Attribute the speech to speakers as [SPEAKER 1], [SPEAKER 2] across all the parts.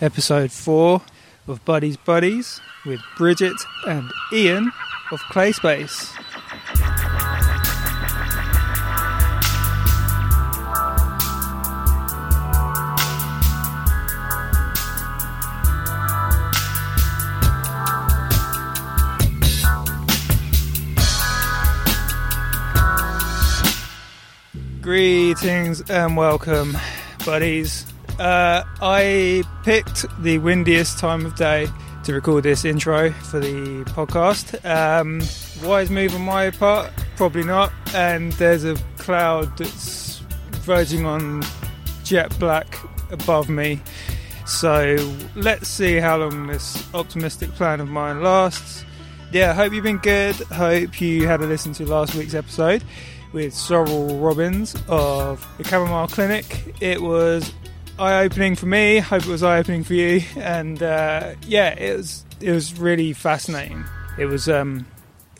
[SPEAKER 1] episode four of Buddies Buddies with Bridget and Ian of Clay Space. Greetings and welcome, buddies. Uh, I picked the windiest time of day to record this intro for the podcast. Um, wise move on my part, probably not. And there's a cloud that's verging on jet black above me. So let's see how long this optimistic plan of mine lasts. Yeah, hope you've been good. Hope you had a listen to last week's episode with Sorrel Robbins of the Chamomile Clinic. It was eye opening for me. Hope it was eye opening for you. And uh, yeah, it was it was really fascinating. It was um,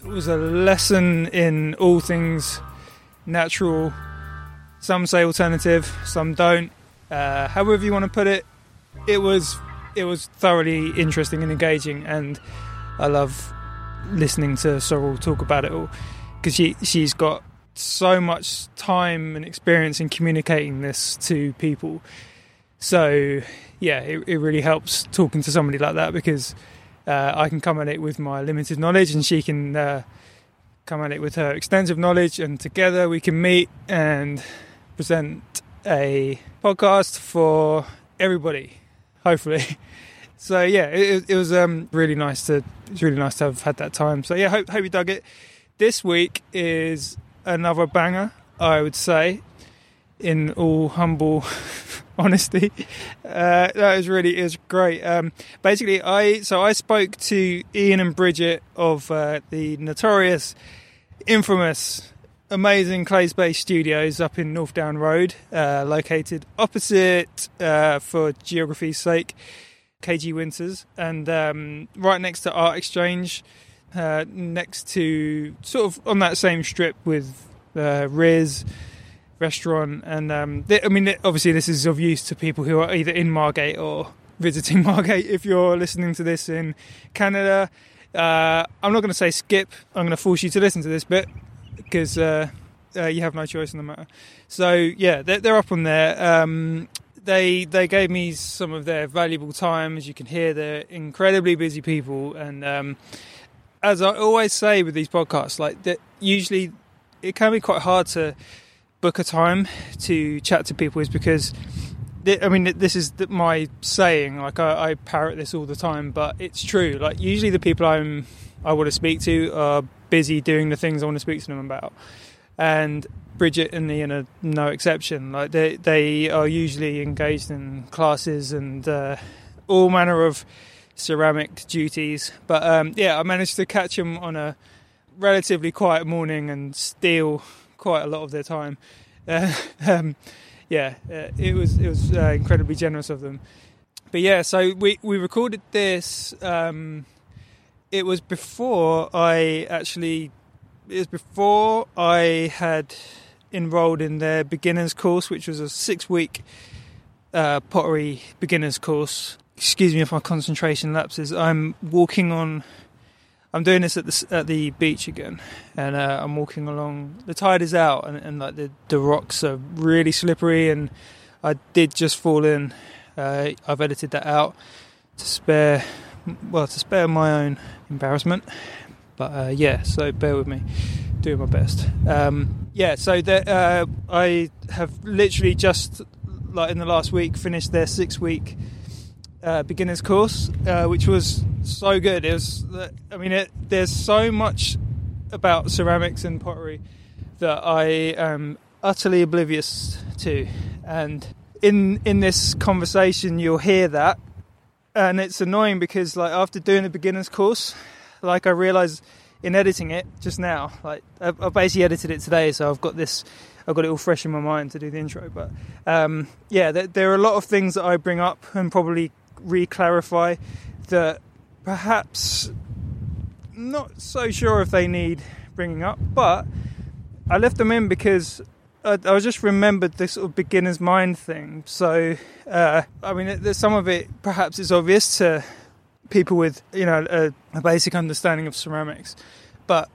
[SPEAKER 1] it was a lesson in all things natural. Some say alternative, some don't. Uh, however you want to put it, it was it was thoroughly interesting and engaging, and I love listening to Sorrel talk about it all because she she's got so much time and experience in communicating this to people. So yeah, it, it really helps talking to somebody like that because uh, I can come at it with my limited knowledge, and she can uh, come at it with her extensive knowledge, and together we can meet and present a podcast for everybody, hopefully. So yeah, it, it was um, really nice to it's really nice to have had that time. So yeah, hope hope you dug it. This week is another banger, I would say, in all humble honesty. Uh, that was really is great. Um, basically, I so I spoke to Ian and Bridget of uh, the notorious, infamous, amazing Clays Bay Studios up in North Down Road, uh, located opposite, uh, for geography's sake, KG Winters, and um, right next to Art Exchange uh, next to sort of on that same strip with uh, Riz restaurant, and um, th- I mean, th- obviously, this is of use to people who are either in Margate or visiting Margate. If you're listening to this in Canada, uh, I'm not going to say skip. I'm going to force you to listen to this bit because uh, uh, you have no choice in the matter. So yeah, they're, they're up on there. Um, they they gave me some of their valuable time. As you can hear, they're incredibly busy people, and um, as I always say with these podcasts, like that usually it can be quite hard to book a time to chat to people, is because th- I mean th- this is th- my saying, like I, I parrot this all the time, but it's true. Like usually the people I'm I want to speak to are busy doing the things I want to speak to them about, and Bridget and Ian are no exception. Like they they are usually engaged in classes and uh, all manner of ceramic duties. But um, yeah, I managed to catch them on a relatively quiet morning and steal quite a lot of their time. Uh, um, yeah, uh, it was it was uh, incredibly generous of them. But yeah, so we we recorded this. Um, it was before I actually. It was before I had enrolled in their beginners course, which was a six week uh, pottery beginners course. Excuse me if my concentration lapses. I'm walking on I'm doing this at the s- at the beach again, and uh, I'm walking along. The tide is out, and, and like the the rocks are really slippery, and I did just fall in. Uh, I've edited that out to spare, well, to spare my own embarrassment. But uh, yeah, so bear with me, doing my best. Um, yeah, so that uh, I have literally just like in the last week finished their six week uh, beginners course, uh, which was so good. It was, I mean, it, there's so much about ceramics and pottery that I am utterly oblivious to, and in in this conversation you'll hear that, and it's annoying because like after doing the beginners course, like I realised in editing it just now, like I, I basically edited it today, so I've got this. I've got it all fresh in my mind to do the intro, but um, yeah, there, there are a lot of things that I bring up and probably re-clarify that perhaps not so sure if they need bringing up, but I left them in because I, I just remembered this sort of beginner's mind thing. So, uh, I mean, there's some of it perhaps is obvious to people with you know a, a basic understanding of ceramics, but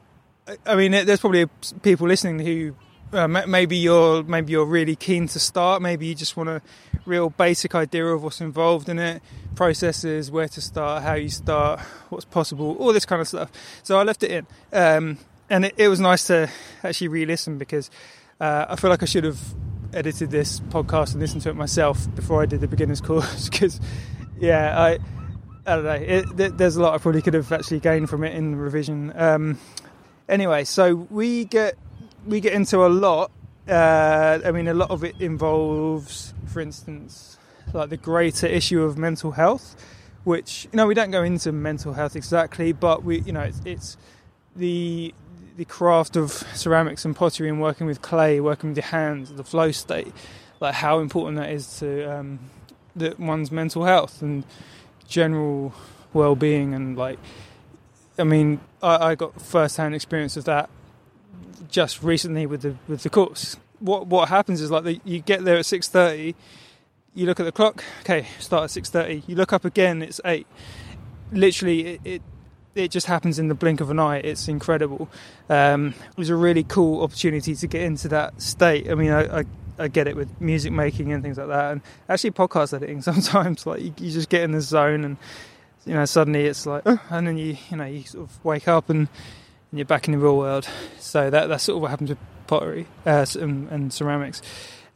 [SPEAKER 1] I- I mean, there's probably people listening who uh, ma- maybe you're maybe you're really keen to start. Maybe you just want a real basic idea of what's involved in it, processes, where to start, how you start, what's possible, all this kind of stuff. So I left it in, um, and it, it was nice to actually re-listen because uh, I feel like I should have edited this podcast and listened to it myself before I did the beginners course because yeah, I. I don't know. It, th- there's a lot I probably could have actually gained from it in revision. Um, anyway, so we get we get into a lot. Uh, I mean, a lot of it involves, for instance, like the greater issue of mental health, which you know we don't go into mental health exactly, but we you know it's, it's the the craft of ceramics and pottery and working with clay, working with your hands, the flow state, like how important that is to um, the, one's mental health and general well-being and like I mean, I, I got first-hand experience of that just recently with the with the course. What what happens is like the, you get there at six thirty, you look at the clock. Okay, start at six thirty. You look up again. It's eight. Literally, it. it it just happens in the blink of an eye. It's incredible. Um, it was a really cool opportunity to get into that state. I mean, I, I, I get it with music making and things like that, and actually podcast editing sometimes. Like you, you just get in the zone, and you know suddenly it's like, "Oh," and then you you know you sort of wake up and, and you're back in the real world. So that that's sort of what happens with pottery uh, s- and, and ceramics.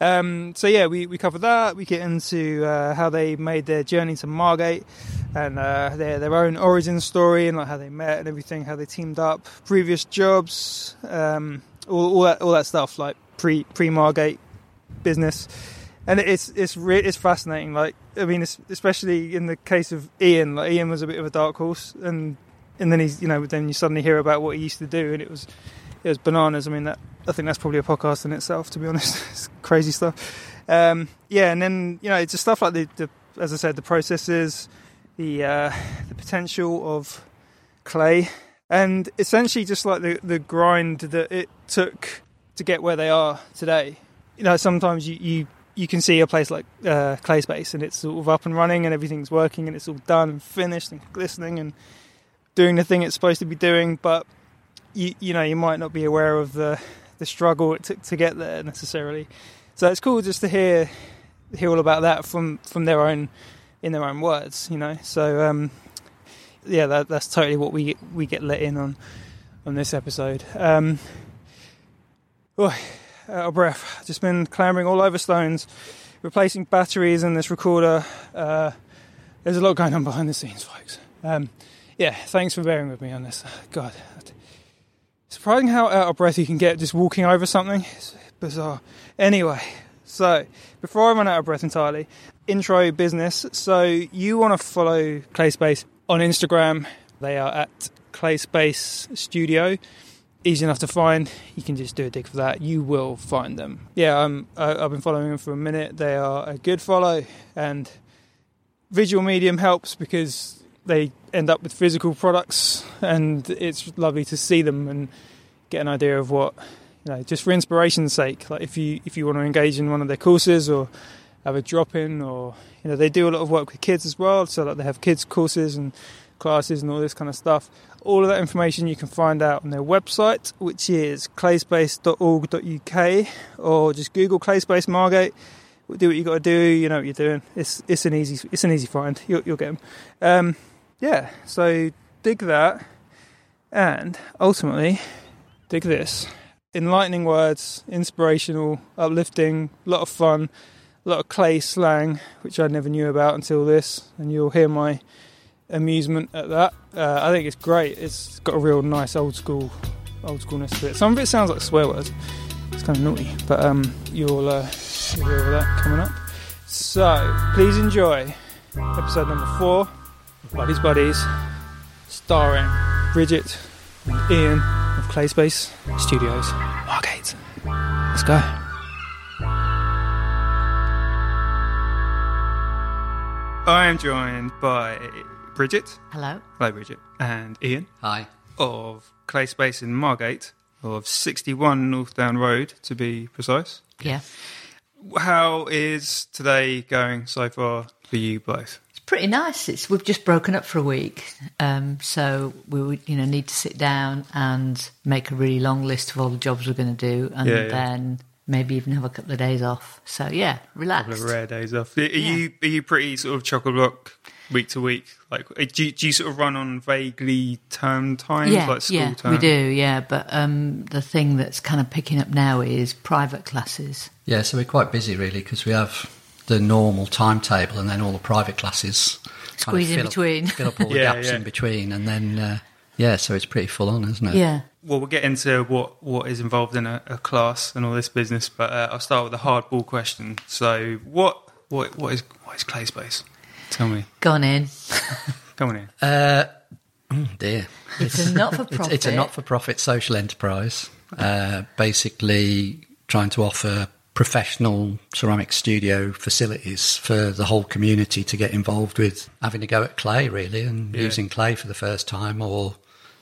[SPEAKER 1] Um, so yeah, we, we cover that. We get into uh, how they made their journey to Margate and uh, their their own origin story and like how they met and everything, how they teamed up, previous jobs, um, all, all that all that stuff like pre pre Margate business. And it's it's re- it's fascinating. Like I mean, it's, especially in the case of Ian. Like Ian was a bit of a dark horse, and and then he's you know then you suddenly hear about what he used to do, and it was it was bananas. I mean, that I think that's probably a podcast in itself, to be honest. it's crazy stuff. Um, yeah, and then you know, it's just stuff like the, the as I said, the processes, the uh, the potential of clay, and essentially just like the the grind that it took to get where they are today. You know, sometimes you. you you can see a place like uh, Clay Space, and it's sort of up and running, and everything's working, and it's all done and finished and glistening and doing the thing it's supposed to be doing. But you you know you might not be aware of the the struggle it took to get there necessarily. So it's cool just to hear hear all about that from from their own in their own words, you know. So um, yeah, that, that's totally what we we get let in on on this episode. Um, oh, out of breath. Just been clambering all over stones, replacing batteries in this recorder. Uh, there's a lot going on behind the scenes, folks. Um, yeah, thanks for bearing with me on this. God, Surprising how out of breath you can get just walking over something. It's bizarre. Anyway, so before I run out of breath entirely, intro business. So you want to follow ClaySpace on Instagram. They are at ClaySpace Studio. Easy enough to find. You can just do a dig for that. You will find them. Yeah, I'm, I, I've been following them for a minute. They are a good follow, and visual medium helps because they end up with physical products and it's lovely to see them and get an idea of what you know just for inspiration's sake like if you if you want to engage in one of their courses or have a drop in or you know they do a lot of work with kids as well so like they have kids courses and classes and all this kind of stuff. All of that information you can find out on their website, which is clayspace.org.uk, or just Google Clayspace Margate. Do what you got to do. You know what you're doing. It's it's an easy it's an easy find. You'll, you'll get them. Um, yeah. So dig that, and ultimately dig this. Enlightening words, inspirational, uplifting, a lot of fun, a lot of clay slang, which I never knew about until this, and you'll hear my amusement at that. Uh, I think it's great. It's got a real nice old school, old schoolness to it. Some of it sounds like swear words. It's kind of naughty, but um, you'll uh, you'll hear all that coming up. So please enjoy episode number four, of Buddies Buddies, starring Bridget and Ian of Clayspace Studios, Margate. Let's go. I am joined by Bridget.
[SPEAKER 2] Hello.
[SPEAKER 1] Hello, Bridget. And Ian
[SPEAKER 3] Hi.
[SPEAKER 1] of Clay Space in Margate, of 61 North Down Road, to be precise.
[SPEAKER 2] Yes.
[SPEAKER 1] How is today going so far for you both?
[SPEAKER 2] It's pretty nice. It's we've just broken up for a week, um, so we would you know need to sit down and make a really long list of all the jobs we're going to do, and
[SPEAKER 1] Yeah, yeah.
[SPEAKER 2] then maybe even have a couple of days off. So yeah,
[SPEAKER 1] Couple of
[SPEAKER 2] relaxed.
[SPEAKER 1] rare days off. Are you are you pretty sort of chock a block week to week? Like, do you, do you sort of run on vaguely term times,
[SPEAKER 2] Yeah,
[SPEAKER 1] like school
[SPEAKER 2] yeah,
[SPEAKER 1] term?
[SPEAKER 2] we do. Yeah, but um, the thing that's kind of picking up now is private classes.
[SPEAKER 3] Yeah, so we're quite busy really because we have the normal timetable and then all the private classes. kind of
[SPEAKER 2] Squeeze in
[SPEAKER 3] fill up-
[SPEAKER 2] between.
[SPEAKER 3] fill up all the
[SPEAKER 1] Yeah,
[SPEAKER 3] gaps
[SPEAKER 1] yeah.
[SPEAKER 3] in between, and then uh, yeah, so it's pretty full on, isn't it?
[SPEAKER 2] Yeah.
[SPEAKER 1] Well, we'll get into what, what is involved in a, a class and all this business, but uh, I'll start with the hardball question. So, what what what is what is clay space? Tell me.
[SPEAKER 2] Gone in.
[SPEAKER 1] Come on in.
[SPEAKER 2] Uh,
[SPEAKER 3] Oh, dear.
[SPEAKER 2] It's a not-for-profit.
[SPEAKER 3] It's, it's a not-for-profit social enterprise, uh, basically trying to offer professional ceramic studio facilities for the whole community to get involved with having a go at clay, really, and using clay for the first time, or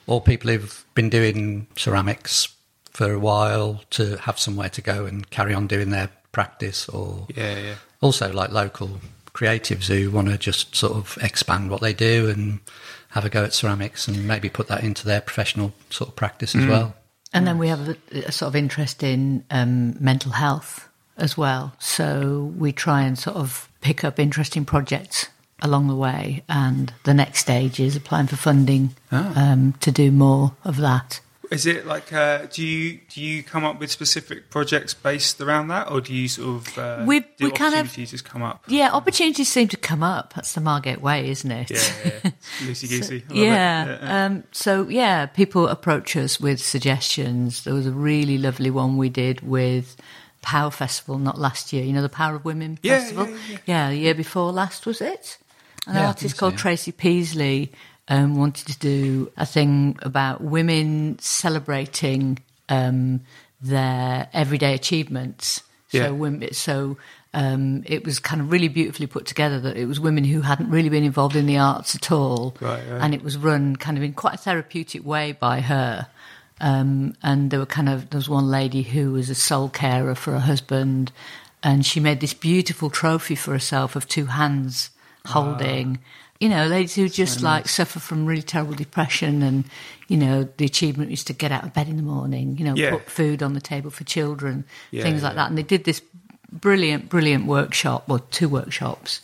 [SPEAKER 3] or people who've been doing ceramics for a while to have somewhere to go and carry on doing their practice, or
[SPEAKER 1] Yeah, yeah.
[SPEAKER 3] also like local creatives who want to just sort of expand what they do and have a go at ceramics and maybe put that into their professional sort of practice
[SPEAKER 2] Mm.
[SPEAKER 3] as well.
[SPEAKER 2] And then we have a, a sort of interest in um, mental health as well. So we try and sort of pick up interesting projects along the way. And the next stage is applying for funding um, to do more of that.
[SPEAKER 1] Is it like uh, do you do you come up with specific projects based around that, or do you sort of uh,
[SPEAKER 2] We-
[SPEAKER 1] do
[SPEAKER 2] we kind of-
[SPEAKER 1] opportunities just come up?
[SPEAKER 2] Yeah, opportunities seem to come up. That's the Margate way, isn't it?
[SPEAKER 1] Yeah, yeah. Loosey goosey.
[SPEAKER 2] yeah. Um, so yeah, people approach us with suggestions. There was a really lovely one we did with Power Festival, not last year. You know the Power of Women
[SPEAKER 1] Yeah,
[SPEAKER 2] Festival.
[SPEAKER 1] yeah, yeah.
[SPEAKER 2] the year before last was it? An
[SPEAKER 3] Yeah, I think
[SPEAKER 2] artist
[SPEAKER 3] so,
[SPEAKER 2] called
[SPEAKER 3] yeah.
[SPEAKER 2] Tracy Peasley um, wanted to do a thing about women celebrating um, their everyday achievements.
[SPEAKER 1] Yeah.
[SPEAKER 2] So women, so um, it was kind of really beautifully put together that it was women who hadn't really been involved in the arts at all,
[SPEAKER 1] Right, right.
[SPEAKER 2] and it was run kind of in quite a therapeutic way by her. Um, and there were kind of there was one lady who was a sole carer for her husband, and she made this beautiful trophy for herself of two hands
[SPEAKER 1] Ah.
[SPEAKER 2] holding. You know, ladies who just like suffer from really terrible depression, and you know, the achievement is to get out of bed in the morning. You know,
[SPEAKER 1] Yeah.
[SPEAKER 2] put food on the table for children,
[SPEAKER 1] Yeah,
[SPEAKER 2] things like
[SPEAKER 1] yeah.
[SPEAKER 2] that. And they did this brilliant, brilliant workshop, or two workshops.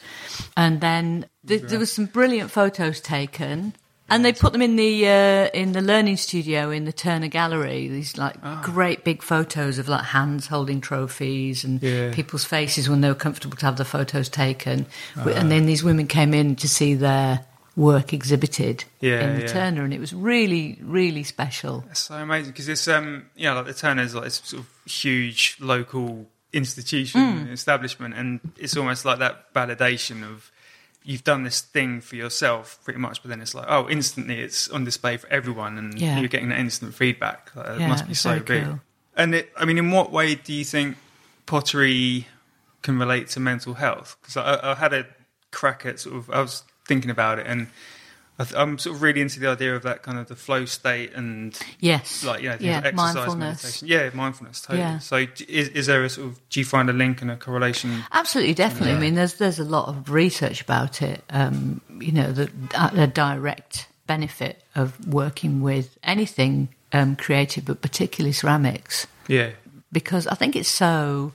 [SPEAKER 2] And then th- there was some brilliant photos taken. And they put them in the uh, in the learning studio in the Turner Gallery. These like
[SPEAKER 1] Ah.
[SPEAKER 2] great big photos of like hands holding trophies and
[SPEAKER 1] Yeah.
[SPEAKER 2] people's faces when they were comfortable to have the photos taken.
[SPEAKER 1] Ah.
[SPEAKER 2] W and then these women came in to see their work exhibited
[SPEAKER 1] Yeah,
[SPEAKER 2] in the
[SPEAKER 1] yeah.
[SPEAKER 2] Turner, and it was really, really special.
[SPEAKER 1] That's so amazing because it's um you know like the Turner's like this sort of huge local institution
[SPEAKER 2] Mm.
[SPEAKER 1] and establishment and it's almost like that validation of you've done this thing for yourself pretty much but then it's like oh instantly it's on display for everyone and
[SPEAKER 2] Yeah.
[SPEAKER 1] you're getting that instant feedback like, it
[SPEAKER 2] Yeah,
[SPEAKER 1] must be
[SPEAKER 2] it's
[SPEAKER 1] so
[SPEAKER 2] very
[SPEAKER 1] big
[SPEAKER 2] cool.
[SPEAKER 1] and it, I mean in what way do you think pottery can relate to mental health because I, I had a crack at sort of I was thinking about it and I th- I'm sort of really into the idea of that kind of the flow state and
[SPEAKER 2] Yes.
[SPEAKER 1] like you know, things
[SPEAKER 2] yeah,
[SPEAKER 1] like exercise,
[SPEAKER 2] mindfulness.
[SPEAKER 1] meditation. Yeah, mindfulness. Totally.
[SPEAKER 2] Yeah.
[SPEAKER 1] So, d- is, is there a sort of do you find a link and a correlation?
[SPEAKER 2] Absolutely, definitely. I mean, there's there's a lot of research about it. Um, you know, the, the direct benefit of working with anything um, creative, but particularly ceramics,
[SPEAKER 1] Yeah.
[SPEAKER 2] because I think it's so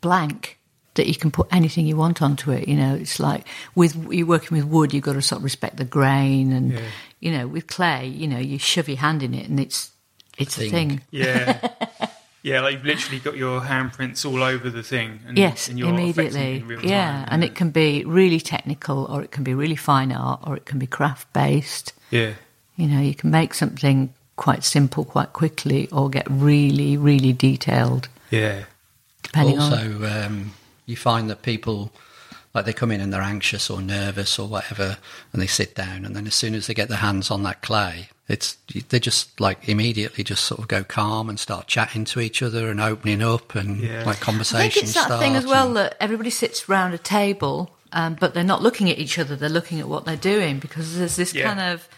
[SPEAKER 2] blank that you can put anything you want onto it. You know, it's like with you're working with wood, you've got to sort of respect the grain, and you know, with clay, you know, you shove your hand in it, and it's it's a
[SPEAKER 3] Thing.
[SPEAKER 2] thing.
[SPEAKER 1] Yeah. Yeah, like you've literally got your handprints all over the thing. And,
[SPEAKER 2] Yes,
[SPEAKER 1] Mm. and you're affecting it
[SPEAKER 2] immediately.
[SPEAKER 1] in real time.
[SPEAKER 2] yeah, and it can be really technical, or it can be really fine art, or it can be craft based.
[SPEAKER 1] Yeah.
[SPEAKER 2] You know, you can make something quite simple quite quickly, or get really, really detailed,
[SPEAKER 1] Yeah.
[SPEAKER 2] depending on.
[SPEAKER 3] also, um, you find that people, like they come in and they're anxious or nervous or whatever, and they sit down, and then as soon as they get their hands on that clay, it's they just like immediately just sort of go calm and start chatting to each other and opening up and
[SPEAKER 1] Yeah.
[SPEAKER 3] like
[SPEAKER 2] I think
[SPEAKER 3] conversations.
[SPEAKER 2] it's that thing
[SPEAKER 3] start
[SPEAKER 2] as well
[SPEAKER 3] and-
[SPEAKER 2] that everybody sits round a table, um, but they're not looking at each other; they're looking at what they're doing because there's this
[SPEAKER 1] Yeah.
[SPEAKER 2] kind of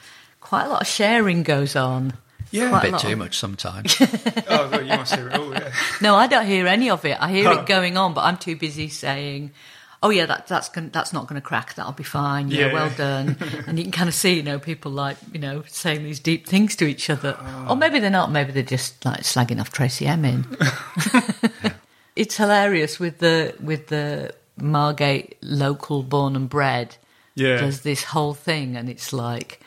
[SPEAKER 2] quite a lot of sharing goes on.
[SPEAKER 1] Yeah.
[SPEAKER 2] Quite
[SPEAKER 3] a bit
[SPEAKER 2] lot
[SPEAKER 3] too
[SPEAKER 2] of-
[SPEAKER 3] much sometimes.
[SPEAKER 1] Oh, well, you must hear it all, yeah.
[SPEAKER 2] No, I don't hear any of it. I hear it going on, but I'm too busy saying, "Oh yeah, that, that's gon that's not going to crack. That'll be fine. Yeah,
[SPEAKER 1] Yeah.
[SPEAKER 2] well done." and you can kind of see, you know, people like you know saying these deep things to each other,
[SPEAKER 1] Ah.
[SPEAKER 2] or maybe they're not. Maybe they're just like slagging off Tracy Emin. it's hilarious with the with the Margate local born and bred.
[SPEAKER 1] Yeah.
[SPEAKER 2] does this whole thing, and it's like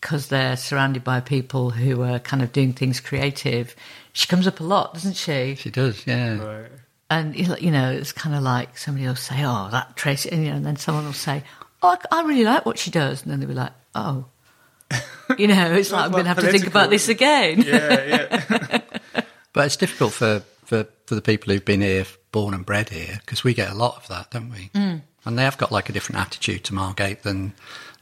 [SPEAKER 2] because they're surrounded by people who are kind of doing things creative. She comes up a lot, doesn't she?
[SPEAKER 3] she does, yeah.
[SPEAKER 1] Right.
[SPEAKER 2] and you know- you know it's kind of like somebody will say oh that tracy and, you know, and then someone will say oh I, I really like what she does and then they'll be like oh you know it's like i'm
[SPEAKER 1] like
[SPEAKER 2] going to have to think about
[SPEAKER 1] political.
[SPEAKER 2] this again
[SPEAKER 1] Yeah, yeah.
[SPEAKER 3] But it's difficult for, for, for the people who've been here, born and bred here, because we get a lot of that, don't we? Mm. And they have got like a different attitude to Margate than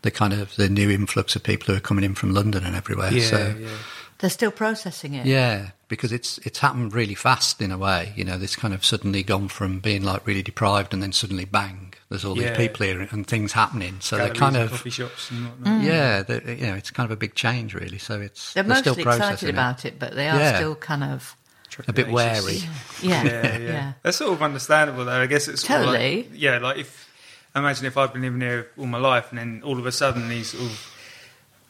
[SPEAKER 3] the kind of the new influx of people who are coming in from London and everywhere.
[SPEAKER 1] Yeah,
[SPEAKER 3] so
[SPEAKER 1] yeah.
[SPEAKER 2] they're still processing it
[SPEAKER 3] yeah, because it's it's happened really fast in a way. You know, this kind of suddenly gone from being like really deprived and then suddenly bang, there's all
[SPEAKER 1] Yeah.
[SPEAKER 3] these people here and things happening. So
[SPEAKER 1] Galleries
[SPEAKER 3] they're kind
[SPEAKER 1] and
[SPEAKER 3] of
[SPEAKER 1] coffee shops and whatnot.
[SPEAKER 3] yeah, they're- you know, it's kind of a big change really. So it's
[SPEAKER 2] Mm. they're,
[SPEAKER 3] still
[SPEAKER 2] mostly
[SPEAKER 3] processing
[SPEAKER 2] excited
[SPEAKER 3] it.
[SPEAKER 2] about it but they are
[SPEAKER 3] Yeah.
[SPEAKER 2] still kind of
[SPEAKER 3] a bit wary.
[SPEAKER 2] yeah
[SPEAKER 1] yeah, yeah. That's sort of understandable, though. I guess it's sort of like-
[SPEAKER 2] Totally.
[SPEAKER 1] yeah, like if imagine if I've been living here all my life, and then all of a sudden these sort of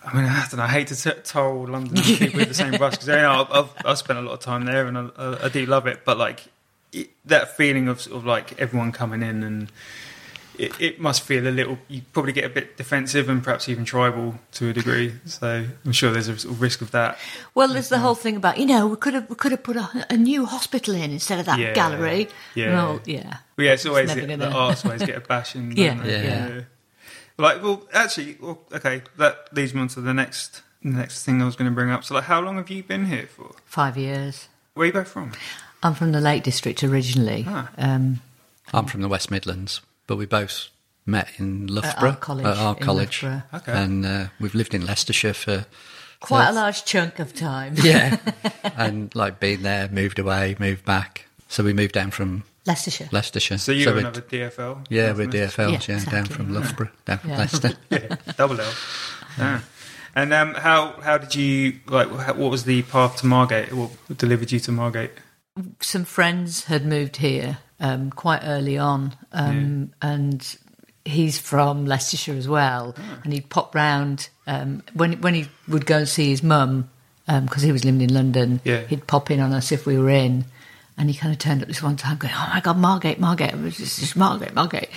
[SPEAKER 1] I mean, I, don't know, I hate to t- toll London people with the same brush because you know, I've, I've, I've spent a lot of time there and I, I, I do love it, but like it, that feeling of sort of like everyone coming in and it, it must feel a little. You probably get a bit defensive and perhaps even tribal to a degree. So I'm sure there's a sort of risk of that.
[SPEAKER 2] Well, there's the whole thing about you know we could have we could have put a, a new hospital in instead of that
[SPEAKER 1] Yeah.
[SPEAKER 2] gallery.
[SPEAKER 1] Yeah.
[SPEAKER 2] well, yeah,
[SPEAKER 1] Well, yeah, it's always
[SPEAKER 2] never
[SPEAKER 1] the,
[SPEAKER 2] gonna-
[SPEAKER 1] the arts always get a bashing.
[SPEAKER 2] Yeah,
[SPEAKER 1] don't they?
[SPEAKER 3] yeah.
[SPEAKER 1] Like, well, actually, well, okay, that leads me on to the next the next thing I was going to bring up. So, like, how long have you been here for?
[SPEAKER 2] five years.
[SPEAKER 1] Where are you both from?
[SPEAKER 2] I'm from the Lake District originally.
[SPEAKER 1] Ah.
[SPEAKER 2] Um,
[SPEAKER 3] I'm from the West Midlands, but we both met in Loughborough
[SPEAKER 2] our college
[SPEAKER 3] at our
[SPEAKER 2] in
[SPEAKER 3] college.
[SPEAKER 2] Loughborough.
[SPEAKER 1] Okay.
[SPEAKER 3] and uh, we've lived in Leicestershire for
[SPEAKER 2] quite a
[SPEAKER 3] That's-
[SPEAKER 2] large chunk of time.
[SPEAKER 3] yeah, and like been there, moved away, moved back. So we moved down from
[SPEAKER 2] Leicestershire.
[SPEAKER 3] Leicestershire.
[SPEAKER 1] So you
[SPEAKER 3] so
[SPEAKER 1] were
[SPEAKER 3] we're-
[SPEAKER 1] another DFL?
[SPEAKER 3] yeah, we're
[SPEAKER 1] wasn't it?
[SPEAKER 3] DFLs, yeah,
[SPEAKER 2] Yeah,
[SPEAKER 3] down
[SPEAKER 2] exactly.
[SPEAKER 3] from Loughborough, down from
[SPEAKER 2] Yeah.
[SPEAKER 3] Leicester.
[SPEAKER 1] Yeah, double L. Yeah. And um, how how did you like? How, what was the path to Margate? What delivered you to Margate?
[SPEAKER 2] Some friends had moved here um, quite early on, um, and he's from Leicestershire as well.
[SPEAKER 3] Hmm.
[SPEAKER 2] And he'd pop round um, when when he would go and see his mum because he was living in London.
[SPEAKER 1] Yeah.
[SPEAKER 2] He'd pop in on us if we were in. And he kind of turned up this one time going, Oh my God, Margate, Margate, it was just, just Margate, Margate.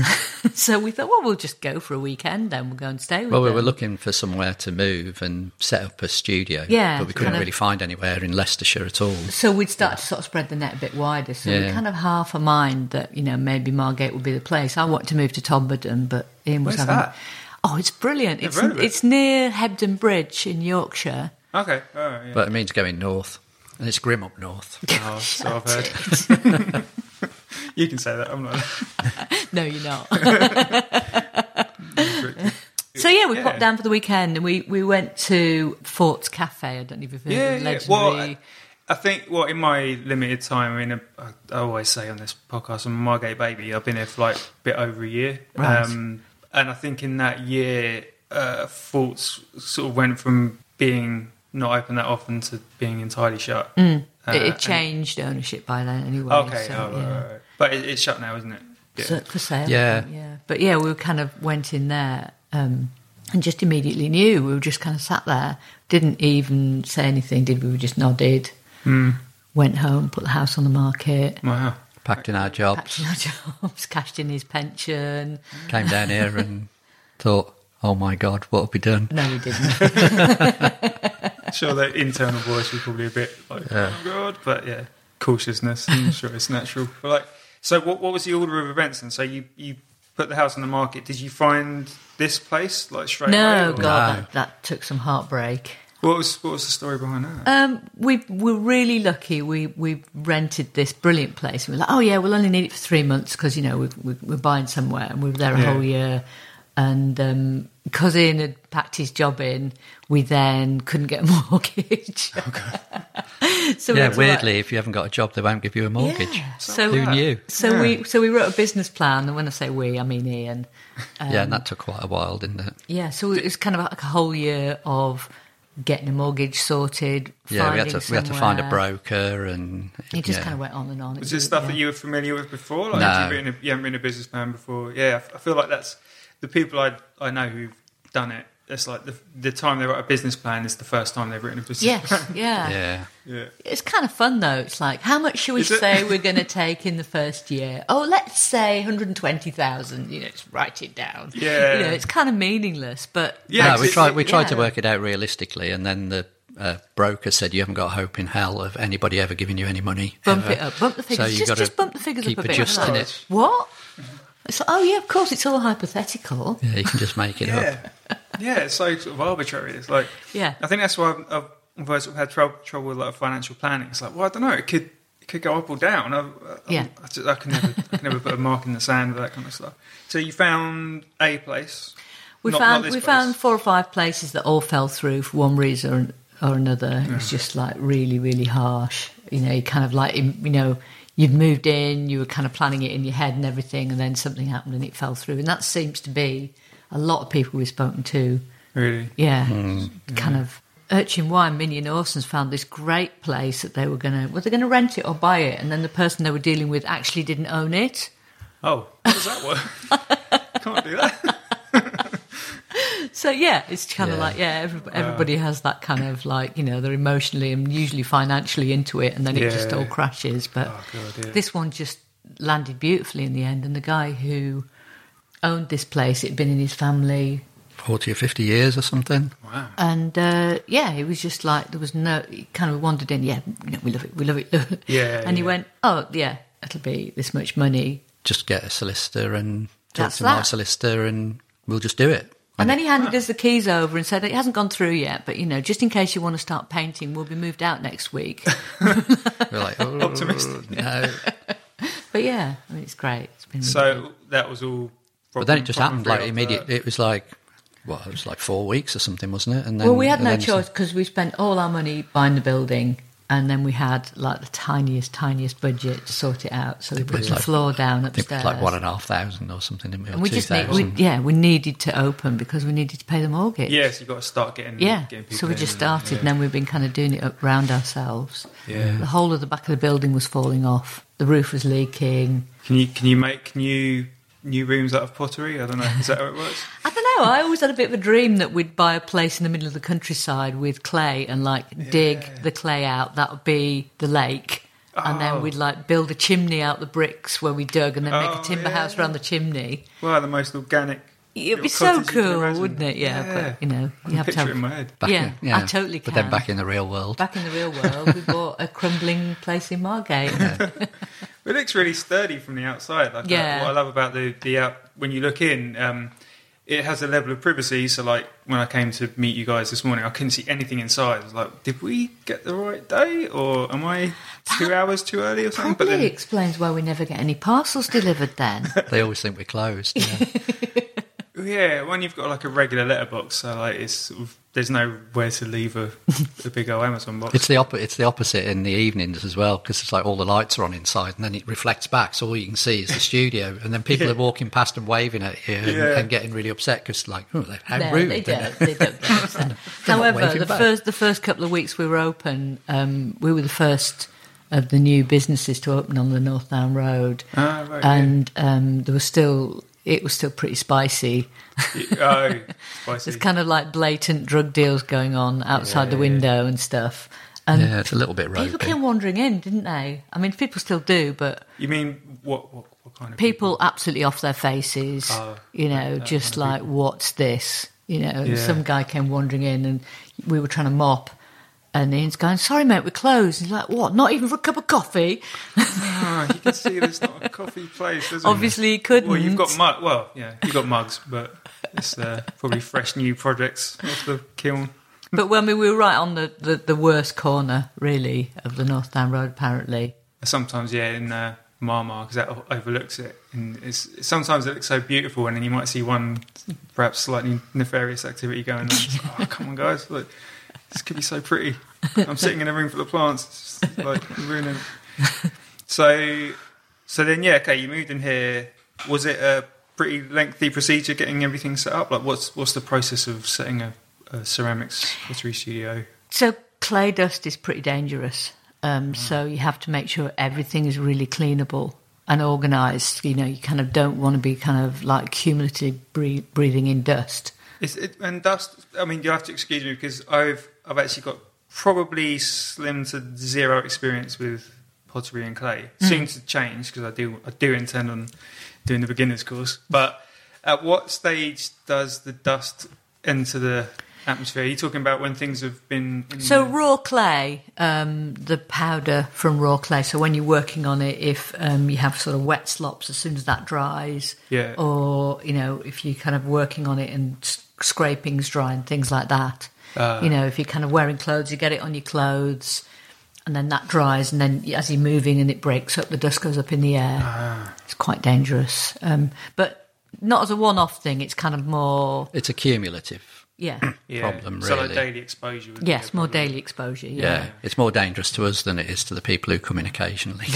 [SPEAKER 2] so we thought, Well, we'll just go for a weekend then, we'll go and stay with
[SPEAKER 3] Well, we
[SPEAKER 2] them.
[SPEAKER 3] were looking for somewhere to move and set up a studio.
[SPEAKER 2] Yeah,
[SPEAKER 3] but we couldn't
[SPEAKER 2] kind of-
[SPEAKER 3] really find anywhere in Leicestershire at all.
[SPEAKER 2] So we'd start to sort of spread the net a bit wider. So we
[SPEAKER 3] Yeah.
[SPEAKER 2] kind of half a mind that you know maybe Margate would be the place. I want to move to Tomberdon, but Ian was
[SPEAKER 1] Where's
[SPEAKER 2] having.
[SPEAKER 1] that?
[SPEAKER 2] Oh, it's brilliant! It's
[SPEAKER 1] heard of it.
[SPEAKER 2] it's near Hebden Bridge in Yorkshire.
[SPEAKER 1] Okay, all right, yeah.
[SPEAKER 3] But it means going north, and it's grim up north.
[SPEAKER 1] Oh, so I've heard. you can say that. I'm not.
[SPEAKER 2] No, you're not.
[SPEAKER 1] restricted.
[SPEAKER 2] so yeah, we
[SPEAKER 1] Yeah.
[SPEAKER 2] popped down for the weekend and we, we went to Fort's Cafe. I don't know if you've heard
[SPEAKER 1] yeah,
[SPEAKER 2] of the
[SPEAKER 1] yeah.
[SPEAKER 2] legendary.
[SPEAKER 1] Well, uh, I, I think well in my limited time. I mean, I, I always say on this podcast, I'm a Margate baby. I've been here for like a bit over a year,
[SPEAKER 2] Right.
[SPEAKER 1] um, and I think in that year, uh, faults sort of went from being not open that often to being entirely shut. Uh,
[SPEAKER 2] Mm. it, it
[SPEAKER 1] and-
[SPEAKER 2] changed ownership by then anyway.
[SPEAKER 1] Okay,
[SPEAKER 2] so,
[SPEAKER 1] oh, right,
[SPEAKER 2] yeah.
[SPEAKER 1] right, right. but it, it's shut now, isn't it? Yeah.
[SPEAKER 2] So- for sale.
[SPEAKER 3] Yeah.
[SPEAKER 2] yeah. But yeah, we kind of went in there um, and just immediately knew. We were just kind of sat there, didn't even say anything, did we? We just nodded, went home, put the house on the market,
[SPEAKER 1] wow.
[SPEAKER 3] Packed in our
[SPEAKER 2] packed
[SPEAKER 3] jobs,
[SPEAKER 2] in our jobs, cashed in his pension.
[SPEAKER 3] came down here and thought, oh my God, what have we done?
[SPEAKER 2] No, we didn't.
[SPEAKER 1] Sure, the internal voice was probably a bit like, oh god, but yeah, cautiousness. I'm sure it's natural. But like, so what? What was the order of events? And so you you put the house on the market. Did you find this place like straight away?
[SPEAKER 2] no,
[SPEAKER 1] or-
[SPEAKER 2] God,
[SPEAKER 3] No.
[SPEAKER 2] That, that took some heartbreak.
[SPEAKER 1] What was what was the story behind that?
[SPEAKER 2] Um, we were really lucky. We we rented this brilliant place. And we were like, oh yeah, we'll only need it for three months because you know we, we, we're buying somewhere, and we were there a
[SPEAKER 1] Yeah.
[SPEAKER 2] whole year. And um, because Ian had packed his job in, we then couldn't get a mortgage. so we
[SPEAKER 3] Yeah,
[SPEAKER 2] had to, like-
[SPEAKER 3] weirdly, if you haven't got a job, they won't give you a mortgage.
[SPEAKER 2] Yeah. So
[SPEAKER 3] Who knew?
[SPEAKER 2] So we so we wrote a business plan, and when I say we, I mean Ian.
[SPEAKER 3] yeah,
[SPEAKER 2] Um,
[SPEAKER 3] and that took quite a while, didn't it?
[SPEAKER 2] Yeah, so it was kind of like a whole year of getting a mortgage sorted.
[SPEAKER 3] Yeah, we had to
[SPEAKER 2] finding
[SPEAKER 3] we had to find a
[SPEAKER 2] somewhere.
[SPEAKER 3] broker, and
[SPEAKER 2] It just
[SPEAKER 3] yeah.
[SPEAKER 2] kind of went on and on.
[SPEAKER 1] Was this stuff that you were familiar with before? Like, had you,
[SPEAKER 3] No.
[SPEAKER 1] been a, you haven't been a businessman before. Yeah, I f- I feel like that's the people I I know who've done it. It's like the the time they write a business plan is the first time they've written a business
[SPEAKER 2] Yes,
[SPEAKER 1] plan.
[SPEAKER 2] yeah.
[SPEAKER 3] yeah.
[SPEAKER 2] It's kind of fun though. It's like, how much should we
[SPEAKER 1] Is it-
[SPEAKER 2] say we're going to take in the first year? Oh, let's say 120,000. You know, just write it down.
[SPEAKER 1] Yeah.
[SPEAKER 2] You know, it's kind of meaningless, but
[SPEAKER 1] Yeah,
[SPEAKER 3] no, we
[SPEAKER 1] it's-
[SPEAKER 3] tried. We tried to
[SPEAKER 2] yeah.
[SPEAKER 3] work it out realistically, and then the uh, broker said you haven't got a hope in hell of anybody ever giving you any money.
[SPEAKER 2] bump
[SPEAKER 3] ever."
[SPEAKER 2] it up. Bump the
[SPEAKER 3] So
[SPEAKER 2] figures.
[SPEAKER 3] you
[SPEAKER 2] just,
[SPEAKER 3] gotta
[SPEAKER 2] just bump the figures
[SPEAKER 3] keep
[SPEAKER 2] up a bit.
[SPEAKER 3] adjusting
[SPEAKER 2] Like,
[SPEAKER 3] it.
[SPEAKER 2] What? It's like, oh, yeah, of course, it's all hypothetical.
[SPEAKER 3] Yeah, you can just make it up.
[SPEAKER 1] Yeah, yeah, it's so sort of arbitrary. It's like,
[SPEAKER 2] Yeah.
[SPEAKER 1] I think that's why I've, I've, I've always had trouble, trouble with like financial planning. It's like, well, I don't know, it could it could go up or down. I, I,
[SPEAKER 2] Yeah.
[SPEAKER 1] I, just- I can never, I can never put a mark in the sand with that kind of stuff. So you found a place.
[SPEAKER 2] We
[SPEAKER 1] Not- not
[SPEAKER 2] found
[SPEAKER 1] this
[SPEAKER 2] we
[SPEAKER 1] place.
[SPEAKER 2] found four or five places that all fell through for one reason or, or another. It was just like really, really harsh. You know, you kind of like you know you'd moved in, you were kind of planning it in your head and everything, and then something happened and it fell through. And that seems to be a lot of people we've spoken to.
[SPEAKER 1] really.
[SPEAKER 2] Yeah,
[SPEAKER 1] Mm.
[SPEAKER 2] kind of. Urchin Y, Minnie and Orson's found this great place that they were going to, were they going to rent it or buy it? And then the person they were dealing with actually didn't own it.
[SPEAKER 1] Oh, how does that work? Can't do that.
[SPEAKER 2] So yeah, it's kind of
[SPEAKER 3] Yeah.
[SPEAKER 2] like yeah, everybody, everybody has that kind of like you know they're emotionally and usually financially into it, and then it just
[SPEAKER 1] Yeah. Oh,
[SPEAKER 2] all crashes. But
[SPEAKER 1] God, yeah.
[SPEAKER 2] this one just landed beautifully in the end, and the guy who owned this place, it had been in his family,
[SPEAKER 3] Forty or fifty years or something.
[SPEAKER 2] and uh, yeah, it was just like there was no. He kind of wandered in. Yeah, you know, we love it, we love it, love it.
[SPEAKER 1] Yeah,
[SPEAKER 2] and he
[SPEAKER 1] yeah.
[SPEAKER 2] went, oh yeah, it'll be this much money,
[SPEAKER 3] Just get a solicitor and talk
[SPEAKER 2] That's
[SPEAKER 3] to my
[SPEAKER 2] that.
[SPEAKER 3] solicitor, and we'll just do it.
[SPEAKER 2] And then he handed us the keys over and said, It hasn't gone through yet, but you know, just in case you want to start painting, we'll be moved out next week.
[SPEAKER 3] We're like, oh,
[SPEAKER 1] Optimistic.
[SPEAKER 3] No,
[SPEAKER 2] but yeah, I mean, it's great. It's been really
[SPEAKER 1] So that was all.
[SPEAKER 3] but then it just happened like immediately. It was like, well, it was like four weeks or something, wasn't it? And then
[SPEAKER 2] Well, we had
[SPEAKER 3] and
[SPEAKER 2] no
[SPEAKER 3] then it's like-
[SPEAKER 2] choice because we spent all our money buying the building, and then we had like the tiniest, tiniest budget to sort it out. So we put
[SPEAKER 3] was
[SPEAKER 2] the
[SPEAKER 3] like-
[SPEAKER 2] floor down
[SPEAKER 3] I think it
[SPEAKER 2] upstairs.
[SPEAKER 3] was like one and a half thousand or something, didn't we? Or
[SPEAKER 2] and we
[SPEAKER 3] two
[SPEAKER 2] just need,
[SPEAKER 3] thousand.
[SPEAKER 2] we, yeah, we needed to open because we needed to pay the mortgage.
[SPEAKER 1] Yes, you've got to start getting.
[SPEAKER 2] Yeah,
[SPEAKER 1] getting people
[SPEAKER 2] so we
[SPEAKER 1] in
[SPEAKER 2] just
[SPEAKER 1] and-
[SPEAKER 2] started, and then we've been kind of doing it up round ourselves.
[SPEAKER 1] Yeah.
[SPEAKER 2] The whole of the back of the building was falling off. The roof was leaking.
[SPEAKER 1] Can you can you make new new rooms out of pottery? I don't know. Is that how it works?
[SPEAKER 2] I don't know. I always had a bit of a dream that we'd buy a place in the middle of the countryside with clay and like dig the clay out. That would be the lake. And
[SPEAKER 1] Oh.
[SPEAKER 2] then we'd like build a chimney out the bricks where we dug and then make
[SPEAKER 1] Oh,
[SPEAKER 2] a timber
[SPEAKER 1] yeah.
[SPEAKER 2] house around the chimney.
[SPEAKER 1] Wow, the most organic.
[SPEAKER 2] It'd be
[SPEAKER 1] little
[SPEAKER 2] so
[SPEAKER 1] cottage you can
[SPEAKER 2] cool,
[SPEAKER 1] imagine.
[SPEAKER 2] wouldn't it? Yeah,
[SPEAKER 1] yeah.
[SPEAKER 2] but you know, you have to
[SPEAKER 1] Picture it in
[SPEAKER 2] have.
[SPEAKER 1] my head.
[SPEAKER 3] Back
[SPEAKER 2] Yeah,
[SPEAKER 3] in-
[SPEAKER 2] I totally
[SPEAKER 3] But then
[SPEAKER 2] can.
[SPEAKER 3] back in the real world,
[SPEAKER 2] Back in the real world, we bought a crumbling place in Margate.
[SPEAKER 1] It looks really sturdy from the outside. Like
[SPEAKER 2] Yeah.
[SPEAKER 1] uh, what I love about the the app when you look in, um, it has a level of privacy. So like when I came to meet you guys this morning, I couldn't see anything inside. I was like, did we get the right day, or am I two hours too early or something?
[SPEAKER 2] Probably explains why we never get any parcels delivered then.
[SPEAKER 3] they always think we're closed. Yeah.
[SPEAKER 1] Yeah, when you've got like a regular letterbox, so like it's sort of, there's nowhere to leave a, a big old Amazon box.
[SPEAKER 3] It's the op- it's the opposite in the evenings as well because it's like all the lights are on inside and then it reflects back, so all you can see is the studio, and then people
[SPEAKER 1] Yeah.
[SPEAKER 3] are walking past and waving at you and,
[SPEAKER 1] Yeah.
[SPEAKER 3] and getting really upset because like, oh, they- how
[SPEAKER 2] No,
[SPEAKER 3] rude!
[SPEAKER 2] They
[SPEAKER 3] they're-
[SPEAKER 2] don't. They don't get upset. However,
[SPEAKER 3] waving
[SPEAKER 2] the
[SPEAKER 3] back.
[SPEAKER 2] first the first couple of weeks we were open, um, we were the first of the new businesses to open on the North Down Road,
[SPEAKER 1] Ah, right, yeah.
[SPEAKER 2] and um, there was still it was still pretty spicy.
[SPEAKER 1] oh, spicy.
[SPEAKER 2] There's kind of like blatant drug deals going on outside the window and stuff, and
[SPEAKER 3] Yeah, it's a little bit
[SPEAKER 2] people
[SPEAKER 3] ropey.
[SPEAKER 2] came wandering in, didn't they? I mean, people still do, but
[SPEAKER 1] you mean what? What, what kind of
[SPEAKER 2] people absolutely off their faces.
[SPEAKER 1] Oh,
[SPEAKER 2] you know,
[SPEAKER 1] that
[SPEAKER 2] just
[SPEAKER 1] kind of
[SPEAKER 2] like what's this? You know, and
[SPEAKER 1] Yeah.
[SPEAKER 2] some guy came wandering in, and we were trying to mop. And Ian's going, sorry, mate, we're closed. He's like, what? Not even for a cup of coffee?
[SPEAKER 1] Ah, you can see there's not a coffee place. There's
[SPEAKER 2] Obviously, he couldn't.
[SPEAKER 1] Well, you've got mug. Well, yeah, you've got mugs, but it's uh, probably fresh new projects off the kiln.
[SPEAKER 2] but when we were right on the, the, the worst corner, really, of the North Down Road, apparently.
[SPEAKER 1] Sometimes, yeah, in uh, Marmar because that o- overlooks it, and it's sometimes it looks so beautiful, and then you might see one perhaps slightly nefarious activity going on. It's like, oh, come on, guys! Look, this could be so pretty. I'm sitting in a room full of plants, it's just, like ruining. it. So, so then, yeah, okay, you moved in here. Was it a pretty lengthy procedure getting everything set up? Like, what's what's the process of setting a, a ceramics pottery studio?
[SPEAKER 2] So clay dust is pretty dangerous.
[SPEAKER 1] Mm.
[SPEAKER 2] Um, So you have to make sure everything is really cleanable and organised. You know, you kind of don't want to be kind of like cumulatively bre- breathing in dust.
[SPEAKER 1] Is it, and dust. I mean, you have to excuse me because I've I've actually got probably slim to zero experience with pottery and clay.
[SPEAKER 2] Hmm.
[SPEAKER 1] Soon to change because I do I do intend on doing the beginners course. But at what stage does the dust enter the atmosphere? Are you talking about when things have been in
[SPEAKER 2] So
[SPEAKER 1] the-
[SPEAKER 2] raw clay, um, the powder from raw clay. So when you're working on it, if um, you have sort of wet slops, as soon as that dries,
[SPEAKER 1] Yeah.
[SPEAKER 2] oh. or you know, if you're kind of working on it and s- scrapings dry and things like that, you know, if you're kind of wearing clothes, you get it on your clothes, and then that dries, and then as you're moving and it breaks up, the dust goes up in the air. It's quite dangerous, um, but not as a one-off thing. It's kind of more,
[SPEAKER 3] It's a cumulative.
[SPEAKER 2] yeah,
[SPEAKER 1] yeah.
[SPEAKER 3] problem,
[SPEAKER 1] So like
[SPEAKER 3] really.
[SPEAKER 1] daily exposure. would be
[SPEAKER 2] yes,
[SPEAKER 1] a
[SPEAKER 2] more
[SPEAKER 1] problem.
[SPEAKER 2] daily exposure.
[SPEAKER 3] Yeah. it's more dangerous to us than it is to the people who come in occasionally.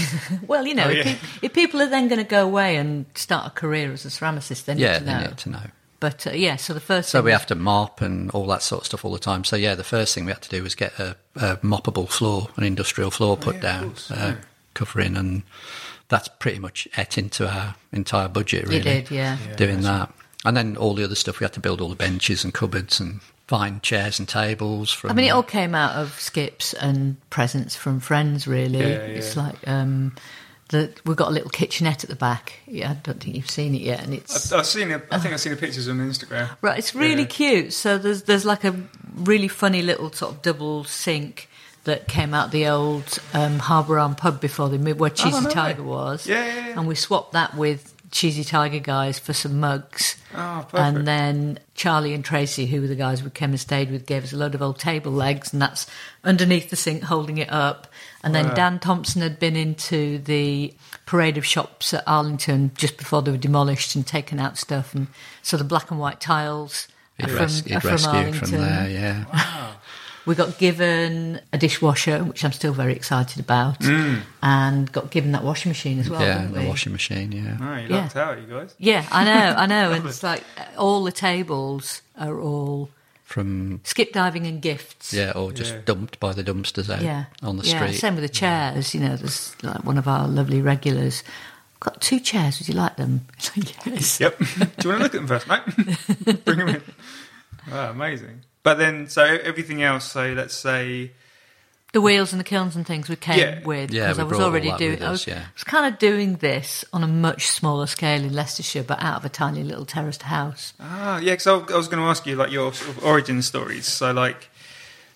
[SPEAKER 2] Well, you know,
[SPEAKER 1] Oh,
[SPEAKER 2] if,
[SPEAKER 1] yeah.
[SPEAKER 2] peop if people are then going to go away and start a career as a ceramicist, they need
[SPEAKER 3] yeah,
[SPEAKER 2] to
[SPEAKER 3] they
[SPEAKER 2] know.
[SPEAKER 3] need to know.
[SPEAKER 2] But uh, yeah, so the first
[SPEAKER 3] So
[SPEAKER 2] thing
[SPEAKER 3] we
[SPEAKER 2] was-
[SPEAKER 3] have to mop and all that sort of stuff all the time. So yeah, the first thing we had to do was get a, a moppable floor, an industrial
[SPEAKER 2] Oh,
[SPEAKER 3] floor put
[SPEAKER 1] yeah, of
[SPEAKER 3] down,
[SPEAKER 1] course,
[SPEAKER 3] uh,
[SPEAKER 1] yeah.
[SPEAKER 3] covering, and that's pretty much ate into our entire budget. Really,
[SPEAKER 2] You did, yeah.
[SPEAKER 3] doing that, and then all the other stuff we had to build all the benches and cupboards and find chairs and tables. From
[SPEAKER 2] I mean, it all came out of skips and presents from friends, really.
[SPEAKER 1] Yeah,
[SPEAKER 2] It's
[SPEAKER 1] yeah.
[SPEAKER 2] like um, the, we've got a little kitchenette at the back. Yeah, I don't think you've seen it yet, and it's
[SPEAKER 1] I've, I've seen. A, I think I've seen the pictures on Instagram.
[SPEAKER 2] Right, it's really
[SPEAKER 1] Yeah.
[SPEAKER 2] cute. So there's there's like a really funny little sort of double sink that came out the old um, Harbour Arm pub before they moved, where Cheesy
[SPEAKER 1] no way.
[SPEAKER 2] Tiger was.
[SPEAKER 1] Oh, Yeah, yeah, yeah.
[SPEAKER 2] And we swapped that with Cheesy Tiger guys for some mugs.
[SPEAKER 1] Oh, perfect.
[SPEAKER 2] And then Charlie and Tracy, who were the guys we came and stayed with, gave us a load of old table legs, and that's underneath the sink holding it up. And then Dan Thompson had been into the parade of shops at Arlington just before they were demolished and taken out stuff, and so the black and white tiles are
[SPEAKER 3] He'd,
[SPEAKER 2] from,
[SPEAKER 3] res- he'd
[SPEAKER 2] are from
[SPEAKER 3] rescued
[SPEAKER 2] Arlington.
[SPEAKER 3] from there, yeah.
[SPEAKER 2] We got given a dishwasher, which I'm still very excited about, and got given that washing machine as well.
[SPEAKER 3] yeah,
[SPEAKER 2] didn't
[SPEAKER 3] and the
[SPEAKER 2] we?
[SPEAKER 3] washing machine, yeah.
[SPEAKER 1] Oh, you
[SPEAKER 2] Yeah.
[SPEAKER 1] lucked out, you guys.
[SPEAKER 2] Yeah, I know, I know. And it's like uh, all the tables are all
[SPEAKER 3] From
[SPEAKER 2] skip diving and gifts.
[SPEAKER 3] yeah, or just
[SPEAKER 1] Yeah.
[SPEAKER 3] dumped by the dumpsters out
[SPEAKER 2] yeah.
[SPEAKER 3] on the
[SPEAKER 2] yeah.
[SPEAKER 3] street.
[SPEAKER 2] Same with the chairs. You know, there's like one of our lovely regulars. I've got two chairs. Would you like them? It's like, yes.
[SPEAKER 1] Yep. Do you want to look at them first, mate? Bring them in. Wow, amazing. But then, so everything else. So let's say,
[SPEAKER 2] The wheels and the kilns and things we came
[SPEAKER 1] Yeah.
[SPEAKER 2] with
[SPEAKER 3] Yeah,
[SPEAKER 2] because
[SPEAKER 3] we
[SPEAKER 2] I was
[SPEAKER 3] brought all
[SPEAKER 2] already
[SPEAKER 3] that
[SPEAKER 2] doing.
[SPEAKER 3] with
[SPEAKER 2] I
[SPEAKER 3] us,
[SPEAKER 2] was,
[SPEAKER 3] yeah.
[SPEAKER 2] I was kind of doing this on a much smaller scale in Leicestershire, but out of a tiny little terraced house.
[SPEAKER 1] ah, yeah. Because I was going to ask you like your sort of origin stories. So like,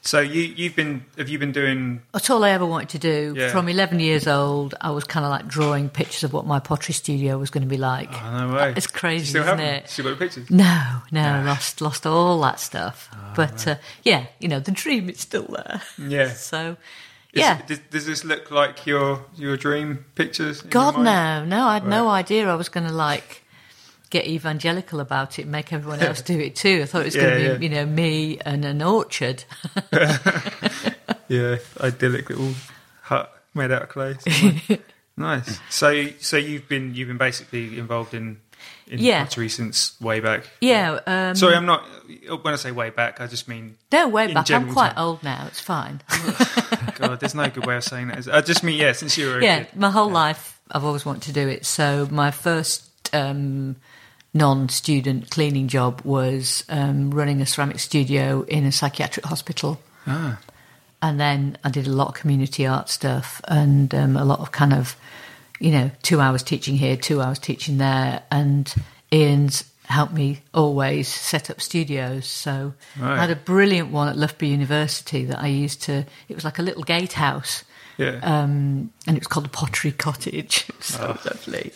[SPEAKER 1] so you you've been have you been doing?
[SPEAKER 2] That's all I ever wanted to do.
[SPEAKER 1] Yeah.
[SPEAKER 2] From 11 years old, I was kind of like drawing pictures of what my pottery studio was going to be like.
[SPEAKER 1] Oh, no way.
[SPEAKER 2] It's
[SPEAKER 1] You
[SPEAKER 2] crazy,
[SPEAKER 1] still
[SPEAKER 2] isn't
[SPEAKER 1] haven't?
[SPEAKER 2] it?
[SPEAKER 1] Still got the pictures.
[SPEAKER 2] No, no, lost lost all that stuff. but uh, yeah, you know, the dream is still there.
[SPEAKER 1] Yeah.
[SPEAKER 2] So
[SPEAKER 1] Is-
[SPEAKER 2] yeah.
[SPEAKER 1] does, does this look like your your dream pictures? in your
[SPEAKER 2] God
[SPEAKER 1] mind?
[SPEAKER 2] no, no, I had no idea I was going to like get evangelical about it, make everyone else do it too. I thought it was
[SPEAKER 1] Yeah,
[SPEAKER 2] going to be,
[SPEAKER 1] yeah.
[SPEAKER 2] you know, me and an orchard.
[SPEAKER 1] Yeah, idyllic little hut made out of clay. somewhere. nice. So, so you've been you've been basically involved in in
[SPEAKER 2] Yeah.
[SPEAKER 1] pottery since way back.
[SPEAKER 2] Yeah, um,
[SPEAKER 1] Sorry, I'm not. oh, When I say way back, I just mean
[SPEAKER 2] no, way
[SPEAKER 1] in
[SPEAKER 2] back. I'm
[SPEAKER 1] general
[SPEAKER 2] quite
[SPEAKER 1] terms.
[SPEAKER 2] old now. It's fine.
[SPEAKER 1] God, there's no good way of saying that. is there? I just mean yeah, since you were a
[SPEAKER 2] yeah,
[SPEAKER 1] kid.
[SPEAKER 2] my whole life I've always wanted to do it. So my first um, non-student cleaning job was um, running a ceramic studio in a psychiatric hospital. And then I did a lot of community art stuff and um, a lot of kind of, you know, two hours teaching here, two hours teaching there. And Ian's helped me always set up studios. So I had a brilliant one at Loughborough University that I used to, it was like a little gatehouse
[SPEAKER 1] Yeah.
[SPEAKER 2] um, and it was called the Pottery Cottage. It was so
[SPEAKER 3] Oh.
[SPEAKER 2] lovely.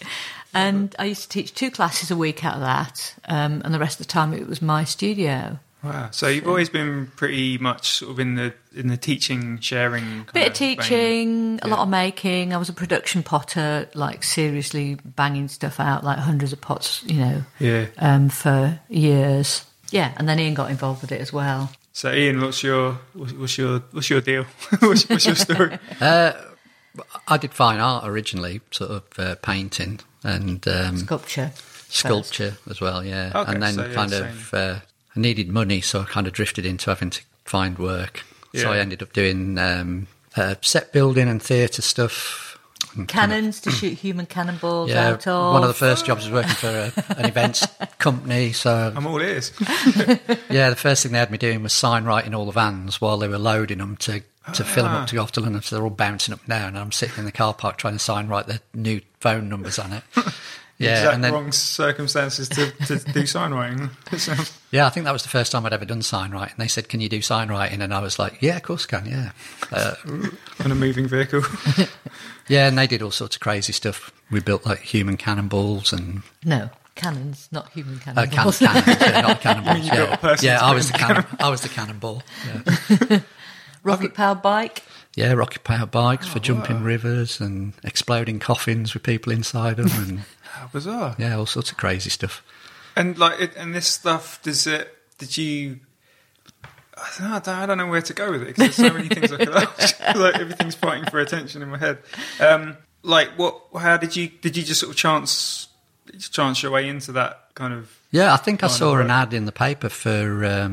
[SPEAKER 2] And I used to teach two classes a week out of that, um, and the rest of the time it was my studio.
[SPEAKER 1] Wow. So you've always been pretty much sort of in the in the teaching, sharing. Kind
[SPEAKER 2] Bit of
[SPEAKER 1] vein.
[SPEAKER 2] teaching, a lot
[SPEAKER 1] Yeah.
[SPEAKER 2] of making. I was a production potter, like seriously banging stuff out, like hundreds of pots, you know,
[SPEAKER 1] Yeah.
[SPEAKER 2] um, for years. Yeah, and then Ian got involved with it as well.
[SPEAKER 1] So Ian, what's your what's what's your what's your deal? what's, what's your story?
[SPEAKER 3] Uh, I did fine art originally, sort of uh, painting and um,
[SPEAKER 2] Sculpture.
[SPEAKER 3] sculpture as well, yeah.
[SPEAKER 1] Okay,
[SPEAKER 3] and then
[SPEAKER 1] so, yeah,
[SPEAKER 3] kind
[SPEAKER 1] same.
[SPEAKER 3] of uh, I needed money, so I kind of drifted into having to find work.
[SPEAKER 1] Yeah.
[SPEAKER 3] So I ended up doing um, uh, set building and theatre stuff. and kind of-
[SPEAKER 2] Cannons to shoot human cannonballs
[SPEAKER 3] yeah,
[SPEAKER 2] out of.
[SPEAKER 3] one of the first jobs was working for a, an events company. So
[SPEAKER 1] I'm all ears.
[SPEAKER 3] yeah, the first thing they had me doing was sign writing all the vans while they were loading them to to fill them up
[SPEAKER 1] Ah.
[SPEAKER 3] to go off to London. So they're all bouncing up now, and I'm sitting in the car park trying to sign write their new phone numbers on it. Yeah,
[SPEAKER 1] exact
[SPEAKER 3] and then
[SPEAKER 1] wrong circumstances to, to do sign writing. It sounds-
[SPEAKER 3] Yeah, I think that was the first time I'd ever done sign writing. They said, "Can you do sign writing?" And I was like, "Yeah, of course, I can yeah, uh,
[SPEAKER 1] on a moving vehicle.
[SPEAKER 3] yeah." And they did all sorts of crazy stuff. We built like human cannonballs and
[SPEAKER 2] No, cannons, not human
[SPEAKER 3] uh,
[SPEAKER 2] cannonballs.
[SPEAKER 3] can- cannonballs, yeah, not cannonballs.
[SPEAKER 1] built a
[SPEAKER 3] Yeah,
[SPEAKER 1] person
[SPEAKER 3] yeah
[SPEAKER 1] to
[SPEAKER 3] I was the cannon, I was the cannonball. Yeah,
[SPEAKER 2] Rocket powered bike.
[SPEAKER 3] yeah rocket power bikes for jumping rivers and exploding coffins with people inside them, and
[SPEAKER 1] How bizarre.
[SPEAKER 3] yeah, all sorts of crazy stuff.
[SPEAKER 1] And like, it, and this stuff does it? Did you? I don't know, I don't- I don't know where to go with it because there's so many things I could ask. like everything's fighting for attention in my head. Um, like, what? How did you? Did you just sort of chance chance your way into that kind of?
[SPEAKER 3] Yeah, I think I
[SPEAKER 1] Line of
[SPEAKER 3] saw an
[SPEAKER 1] work.
[SPEAKER 3] ad in the paper for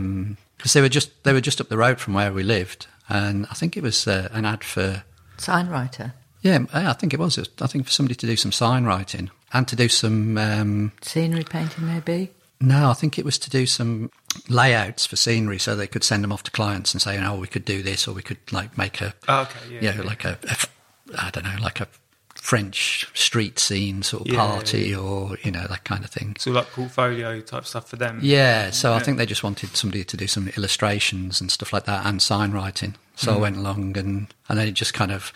[SPEAKER 3] because they were just they were just up the road from where we lived, and I think it was uh, an ad for.
[SPEAKER 2] Sign writer.
[SPEAKER 3] Yeah, I I think it was. It was- I think for somebody to do some sign writing and to do some. Um,
[SPEAKER 2] Scenery painting, maybe.
[SPEAKER 3] no, I think it was to do some layouts for scenery, so they could send them off to clients and say, "Oh, we could do this, or we could like make a,
[SPEAKER 1] Oh, okay, yeah,
[SPEAKER 3] you know,
[SPEAKER 1] yeah.
[SPEAKER 3] like a, a f- I don't know, like a French street scene sort of
[SPEAKER 1] Yeah,
[SPEAKER 3] party, or you know, that kind of thing."
[SPEAKER 1] sort of like portfolio type stuff for them.
[SPEAKER 3] Yeah, so I think they just wanted somebody to do some illustrations and stuff like that and sign writing. So I
[SPEAKER 1] Hmm.
[SPEAKER 3] went along and, and then it just kind of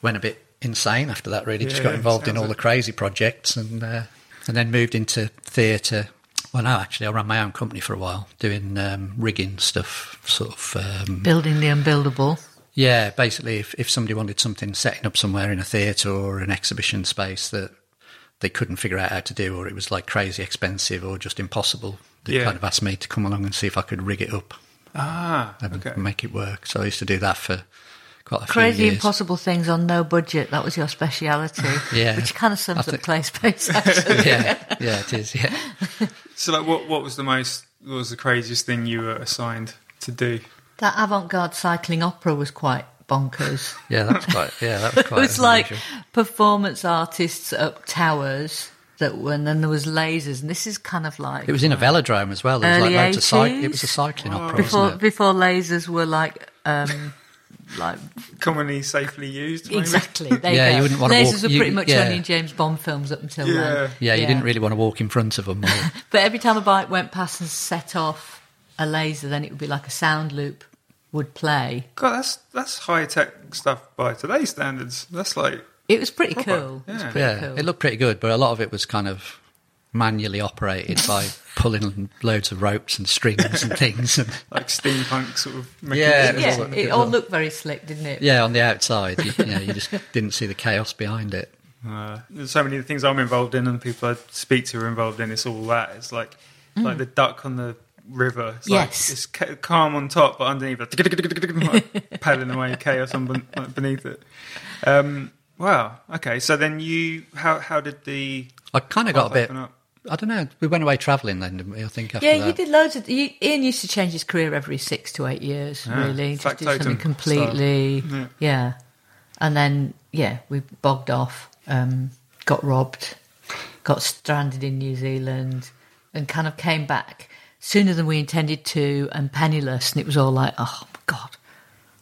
[SPEAKER 3] went a bit insane after that, really. just
[SPEAKER 1] Yeah,
[SPEAKER 3] got involved in
[SPEAKER 1] sounds
[SPEAKER 3] all
[SPEAKER 1] like-
[SPEAKER 3] the crazy projects and, uh, and then moved into theatre. Well, no, actually, I ran my own company for a while doing um, rigging stuff, sort of. Um,
[SPEAKER 2] Building the unbuildable.
[SPEAKER 3] yeah, basically, if, if somebody wanted something setting up somewhere in a theatre or an exhibition space that they couldn't figure out how to do, or it was like crazy expensive or just impossible, they
[SPEAKER 1] Yeah.
[SPEAKER 3] kind of asked me to come along and see if I could rig it up
[SPEAKER 1] Ah,
[SPEAKER 3] and
[SPEAKER 1] okay.
[SPEAKER 3] make it work. So I used to do that for quite a
[SPEAKER 2] Crazy
[SPEAKER 3] few years.
[SPEAKER 2] impossible things on no budget. That was your speciality.
[SPEAKER 3] Yeah.
[SPEAKER 2] Which kind of
[SPEAKER 3] I
[SPEAKER 2] sums up
[SPEAKER 3] think-
[SPEAKER 2] clay space, actually.
[SPEAKER 3] yeah, yeah, it is. Yeah,
[SPEAKER 1] So, like, what what was the most? What was the craziest thing you were assigned to do?
[SPEAKER 2] that avant garde cycling opera was quite bonkers.
[SPEAKER 3] yeah, that was quite. Yeah, that was
[SPEAKER 2] it
[SPEAKER 3] quite.
[SPEAKER 2] was like
[SPEAKER 3] unusual.
[SPEAKER 2] performance artists up towers that were, and then there was lasers. And this is kind of like.
[SPEAKER 3] It was in a velodrome as well. There was
[SPEAKER 2] Early
[SPEAKER 3] like loads of cyc-
[SPEAKER 2] 80s?
[SPEAKER 3] It was a cycling opera,
[SPEAKER 2] before,
[SPEAKER 3] wasn't it?
[SPEAKER 2] before lasers were like. Um, like
[SPEAKER 1] Commonly safely used. maybe?
[SPEAKER 2] exactly, there
[SPEAKER 3] Yeah,
[SPEAKER 2] you, go.
[SPEAKER 3] you wouldn't wanna
[SPEAKER 2] lasers
[SPEAKER 3] walk-
[SPEAKER 2] were
[SPEAKER 3] you-
[SPEAKER 2] pretty much
[SPEAKER 3] yeah.
[SPEAKER 2] only in James Bond films up until
[SPEAKER 1] Yeah.
[SPEAKER 2] then.
[SPEAKER 3] Yeah, you didn't really want to walk in front of them. Or,
[SPEAKER 2] But every time a bike went past and set off a laser, then it would be like a sound loop would play.
[SPEAKER 1] God, that's that's high tech stuff by today's standards. That's like
[SPEAKER 2] It was pretty cool. It was
[SPEAKER 1] yeah.
[SPEAKER 2] pretty
[SPEAKER 3] Yeah,
[SPEAKER 2] cool.
[SPEAKER 3] it looked pretty good, but a lot of it was kind of manually operated by pulling loads of ropes and strings and things. And,
[SPEAKER 1] like steampunk sort of.
[SPEAKER 3] Yeah,
[SPEAKER 1] mechanisms.
[SPEAKER 3] it
[SPEAKER 2] yeah,
[SPEAKER 3] looked
[SPEAKER 2] it all looked very slick, didn't it?
[SPEAKER 3] yeah, on the outside, you, you know, you just didn't see the chaos behind it.
[SPEAKER 1] Uh, there's so many things I'm involved in and the people I speak to are involved in. It's all that. It's like like the duck on the river. It's
[SPEAKER 2] Mm. Yes.
[SPEAKER 1] Like, it's ca- calm on top, but underneath, like, paddling away chaos on ben- like, beneath it. Um, wow. Okay. So then you, how how did the
[SPEAKER 3] I kind of got
[SPEAKER 1] path
[SPEAKER 3] a bit.
[SPEAKER 1] open up?
[SPEAKER 3] I don't know. We went away travelling then, didn't we? I think after
[SPEAKER 2] Yeah,
[SPEAKER 3] that.
[SPEAKER 2] you did loads of. You, Ian used to change his career every six to eight years, really. Just do
[SPEAKER 1] factotum
[SPEAKER 2] something completely. Yeah. And then, yeah, we bogged off, um, got robbed, got stranded in New Zealand, and kind of came back sooner than we intended to and penniless. And it was all like, oh, my God.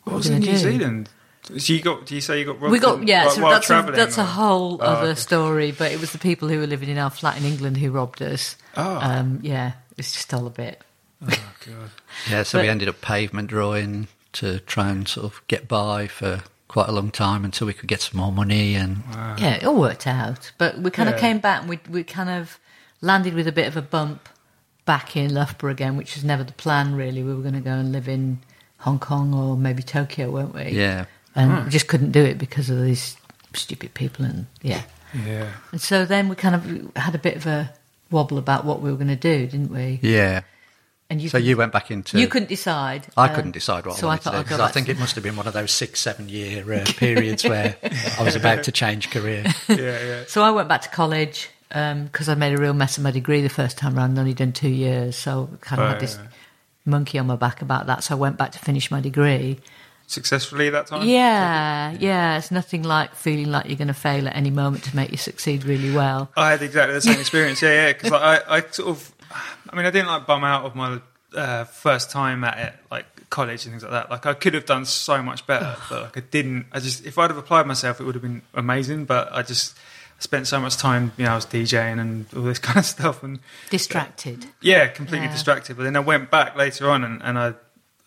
[SPEAKER 1] What
[SPEAKER 2] are
[SPEAKER 1] was
[SPEAKER 2] we
[SPEAKER 1] in New
[SPEAKER 2] gonna do?
[SPEAKER 1] Zealand? So you got? Do you say you got? Robbed
[SPEAKER 2] We got
[SPEAKER 1] in-
[SPEAKER 2] yeah,
[SPEAKER 1] like,
[SPEAKER 2] so
[SPEAKER 1] while
[SPEAKER 2] that's a,
[SPEAKER 1] travelling,
[SPEAKER 2] that's a
[SPEAKER 1] or-
[SPEAKER 2] whole
[SPEAKER 1] Oh,
[SPEAKER 2] other
[SPEAKER 1] okay.
[SPEAKER 2] story. But it was the people who were living in our flat in England who robbed us.
[SPEAKER 1] Oh.
[SPEAKER 2] um, yeah, it's just all a bit.
[SPEAKER 1] Oh, God.
[SPEAKER 3] Yeah, so we
[SPEAKER 2] But-
[SPEAKER 3] ended up pavement drawing to try and sort of get by for quite a long time until we could get some more money. And
[SPEAKER 2] Yeah, it all worked out. But we kind
[SPEAKER 1] Yeah.
[SPEAKER 2] of came back and we, we kind of landed with a bit of a bump back in Loughborough again, which was never the plan, really. We were going to go and live in Hong Kong or maybe Tokyo, weren't we?
[SPEAKER 3] yeah, Hmm.
[SPEAKER 2] And we just couldn't do it because of these stupid people. And yeah.
[SPEAKER 1] Yeah.
[SPEAKER 2] And so then we kind of had a bit of a wobble about what we were going to do, didn't we?
[SPEAKER 3] yeah.
[SPEAKER 2] And you,
[SPEAKER 3] So you went back into.
[SPEAKER 2] you couldn't decide.
[SPEAKER 3] I
[SPEAKER 2] um,
[SPEAKER 3] couldn't decide what
[SPEAKER 2] so I
[SPEAKER 3] I wanted
[SPEAKER 2] thought
[SPEAKER 3] to do
[SPEAKER 2] I'd go
[SPEAKER 3] because I
[SPEAKER 2] back
[SPEAKER 3] think
[SPEAKER 2] to-
[SPEAKER 3] it must have been one of those six, seven year uh, periods where I was about to change career.
[SPEAKER 2] So I went back to college because I made a real mess of my degree the first time around. I'd only done two years, so I kind of
[SPEAKER 1] Right.
[SPEAKER 2] had this monkey on my back about that. So I went back to finish my degree.
[SPEAKER 1] Successfully that time.
[SPEAKER 2] Yeah, yeah. It's nothing like feeling like you're going to fail at any moment to make you succeed really well.
[SPEAKER 1] I had exactly the same experience. Yeah, yeah. Because I, I sort of, I mean, I didn't like bum out of my uh, first time at it, like college and things like that. Like I could have done so much better, but like I didn't. I just, if I'd have applied myself, it would have been amazing. But I just spent so much time, you know, I was DJing and all this kind of stuff, and
[SPEAKER 2] Distracted,
[SPEAKER 1] yeah, completely
[SPEAKER 2] Yeah.
[SPEAKER 1] distracted. But then I went back later on, and, and I,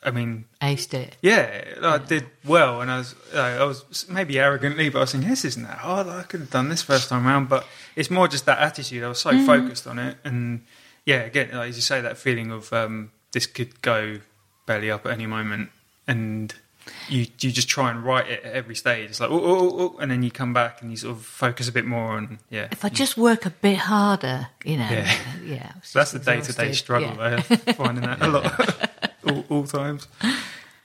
[SPEAKER 1] I mean,
[SPEAKER 2] aced it.
[SPEAKER 1] yeah, I did well, and I was, uh, I was maybe arrogantly, but I was thinking, this isn't that hard. I could have done this first time round, but it's more just that attitude. I was so
[SPEAKER 2] Mm.
[SPEAKER 1] focused on it, and yeah, again, like as you say, that feeling of um, this could go belly up at any moment, and you you just try and write it at every stage. It's like oh, oh, oh, oh, and then you come back and you sort of focus a bit more, and yeah,
[SPEAKER 2] If I just work a bit harder, you know.
[SPEAKER 1] Yeah.
[SPEAKER 2] Yeah, I was
[SPEAKER 1] so that's the
[SPEAKER 2] just
[SPEAKER 1] day to day
[SPEAKER 2] exhausted.
[SPEAKER 1] struggle.
[SPEAKER 2] Yeah.
[SPEAKER 1] I finding that a lot, all, all times.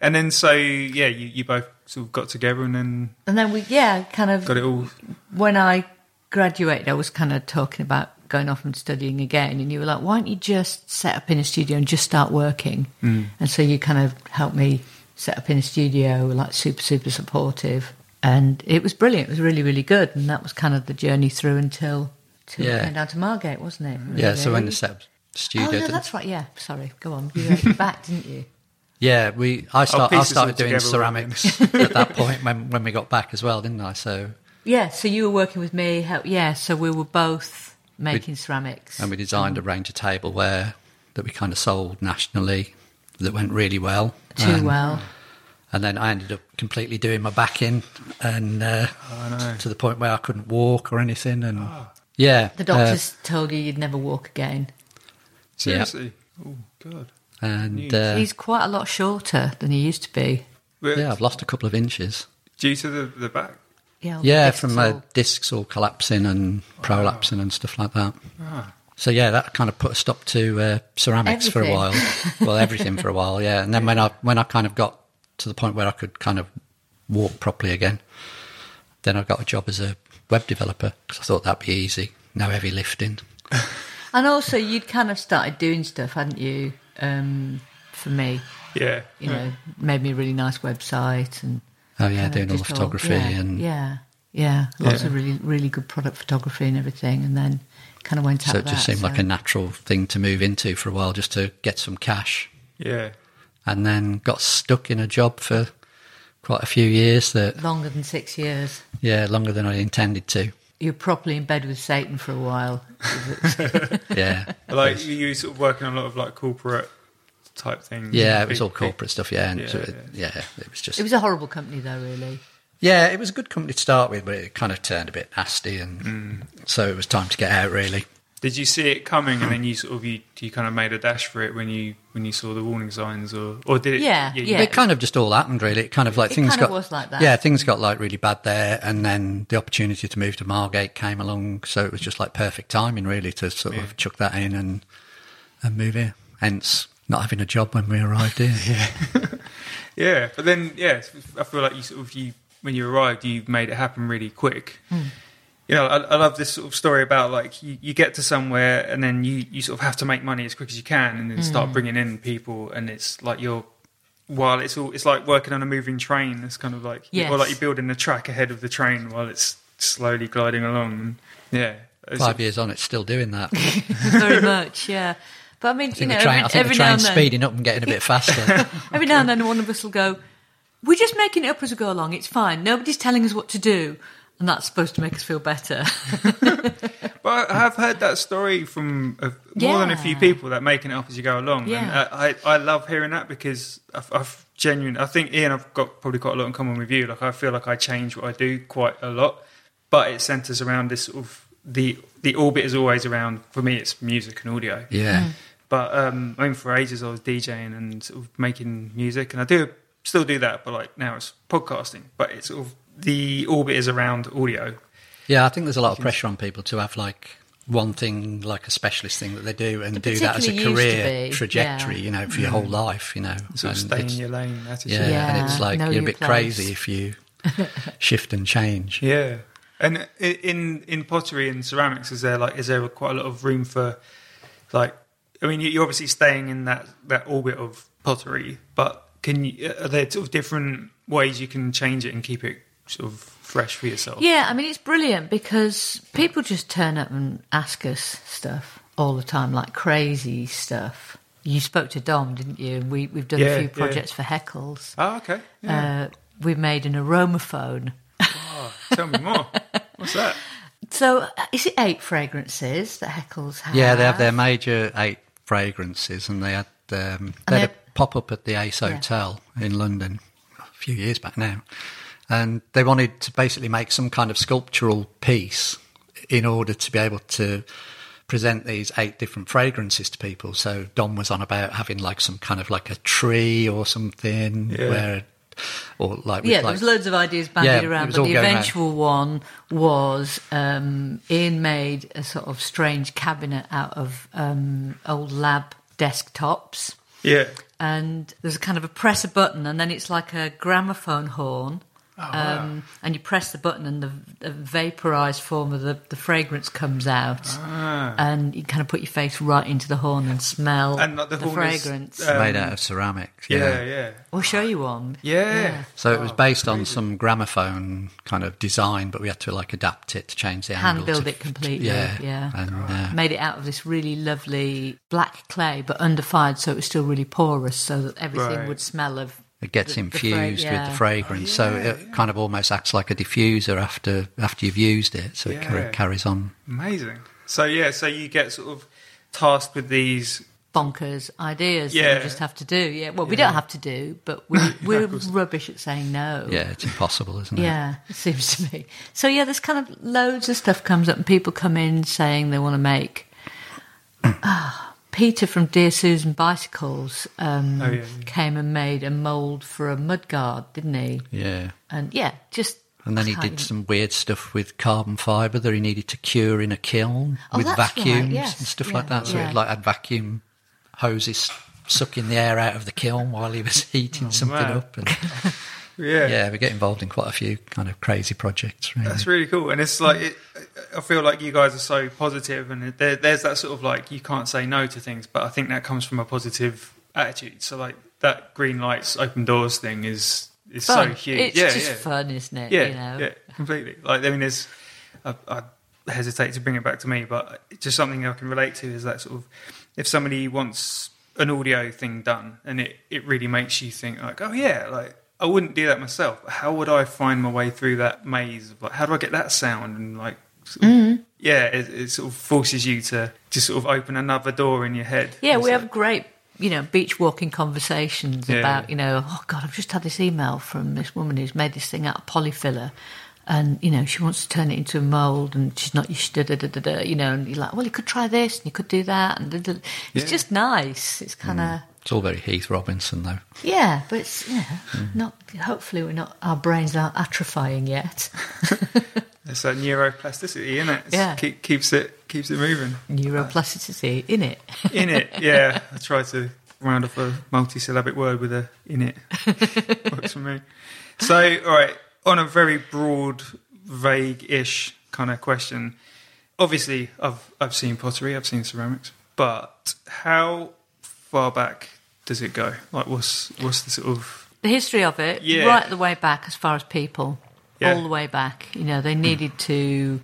[SPEAKER 1] And then so yeah, you, you both sort of got together, and then
[SPEAKER 2] And then we, yeah, kind of
[SPEAKER 1] got it all
[SPEAKER 2] when I graduated, I was kind of talking about going off and studying again, and you were like, "Why don't you just set up in a studio and just start working?" Mm. And so you kind of helped me set up in a studio, like super, super supportive, and it was brilliant. It was really, really good, and that was kind of the journey through until till
[SPEAKER 3] Yeah.
[SPEAKER 2] it came down to Margate, wasn't it?
[SPEAKER 3] Yeah, so when
[SPEAKER 2] Really?
[SPEAKER 3] the set
[SPEAKER 2] Oh
[SPEAKER 3] studio.
[SPEAKER 2] no,
[SPEAKER 3] did-
[SPEAKER 2] that's right. Yeah, sorry. Go on. You wrote it back, didn't you?
[SPEAKER 3] Yeah, we. I, start, I
[SPEAKER 1] pieces all
[SPEAKER 3] started doing
[SPEAKER 1] together with
[SPEAKER 3] ceramics at that point when, when we got back as well, didn't I? So
[SPEAKER 2] Yeah. So you were working with me. Help, yeah. So we were both making ceramics.
[SPEAKER 3] and we designed a range of tableware that we kind of sold nationally that went really well.
[SPEAKER 2] too
[SPEAKER 3] And-
[SPEAKER 2] well.
[SPEAKER 3] And then I ended up completely doing my back in, and uh, to the point where I couldn't walk or anything. And yeah,
[SPEAKER 2] The
[SPEAKER 3] uh,
[SPEAKER 2] doctors told you you'd never walk again.
[SPEAKER 1] Seriously? Oh God.
[SPEAKER 3] and uh,
[SPEAKER 2] He's quite a lot shorter than he used to be.
[SPEAKER 1] But
[SPEAKER 3] yeah, I've lost a couple of inches.
[SPEAKER 1] Due to the, the back.
[SPEAKER 2] Yeah,
[SPEAKER 3] Yeah,
[SPEAKER 2] discs
[SPEAKER 3] from uh,
[SPEAKER 2] all-
[SPEAKER 3] discs all collapsing and prolapsing and stuff like that.
[SPEAKER 2] Ah.
[SPEAKER 3] So yeah, that kind of put a stop to uh, ceramics for a while. well, everything for a while, yeah. And then when I when I kind of got to the point where I could kind of walk properly again, then I got a job as a web developer because I thought that'd be easy, no heavy lifting.
[SPEAKER 2] and also you'd kind of started doing stuff, hadn't you? Um, for me,
[SPEAKER 1] Yeah.
[SPEAKER 2] you know, made me a really nice website and
[SPEAKER 3] Oh yeah,
[SPEAKER 2] kind of
[SPEAKER 3] doing all the
[SPEAKER 2] just
[SPEAKER 3] photography
[SPEAKER 2] yeah,
[SPEAKER 3] and
[SPEAKER 2] yeah, yeah, lots of really really good product photography and everything, and then kind of went out.
[SPEAKER 3] so
[SPEAKER 2] of
[SPEAKER 3] it just
[SPEAKER 2] that,
[SPEAKER 3] seemed like a natural thing to move into for a while, just to get some cash.
[SPEAKER 1] Yeah.
[SPEAKER 3] And then got stuck in a job for quite a few years that
[SPEAKER 2] longer than six years.
[SPEAKER 3] Yeah, longer than I intended to.
[SPEAKER 2] You're properly in bed with Satan for a while.
[SPEAKER 3] Yeah.
[SPEAKER 1] Like you- you sort of working on a lot of like corporate type things.
[SPEAKER 3] Yeah, it was
[SPEAKER 1] Big-
[SPEAKER 3] all corporate stuff. Yeah, and
[SPEAKER 1] Yeah,
[SPEAKER 3] so it- yeah. it was just.
[SPEAKER 2] It was a horrible company, though, really.
[SPEAKER 3] yeah, Mm. it was a good company to start with, but it kind of turned a bit nasty, and so it was time to get out. Really,
[SPEAKER 1] Did you see it coming, and then you sort of you, you kind of made a dash for it when you when you saw the warning signs, or or did it?
[SPEAKER 2] Yeah,
[SPEAKER 1] you-
[SPEAKER 2] yeah.
[SPEAKER 1] you-
[SPEAKER 2] It
[SPEAKER 3] It kind of just all happened, really. It kind of like
[SPEAKER 2] It
[SPEAKER 3] things
[SPEAKER 2] kind of
[SPEAKER 3] got
[SPEAKER 2] was like that.
[SPEAKER 3] Yeah, things got like really bad there, and then the opportunity to move to Margate came along, so it was just like perfect timing, really, to sort of chuck that in and and move here. Hence, not having a job when we arrived here. Yeah,
[SPEAKER 1] Yeah, but then yeah, I feel like you sort of you when you arrived, you made it happen really quick. You know, I, I love this sort of story about like you, you get to somewhere and then you you sort of have to make money as quick as you can and then start bringing in people, and it's like you're. While it's all, it's like working on a moving train. It's kind of like,
[SPEAKER 2] Yes.
[SPEAKER 1] or like you're building a track ahead of the train while it's slowly gliding along. Yeah, It's-
[SPEAKER 3] five years on, it's still doing that. I
[SPEAKER 2] very much, yeah. But I mean, you
[SPEAKER 3] think
[SPEAKER 2] know,
[SPEAKER 3] the train,
[SPEAKER 2] every,
[SPEAKER 3] I think
[SPEAKER 2] every
[SPEAKER 3] the
[SPEAKER 2] now and
[SPEAKER 3] train's
[SPEAKER 2] then,
[SPEAKER 3] speeding up and getting a bit faster.
[SPEAKER 2] every now and then, one of us will go, "We're just making it up as we go along. It's fine. Nobody's telling us what to do." And that's supposed to make us feel better.
[SPEAKER 1] But I have heard that story from a, more than a few
[SPEAKER 2] Yeah.
[SPEAKER 1] people that making it up as you go along. And uh,
[SPEAKER 2] Yeah.
[SPEAKER 1] I, I, I love hearing that because I've, I've genuinely, I think Ian, I've got probably quite a lot in common with you. Like I feel like I change what I do quite a lot, but it centers around this sort of the the orbit is always around. For me, it's music and audio.
[SPEAKER 3] yeah,
[SPEAKER 1] But um, I mean, for ages I was DJing and sort of making music, and I do still do that. But like now it's podcasting. But it's sort of the orbit is around audio.
[SPEAKER 3] yeah. I think there's a lot of pressure on people to have like one thing, like a specialist thing that they do, and do that as a
[SPEAKER 2] particularly used to
[SPEAKER 3] career
[SPEAKER 2] be,
[SPEAKER 3] trajectory.
[SPEAKER 2] yeah.
[SPEAKER 3] You know, for your whole life. You know,
[SPEAKER 1] Mm. Sort of
[SPEAKER 3] And
[SPEAKER 1] stay in
[SPEAKER 3] it's-
[SPEAKER 1] your lane. Attitude.
[SPEAKER 3] Yeah,
[SPEAKER 2] Yeah,
[SPEAKER 3] and it's like
[SPEAKER 2] know
[SPEAKER 3] you're a
[SPEAKER 2] your
[SPEAKER 3] bit
[SPEAKER 2] place.
[SPEAKER 3] crazy if you shift and change.
[SPEAKER 1] Yeah, and i- in in pottery and ceramics, is there like is there quite a lot of room for like? I mean, you- you're obviously staying in that that orbit of pottery, but can you are there sort of different ways you can change it and keep it sort of fresh for yourself?
[SPEAKER 2] Yeah, I mean, it's brilliant because people just turn up and ask us stuff all the time, like crazy stuff. You spoke to Dom, didn't you? We, we've done
[SPEAKER 1] Yeah,
[SPEAKER 2] a few
[SPEAKER 1] yeah.
[SPEAKER 2] projects for Heckles.
[SPEAKER 1] Oh, okay. Yeah.
[SPEAKER 2] Uh, we made an aromaphone.
[SPEAKER 1] Tell me more. What's that?
[SPEAKER 2] So, uh, is it eight fragrances that Heckles have?
[SPEAKER 3] Yeah, they have their major eight fragrances, and they had um, they
[SPEAKER 2] they're-
[SPEAKER 3] had a pop up at the Ace Hotel in London a few years back now, and they wanted to basically make some kind of sculptural piece in order to be able to present these eight different fragrances to people. So Don was on about having like some kind of like a tree or something
[SPEAKER 1] Yeah.
[SPEAKER 3] where. Or like with
[SPEAKER 2] Yeah, there
[SPEAKER 3] like,
[SPEAKER 2] was loads of ideas bandied
[SPEAKER 3] Yeah, it
[SPEAKER 2] around,
[SPEAKER 3] was
[SPEAKER 2] but
[SPEAKER 3] all
[SPEAKER 2] the
[SPEAKER 3] going around.
[SPEAKER 2] eventual one was um, Ian made a sort of strange cabinet out of um, old lab desktops.
[SPEAKER 1] Yeah.
[SPEAKER 2] and there's a kind of a press a button, and then it's like a gramophone horn.
[SPEAKER 3] Oh,
[SPEAKER 2] um, and you press the button, and the, the vaporized form of the, the fragrance comes out,
[SPEAKER 3] Ah.
[SPEAKER 2] and you kind of put your face right into the horn and smell
[SPEAKER 1] And like, the
[SPEAKER 2] the,
[SPEAKER 1] horn is,
[SPEAKER 2] fragrance.
[SPEAKER 1] uh,
[SPEAKER 3] made out of ceramic.
[SPEAKER 1] Yeah. Yeah.
[SPEAKER 2] we'll show you one.
[SPEAKER 1] Yeah.
[SPEAKER 3] So
[SPEAKER 1] Oh,
[SPEAKER 3] it was based on some gramophone kind of design, but we had to like adapt it to change the
[SPEAKER 2] Hand
[SPEAKER 3] angle.
[SPEAKER 2] build
[SPEAKER 3] to-
[SPEAKER 2] it completely,
[SPEAKER 3] Yeah,
[SPEAKER 2] yeah.
[SPEAKER 3] And, uh,
[SPEAKER 2] Made it out of this really lovely black clay, but undefied, so it was still really porous, so that everything
[SPEAKER 1] Right.
[SPEAKER 2] would smell of.
[SPEAKER 3] it gets
[SPEAKER 2] The- the fra-
[SPEAKER 3] infused with
[SPEAKER 2] yeah.
[SPEAKER 3] the fragrance, so it kind of almost acts like a diffuser after after you've used it, so it
[SPEAKER 1] Yeah.
[SPEAKER 3] car- carries on.
[SPEAKER 1] Amazing. So yeah, so you get sort of tasked with these
[SPEAKER 2] Bonkers ideas that
[SPEAKER 1] Yeah.
[SPEAKER 2] you just have to do. Yeah, well, we don't have to do, but we, we're rubbish at saying no.
[SPEAKER 3] Yeah, it's impossible, isn't it?
[SPEAKER 2] Yeah, it seems to me. So yeah, there's kind of loads of stuff comes up, and people come in saying they want to make. Ah, Peter from Dear Susan Bicycles um,
[SPEAKER 1] Oh, yeah, yeah.
[SPEAKER 2] came and made a mould for a mudguard, didn't he?
[SPEAKER 3] Yeah.
[SPEAKER 2] And yeah, just
[SPEAKER 3] And then he
[SPEAKER 2] can't
[SPEAKER 3] did
[SPEAKER 2] even-
[SPEAKER 3] some weird stuff with carbon fibre that he needed to cure in a kiln
[SPEAKER 2] Oh,
[SPEAKER 3] with
[SPEAKER 2] that's right,
[SPEAKER 3] vacuums
[SPEAKER 2] yes,
[SPEAKER 3] and stuff
[SPEAKER 2] yeah,
[SPEAKER 3] like that. So
[SPEAKER 2] yeah.
[SPEAKER 3] it like had vacuum hoses sucking the air out of the kiln while he was heating something
[SPEAKER 1] Oh, wow.
[SPEAKER 3] up. And,
[SPEAKER 1] yeah.
[SPEAKER 3] yeah, we get involved in quite a few kind of crazy projects. Really.
[SPEAKER 1] That's really cool, and it's like it, I feel like you guys are so positive, and there, there's that sort of like you can't say no to things, but I think that comes from a positive attitude. So like that green lights, open doors thing is is
[SPEAKER 2] fun.
[SPEAKER 1] so huge.
[SPEAKER 2] It's
[SPEAKER 1] yeah,
[SPEAKER 2] just
[SPEAKER 1] yeah.
[SPEAKER 2] fun, isn't it?
[SPEAKER 1] Yeah,
[SPEAKER 2] you know?
[SPEAKER 1] yeah, completely. Like I mean, there's I, I hesitate to bring it back to me, but it's just something I can relate to is that sort of if somebody wants an audio thing done, and it it really makes you think like, oh yeah, like. I wouldn't do that myself. How would I find my way through that maze? Of like, how do I get that sound? And like, sort of-
[SPEAKER 2] Mm-hmm.
[SPEAKER 1] yeah, it, it sort of forces you to just sort of open another door in your head.
[SPEAKER 2] Yeah,
[SPEAKER 1] It's
[SPEAKER 2] we
[SPEAKER 1] like-
[SPEAKER 2] have great, you know, beach walking conversations
[SPEAKER 1] Yeah.
[SPEAKER 2] about, you know, oh God, I've just had this email from this woman who's made this thing out of polyfiller. and you know she wants to turn it into a mold, and she's not used to da da da da. da you know, and you're like, well, you could try this, and you could do that, and da, da. it's just nice.
[SPEAKER 1] Mm.
[SPEAKER 2] It's kind of
[SPEAKER 3] It's all very Heath Robinson, though.
[SPEAKER 2] yeah, but it's yeah,
[SPEAKER 1] Mm.
[SPEAKER 2] not. Hopefully, we're not. Our brains aren't atrophying yet.
[SPEAKER 1] It's like neuroplasticity, isn't it? It's
[SPEAKER 2] Yeah.
[SPEAKER 1] Keep, keeps it keeps it moving.
[SPEAKER 2] Neuroplasticity in it.
[SPEAKER 1] In it, yeah. I try to round off a multi-syllabic word with a in it. Works for me. So, all right, on a very broad, vague-ish kind of question. Obviously, I've I've seen pottery, I've seen ceramics, but how far back does it go? Like, what's what's the sort of
[SPEAKER 2] the history of it,
[SPEAKER 1] Yeah.
[SPEAKER 2] right the way back as far as people,
[SPEAKER 1] Yeah.
[SPEAKER 2] all the way back. You know, they needed to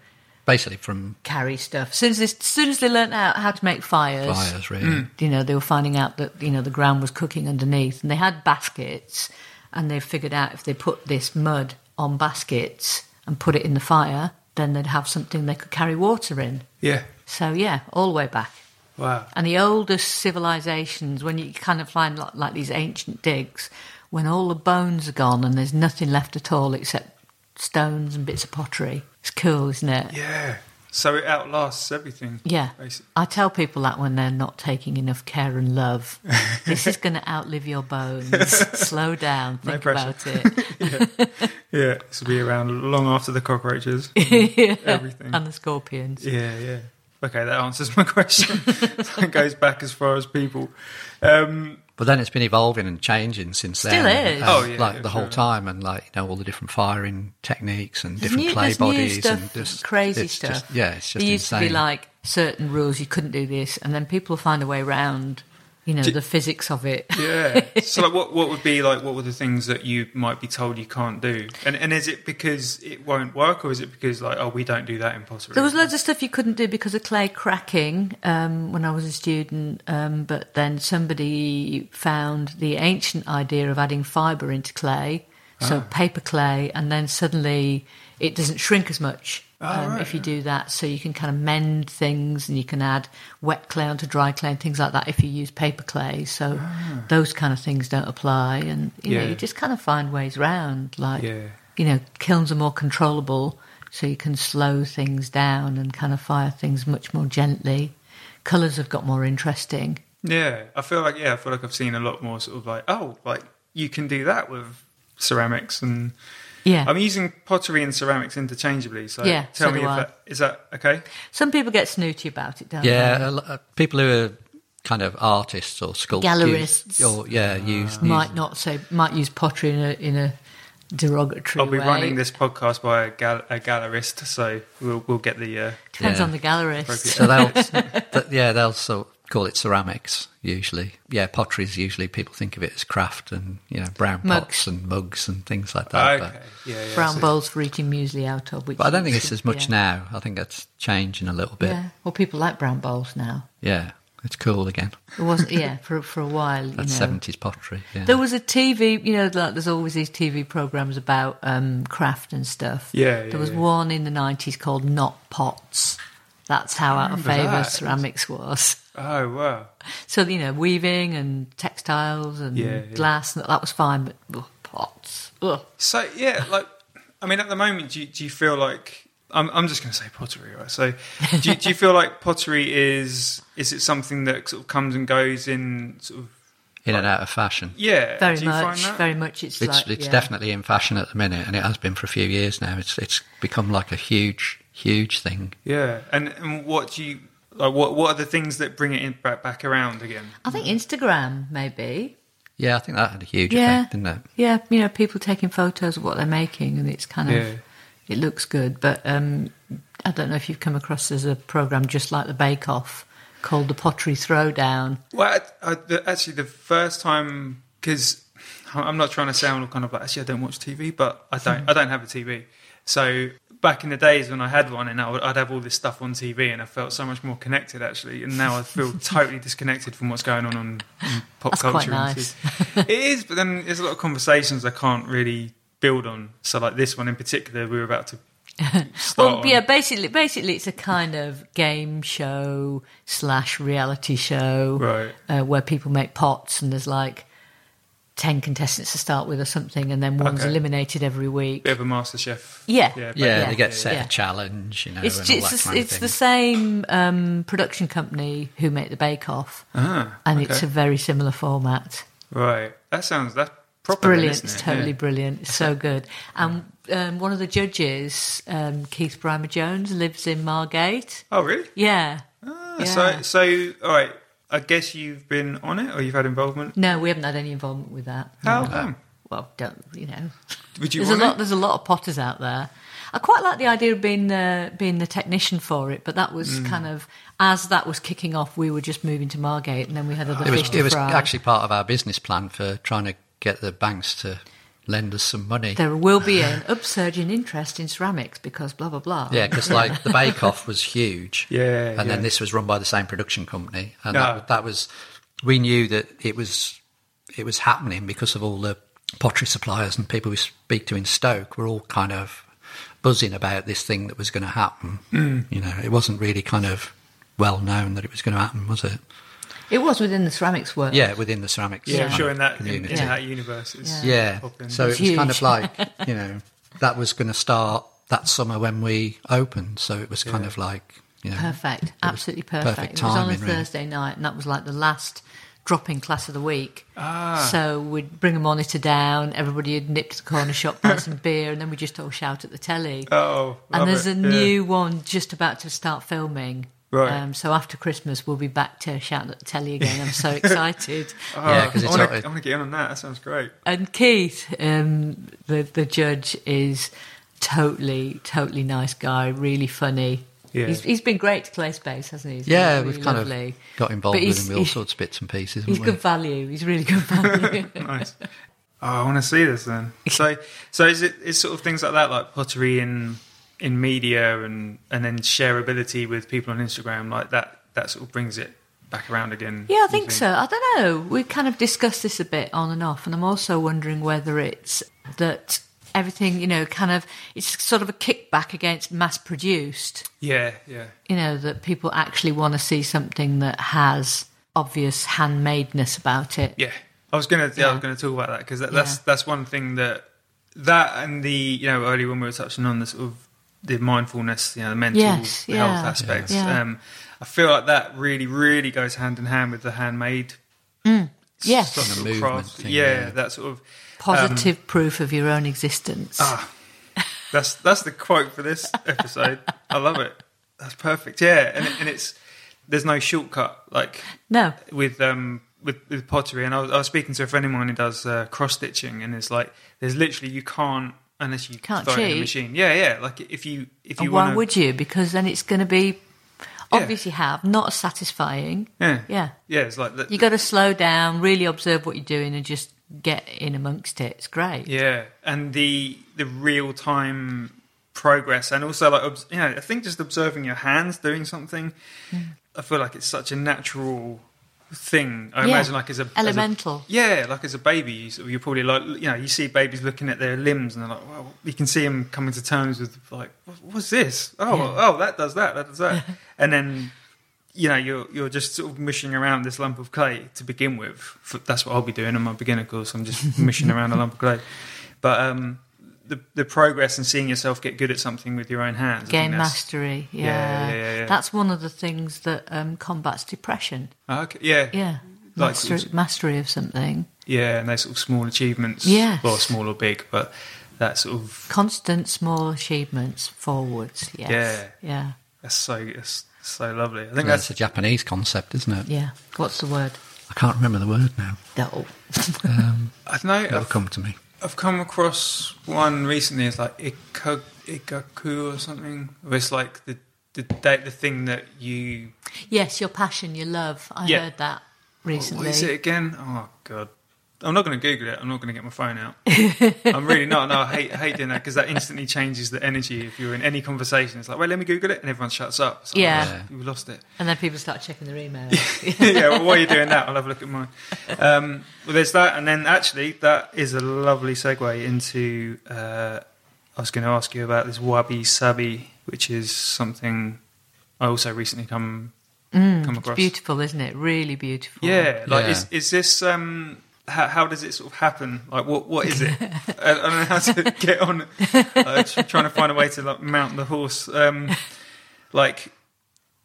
[SPEAKER 3] Basically, from
[SPEAKER 2] carry stuff. As soon as, this, as soon as they learnt out how to make fires,
[SPEAKER 3] buyers, really.
[SPEAKER 2] you know, they were finding out that you know the ground was cooking underneath, and they had baskets, and they figured out if they put this mud on baskets and put it in the fire, then they'd have something they could carry water in.
[SPEAKER 1] yeah?
[SPEAKER 2] So yeah, all the way back.
[SPEAKER 1] Wow.
[SPEAKER 2] And the oldest civilizations, when you kind of find like, like these ancient digs, when all the bones are gone and there's nothing left at all except stones and bits of pottery, it's cool, isn't it?
[SPEAKER 1] Yeah. So it outlasts everything.
[SPEAKER 2] Yeah.
[SPEAKER 1] Basically.
[SPEAKER 2] I tell people that when they're not taking enough care and love. this is going to outlive your bones. Slow down,
[SPEAKER 1] No
[SPEAKER 2] think
[SPEAKER 1] pressure.
[SPEAKER 2] about it.
[SPEAKER 1] Yeah. This will be around long after the cockroaches. Everything.
[SPEAKER 2] And the scorpions.
[SPEAKER 1] Yeah, yeah. Okay, that answers my question. So it goes back as far as people. Um,
[SPEAKER 3] But then it's been evolving and changing since
[SPEAKER 2] Still
[SPEAKER 3] then.
[SPEAKER 2] is.
[SPEAKER 3] and,
[SPEAKER 1] Oh, yeah,
[SPEAKER 3] like
[SPEAKER 1] yeah,
[SPEAKER 3] the
[SPEAKER 1] sure.
[SPEAKER 3] whole time, and like you know all the different firing techniques and
[SPEAKER 2] There's
[SPEAKER 3] different
[SPEAKER 2] new-
[SPEAKER 3] clay
[SPEAKER 2] there's new
[SPEAKER 3] bodies
[SPEAKER 2] stuff,
[SPEAKER 3] and just
[SPEAKER 2] crazy
[SPEAKER 3] it's
[SPEAKER 2] stuff.
[SPEAKER 3] Just, yeah, it's just
[SPEAKER 2] there used
[SPEAKER 3] insane.
[SPEAKER 2] to be like certain rules you couldn't do this, and then people find a way around. You know the physics of it.
[SPEAKER 1] yeah. So, like, what what would be like? What were the things that you might be told you can't do? And and is it because it won't work, or is it because like, oh, we don't do that in pottery?
[SPEAKER 2] There was loads of stuff you couldn't do because of clay cracking um, when I was a student, um, but then somebody found the ancient idea of adding fibre into clay, so paper clay, and then suddenly it doesn't shrink as much. Um, if you do that, so you can kind of mend things and you can add wet clay onto dry clay and things like that if you use paper clay. So those kind of things don't apply, and you know
[SPEAKER 1] Yeah.
[SPEAKER 2] you just kind of find ways round. Like
[SPEAKER 1] Yeah.
[SPEAKER 2] you know, kilns are more controllable, so you can slow things down and kind of fire things much more gently. Colours have got more interesting.
[SPEAKER 1] yeah. I feel like yeah. I feel like I've seen a lot more sort of like oh, like you can do that with ceramics and.
[SPEAKER 2] Yeah.
[SPEAKER 1] I'm using pottery and ceramics interchangeably, so
[SPEAKER 2] Yeah,
[SPEAKER 1] tell
[SPEAKER 2] so
[SPEAKER 1] me
[SPEAKER 2] do
[SPEAKER 1] if
[SPEAKER 2] I.
[SPEAKER 1] that is that okay.
[SPEAKER 2] Some people get snooty about it, don't
[SPEAKER 3] yeah, a lo- uh, people who are kind of artists or sculptors,
[SPEAKER 2] Gallerists.
[SPEAKER 3] or yeah, use,
[SPEAKER 2] they? Might not say, might use pottery in a, in a derogatory
[SPEAKER 1] I'll be
[SPEAKER 2] way.
[SPEAKER 1] running this podcast by a, gal- a gallerist, so we'll we'll get the uh,
[SPEAKER 2] Depends
[SPEAKER 3] Yeah.
[SPEAKER 2] on the gallerist.
[SPEAKER 3] so they'll th- yeah they'll sort of call it ceramics usually. Yeah, pottery is usually people think of it as craft and you know brown
[SPEAKER 2] Mugs.
[SPEAKER 3] pots and mugs and things like that.
[SPEAKER 1] Okay.
[SPEAKER 3] But,
[SPEAKER 1] Yeah, yeah.
[SPEAKER 2] Brown bowls for eating muesli out of, which
[SPEAKER 3] but I don't
[SPEAKER 2] you
[SPEAKER 3] think it's
[SPEAKER 2] should-
[SPEAKER 3] as much
[SPEAKER 2] yeah.
[SPEAKER 3] now. I think that's changing a little bit.
[SPEAKER 2] Yeah. Well, people like brown bowls now.
[SPEAKER 3] Yeah, it's cool again.
[SPEAKER 2] It wasn't, yeah, for, for a while.
[SPEAKER 3] That's
[SPEAKER 2] you know.
[SPEAKER 3] seventies pottery. Yeah.
[SPEAKER 2] There was a TV, you know, like there's always these TV programs about um, craft and stuff.
[SPEAKER 1] Yeah, yeah,
[SPEAKER 2] there was
[SPEAKER 1] yeah.
[SPEAKER 2] one in the '90s called Not Pots. That's how out of
[SPEAKER 1] remember
[SPEAKER 2] favour
[SPEAKER 1] that.
[SPEAKER 2] ceramics was.
[SPEAKER 1] Oh wow!
[SPEAKER 2] So you know, weaving and textiles and
[SPEAKER 1] Yeah, yeah.
[SPEAKER 2] glass and that, that was fine, but ugh, pots. Ugh.
[SPEAKER 1] So yeah, like I mean, at the moment, do you, do you feel like I'm, I'm just going to say pottery, right? So do you, do you feel like pottery is is it something that sort of comes and goes in sort of
[SPEAKER 3] in and out of fashion.
[SPEAKER 1] yeah?
[SPEAKER 2] Very
[SPEAKER 1] do you
[SPEAKER 2] much,
[SPEAKER 1] find that?
[SPEAKER 2] very much. It's,
[SPEAKER 3] It's
[SPEAKER 2] like
[SPEAKER 3] it's
[SPEAKER 2] yeah.
[SPEAKER 3] definitely in fashion at the minute, and it has been for a few years now. It's it's become like a huge huge thing.
[SPEAKER 1] yeah. And and what do you like? What what are the things that bring it in, back back around again?
[SPEAKER 2] I think Instagram maybe.
[SPEAKER 3] Yeah, I think that had a huge
[SPEAKER 2] Yeah,
[SPEAKER 3] effect, didn't it?
[SPEAKER 2] yeah. You know, people taking photos of what they're making, and it's kind of
[SPEAKER 1] Yeah.
[SPEAKER 2] it looks good. But um, I don't know if you've come across there's a program just like the Bake Off called the Pottery Throwdown.
[SPEAKER 1] Well, I, I, the, actually, the first time because I'm not trying to sound kind of like actually I don't watch TV, but I don't I don't have a TV. So back in the days when I had one, and I would, I'd have all this stuff on TV, and I felt so much more connected actually. And now I feel totally disconnected from what's going on on in pop
[SPEAKER 2] That's quite
[SPEAKER 1] culture. and
[SPEAKER 2] nice.
[SPEAKER 1] TV. it is, but then there's a lot of conversations I can't really build on. So like this one in particular, we were about to. Start
[SPEAKER 2] Well,
[SPEAKER 1] on.
[SPEAKER 2] yeah, basically, basically, it's a kind of game show slash reality show
[SPEAKER 1] Right.
[SPEAKER 2] uh, where people make pots, and there's like ten contestants to start with or something, and then one's
[SPEAKER 1] Okay.
[SPEAKER 2] eliminated every week.
[SPEAKER 1] Bit of a master chef.
[SPEAKER 2] Yeah.
[SPEAKER 1] but-
[SPEAKER 3] Yeah,
[SPEAKER 2] Yeah.
[SPEAKER 3] they get set
[SPEAKER 2] Yeah.
[SPEAKER 3] a challenge, you know,
[SPEAKER 2] It's
[SPEAKER 3] and all
[SPEAKER 2] it's,
[SPEAKER 3] that
[SPEAKER 2] the-
[SPEAKER 3] kind of
[SPEAKER 2] it's the
[SPEAKER 3] thing.
[SPEAKER 2] same um, production company who make the Bake Off,
[SPEAKER 1] Ah,
[SPEAKER 2] and
[SPEAKER 1] okay.
[SPEAKER 2] it's a very similar format.
[SPEAKER 1] Right. That sounds that's proper. then,
[SPEAKER 2] Brilliant!
[SPEAKER 1] isn't
[SPEAKER 2] It's
[SPEAKER 1] it?
[SPEAKER 2] totally
[SPEAKER 1] Yeah.
[SPEAKER 2] brilliant. It's so good. And um, one of the judges, um, Keith Brimer Jones, lives in Margate.
[SPEAKER 1] Oh really?
[SPEAKER 2] Yeah.
[SPEAKER 1] Ah,
[SPEAKER 2] Yeah.
[SPEAKER 1] So so all right. I guess you've been on it or you've had involvement.
[SPEAKER 2] No, we haven't had any involvement with that.
[SPEAKER 1] How come?
[SPEAKER 2] Well, don't you know?
[SPEAKER 1] Would you
[SPEAKER 2] there's a
[SPEAKER 1] want
[SPEAKER 2] lot.
[SPEAKER 1] it?
[SPEAKER 2] There's a lot of potters out there. I quite like the idea of being the being the technician for it, but that was
[SPEAKER 3] Mm.
[SPEAKER 2] kind of as that was kicking off, we were just moving to Margate, and then we had other
[SPEAKER 3] It
[SPEAKER 2] fish
[SPEAKER 3] was,
[SPEAKER 2] to
[SPEAKER 3] it was
[SPEAKER 2] fry.
[SPEAKER 3] actually part of our business plan for trying to get the banks to lend us some money.
[SPEAKER 2] there will be an upsurge in interest in ceramics because blah blah blah.
[SPEAKER 3] Yeah, because like the Bake Off was huge.
[SPEAKER 1] Yeah,
[SPEAKER 3] and
[SPEAKER 1] yeah.
[SPEAKER 3] then this was run by the same production company, and
[SPEAKER 1] No.
[SPEAKER 3] that, that was we knew that it was it was happening because of all the pottery suppliers and people we speak to in Stoke were all kind of buzzing about this thing that was going to happen.
[SPEAKER 1] Mm.
[SPEAKER 3] You know, it wasn't really kind of well known that it was going to happen, was it?
[SPEAKER 2] It was within the ceramics world.
[SPEAKER 3] Yeah, within the ceramics.
[SPEAKER 1] Yeah, I'm
[SPEAKER 3] kind
[SPEAKER 1] sure
[SPEAKER 3] of
[SPEAKER 1] in that in,
[SPEAKER 3] community.
[SPEAKER 1] in that universe. It's
[SPEAKER 3] Yeah.
[SPEAKER 1] popping.
[SPEAKER 3] So
[SPEAKER 2] It's
[SPEAKER 3] it was kind of
[SPEAKER 2] huge.
[SPEAKER 3] like, you know, that was going to start that summer when we opened. So it was kind of like, you know.
[SPEAKER 2] Perfect.
[SPEAKER 3] was
[SPEAKER 2] Absolutely perfect.
[SPEAKER 3] perfect
[SPEAKER 2] it was on a
[SPEAKER 3] timing, really.
[SPEAKER 2] Thursday night, and that was like the last drop-in class of the week.
[SPEAKER 3] Ah.
[SPEAKER 2] So we'd bring a monitor down. Everybody had nipped to the corner shop, buy some beer, and then we just all shout at the telly.
[SPEAKER 1] Oh, love
[SPEAKER 2] and there's
[SPEAKER 1] it.
[SPEAKER 2] a
[SPEAKER 1] Yeah.
[SPEAKER 2] new one just about to start filming. Um,
[SPEAKER 1] Right.
[SPEAKER 2] so after Christmas, we'll be back to shouting at the telly again. I'm so excited.
[SPEAKER 3] Yeah, because
[SPEAKER 1] I
[SPEAKER 3] it's
[SPEAKER 1] wanna-
[SPEAKER 3] all-
[SPEAKER 1] I want to get in on that. That sounds great.
[SPEAKER 2] And Keith, um, the the judge, is totally totally nice guy, really funny.
[SPEAKER 1] Yeah.
[SPEAKER 2] He's, he's been great to Clay Space, hasn't he? He's been
[SPEAKER 3] yeah,
[SPEAKER 2] really
[SPEAKER 3] we've kind
[SPEAKER 2] lovely.
[SPEAKER 3] of got involved
[SPEAKER 2] But
[SPEAKER 3] with
[SPEAKER 2] he's-
[SPEAKER 3] him with all
[SPEAKER 2] he's-
[SPEAKER 3] sorts of bits and pieces.
[SPEAKER 2] He's
[SPEAKER 3] haven't we?
[SPEAKER 2] good value. He's really good value.
[SPEAKER 1] nice. Oh, I want to see this then. So, so is it is sort of things like that, like pottery in in media and and then shareability with people on Instagram, like that. That sort of brings it back around again.
[SPEAKER 2] yeah, I
[SPEAKER 1] you
[SPEAKER 2] think so. I don't know. We kind of discussed this a bit on and off, and I'm also wondering whether it's that everything, you know, kind of it's sort of a kickback against mass produced.
[SPEAKER 1] Yeah, yeah,
[SPEAKER 2] you know that people actually want to see something that has obvious handmadeness about it
[SPEAKER 1] yeah. I was gonna, yeah, I was
[SPEAKER 2] Yeah.
[SPEAKER 1] gonna talk about that because that, that's
[SPEAKER 2] Yeah.
[SPEAKER 1] that's one thing that that and the you know earlier when we were touching on the sort of the mindfulness, you know, the mental
[SPEAKER 2] Yes, yeah.
[SPEAKER 1] health aspects.
[SPEAKER 2] Yeah.
[SPEAKER 1] Um, I feel like that really, really goes hand in hand with the handmade
[SPEAKER 2] yes
[SPEAKER 1] sort of
[SPEAKER 3] Kind of
[SPEAKER 1] craft.
[SPEAKER 3] movement thing,
[SPEAKER 1] yeah,
[SPEAKER 3] yeah.
[SPEAKER 1] that sort of um,
[SPEAKER 2] positive proof of your own existence
[SPEAKER 1] uh, That's that's the quote for this episode. I love it. That's perfect. Yeah, and and it's there's no shortcut like
[SPEAKER 2] no
[SPEAKER 1] with um with, with pottery. And I was, I was speaking to a friend of mine who does uh, cross stitching, and it's like there's literally you can't unless you
[SPEAKER 2] Can't
[SPEAKER 1] throw it in
[SPEAKER 2] cheat.
[SPEAKER 1] the machine. Yeah, yeah. Like if you if you
[SPEAKER 2] and why
[SPEAKER 1] want
[SPEAKER 2] would you because then it's going to be
[SPEAKER 1] Yeah.
[SPEAKER 2] obviously have not satisfying
[SPEAKER 1] yeah
[SPEAKER 2] yeah
[SPEAKER 1] yeah it's like that.
[SPEAKER 2] you got to slow down really observe what you're doing and just get in amongst it it's great
[SPEAKER 1] Yeah, and the the real time progress, and also like obs- you know, I think just observing your hands doing something,
[SPEAKER 2] Mm.
[SPEAKER 1] I feel like it's such a natural thing. I
[SPEAKER 2] Yeah.
[SPEAKER 1] imagine like as a as a-
[SPEAKER 2] Elemental.
[SPEAKER 1] yeah, like as a baby, you sort of, you're probably like you know you see babies looking at their limbs, and they're like, well, you can see them coming to terms with like, what, what's this? Oh, oh, that does that, that does that, and then. You know, you're you're just sort of mushing around this lump of clay to begin with. For, that's what I'll be doing on my beginner course. I'm just mushing around a lump of clay but um, the the progress and seeing yourself get good at something with your own hands. I
[SPEAKER 2] game
[SPEAKER 1] think that's-
[SPEAKER 2] mastery yeah.
[SPEAKER 1] yeah, yeah, yeah.
[SPEAKER 2] that's one of the things that um, combats depression
[SPEAKER 1] Oh, okay, yeah,
[SPEAKER 2] yeah
[SPEAKER 1] Like-
[SPEAKER 2] Master- mastery of something
[SPEAKER 1] yeah, and those sort of small achievements.
[SPEAKER 2] Yes.
[SPEAKER 1] well, small or big, but that sort of
[SPEAKER 2] constant small achievements forwards. Yes. Yeah.
[SPEAKER 1] that's so that's so lovely. I think
[SPEAKER 3] That's
[SPEAKER 1] that's
[SPEAKER 3] a Japanese concept, isn't it?
[SPEAKER 2] Yeah. Yeah. What's the word?
[SPEAKER 3] I can't remember the word now.
[SPEAKER 2] No.
[SPEAKER 1] I don't know.
[SPEAKER 3] It'll
[SPEAKER 1] I've,
[SPEAKER 3] come to me.
[SPEAKER 1] I've come across one recently. It's like ikka, ikaku or something. where It's like the the da- the thing that you
[SPEAKER 2] yes, your passion, your love. I
[SPEAKER 1] Yeah.
[SPEAKER 2] heard that
[SPEAKER 1] what
[SPEAKER 2] recently.
[SPEAKER 1] is it again? Oh god. I'm not going to Google it. I'm not going to get my phone out. I'm really not. No, I hate hate doing that because that instantly changes the energy. If you're in any conversation, it's like, wait, let me Google it, and everyone shuts up. It's like,
[SPEAKER 2] Yeah.
[SPEAKER 1] "Oh, you've lost it.
[SPEAKER 2] And then people start checking their email.
[SPEAKER 1] yeah, well, while you're doing that, I'll have a look at mine. Um, well, there's that, and then actually, that is a lovely segue into. Uh, I was going to ask you about this wabi sabi, which is something I also recently come come
[SPEAKER 2] it's
[SPEAKER 1] across.
[SPEAKER 2] beautiful, isn't it? Really beautiful.
[SPEAKER 1] Yeah, like
[SPEAKER 3] Yeah.
[SPEAKER 1] Is, is this um how, how does it sort of happen? Like, what what is it? I, I don't know how to get on. Uh, tr- trying to find a way to like mount the horse. Um, like,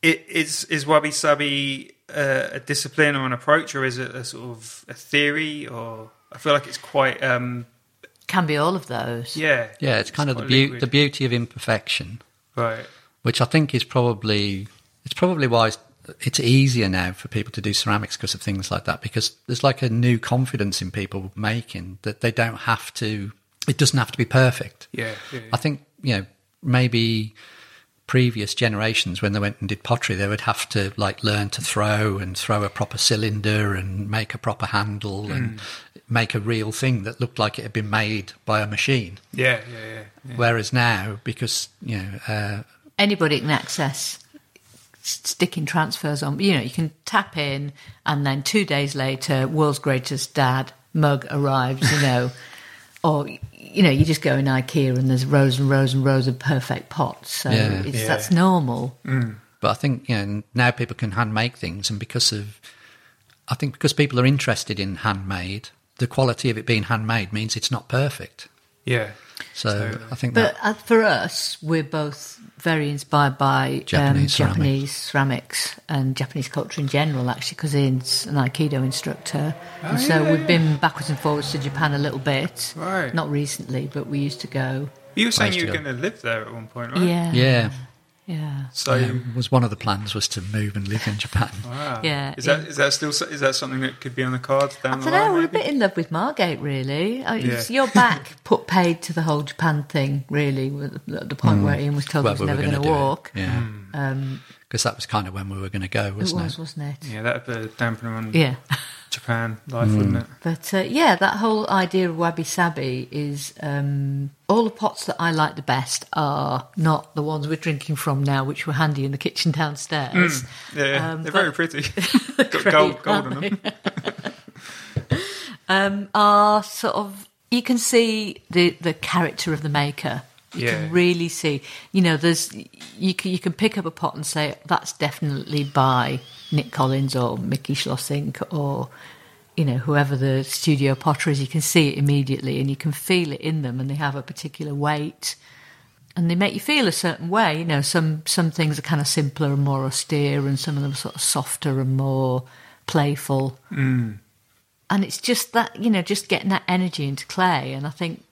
[SPEAKER 1] it is is wabi sabi uh, a discipline or an approach, or is it a sort of a theory? Or I feel like it's quite um,
[SPEAKER 2] Can be all of those.
[SPEAKER 1] yeah
[SPEAKER 3] Yeah, it's kind of the,
[SPEAKER 1] quite
[SPEAKER 3] beau-
[SPEAKER 1] liquid.
[SPEAKER 3] the beauty of imperfection,
[SPEAKER 1] right
[SPEAKER 3] which I think is probably it's probably why it's, it's easier now for people to do ceramics because of things like that. Because there's like a new confidence in people making that they don't have to. It doesn't have to be perfect.
[SPEAKER 1] yeah, yeah, yeah.
[SPEAKER 3] I think you know maybe previous generations when they went and did pottery they would have to like learn to throw and throw a proper cylinder and make a proper handle
[SPEAKER 1] Mm.
[SPEAKER 3] and make a real thing that looked like it had been made by a machine
[SPEAKER 1] yeah yeah yeah yeah
[SPEAKER 3] whereas now because you know uh,
[SPEAKER 2] Anybody can access s- sticking transfers on. You know, you can tap in, and then two days later, world's greatest dad mug arrives. You know, or you know, you just go in IKEA and there's rows and rows and rows of perfect pots. So
[SPEAKER 3] Yeah.
[SPEAKER 2] it's,
[SPEAKER 1] Yeah.
[SPEAKER 2] that's normal.
[SPEAKER 3] Hmm. But I think you know now people can hand make things, and because of, I think because people are interested in handmade, the quality of it being handmade means it's not perfect.
[SPEAKER 1] yeah
[SPEAKER 3] So I think
[SPEAKER 2] But
[SPEAKER 3] that
[SPEAKER 2] uh, for us, we're both very inspired by
[SPEAKER 3] Japanese
[SPEAKER 2] um,
[SPEAKER 3] ceramics.
[SPEAKER 2] Japanese ceramics and Japanese culture in general, actually, because Ian's an Aikido instructor.
[SPEAKER 3] Oh,
[SPEAKER 2] and so we've been backwards and forwards to Japan a little bit.
[SPEAKER 1] Right.
[SPEAKER 2] Not recently, but we used to go.
[SPEAKER 1] you were saying
[SPEAKER 3] Place
[SPEAKER 1] you
[SPEAKER 3] to
[SPEAKER 1] were
[SPEAKER 3] go.
[SPEAKER 1] going to live there at one point right
[SPEAKER 2] Yeah.
[SPEAKER 3] yeah,
[SPEAKER 2] Yeah.
[SPEAKER 1] so
[SPEAKER 3] yeah, was one of the plans was to move and live in Japan.
[SPEAKER 1] wow.
[SPEAKER 2] Yeah,
[SPEAKER 1] Ah. is
[SPEAKER 2] yeah.
[SPEAKER 1] that is that still so- is that something that could be on the cards down
[SPEAKER 2] I don't
[SPEAKER 1] the
[SPEAKER 2] know,
[SPEAKER 1] line
[SPEAKER 2] we're a
[SPEAKER 1] maybe?
[SPEAKER 2] bit in love with Margate, really. I-
[SPEAKER 1] Yeah.
[SPEAKER 2] It's your back put paid to the whole Japan thing, really, with- at the
[SPEAKER 3] Mm.
[SPEAKER 2] point where Ian was told he was never
[SPEAKER 3] gonna
[SPEAKER 2] going to
[SPEAKER 3] do it,
[SPEAKER 2] walk.
[SPEAKER 3] yeah,
[SPEAKER 2] Um,
[SPEAKER 3] because that was kind of when we were going to go,
[SPEAKER 2] it
[SPEAKER 3] wasn't it?
[SPEAKER 2] was, wasn't it?
[SPEAKER 1] yeah that'd put a dampener on
[SPEAKER 2] Yeah.
[SPEAKER 1] Japan life wouldn't it
[SPEAKER 2] But uh, yeah, that whole idea of wabi sabi is um, all the pots that I like the best are not the ones we're drinking from now, which were handy in the kitchen downstairs.
[SPEAKER 1] yeah, yeah.
[SPEAKER 2] Um,
[SPEAKER 1] they're very
[SPEAKER 2] but-
[SPEAKER 1] pretty got gold
[SPEAKER 2] Great,
[SPEAKER 1] gold on them
[SPEAKER 2] aren't they? um, are sort of you can see the the character of the maker. You
[SPEAKER 1] Yeah.
[SPEAKER 2] can really see. You know, there's you can you can pick up a pot and say that's definitely by Nick Collins or Mickey Schlossink or you know whoever the studio potter is. You can see it immediately and you can feel it in them, and they have a particular weight and they make you feel a certain way. You know, some some things are kind of simpler and more austere, and some of them are sort of softer and more playful. Mm. And it's just that you know, just getting that energy into clay. And I think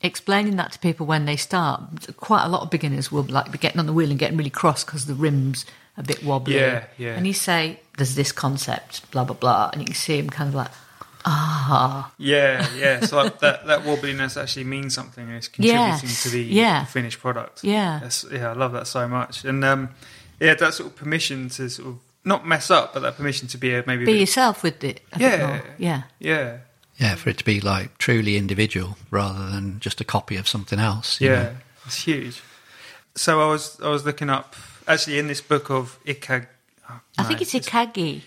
[SPEAKER 2] explaining that to people when they start, quite a lot of beginners will like be getting on the wheel and getting really cross because the rims a bit wobbly.
[SPEAKER 1] Yeah, yeah.
[SPEAKER 2] And you say, "There's this concept, blah blah blah," and you can see them kind of like, "Ah,
[SPEAKER 1] yeah yeah so like, that that wobbliness actually means something and it's contributing
[SPEAKER 2] Yes,
[SPEAKER 1] to the
[SPEAKER 2] yeah.
[SPEAKER 1] finished product
[SPEAKER 2] Yeah.
[SPEAKER 1] That's, yeah I love that so much and um yeah that sort of permission to sort of not mess up but that permission to be a, maybe a
[SPEAKER 2] be
[SPEAKER 1] bit-
[SPEAKER 2] yourself with it." a bit
[SPEAKER 1] Yeah.
[SPEAKER 2] more. yeah.
[SPEAKER 1] yeah
[SPEAKER 3] Yeah, for it to be like truly individual rather than just a copy of something else. you
[SPEAKER 1] Yeah,
[SPEAKER 3] know.
[SPEAKER 1] it's huge. So I was I was looking up actually in this book of Ikag. oh,
[SPEAKER 2] I
[SPEAKER 1] no,
[SPEAKER 2] think it's Ikagi.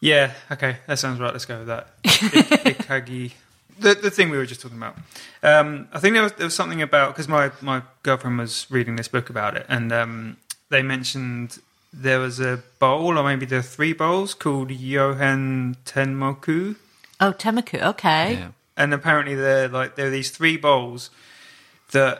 [SPEAKER 1] yeah. Okay, that sounds right. Let's go with that. Ik- Ikagi. The the thing we were just talking about. Um, I think there was there was something about because my my girlfriend was reading this book about it, and um, they mentioned there was a bowl or maybe there are three bowls called Yohen Tenmoku.
[SPEAKER 2] Oh, Temuku. Okay.
[SPEAKER 3] Yeah.
[SPEAKER 1] and apparently they're like there are these three bowls that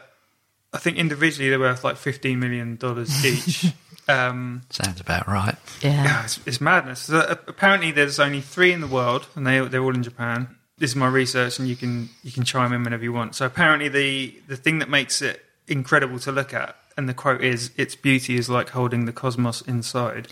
[SPEAKER 1] I think individually they're worth like fifteen million dollars each. um,
[SPEAKER 3] Sounds about right.
[SPEAKER 2] Yeah.
[SPEAKER 1] yeah, it's, it's madness. So, uh, apparently there's only three in the world, and they they're all in Japan. This is my research, and you can you can chime in whenever you want. So apparently the the thing that makes it incredible to look at, and the quote is, "Its beauty is like holding the cosmos inside."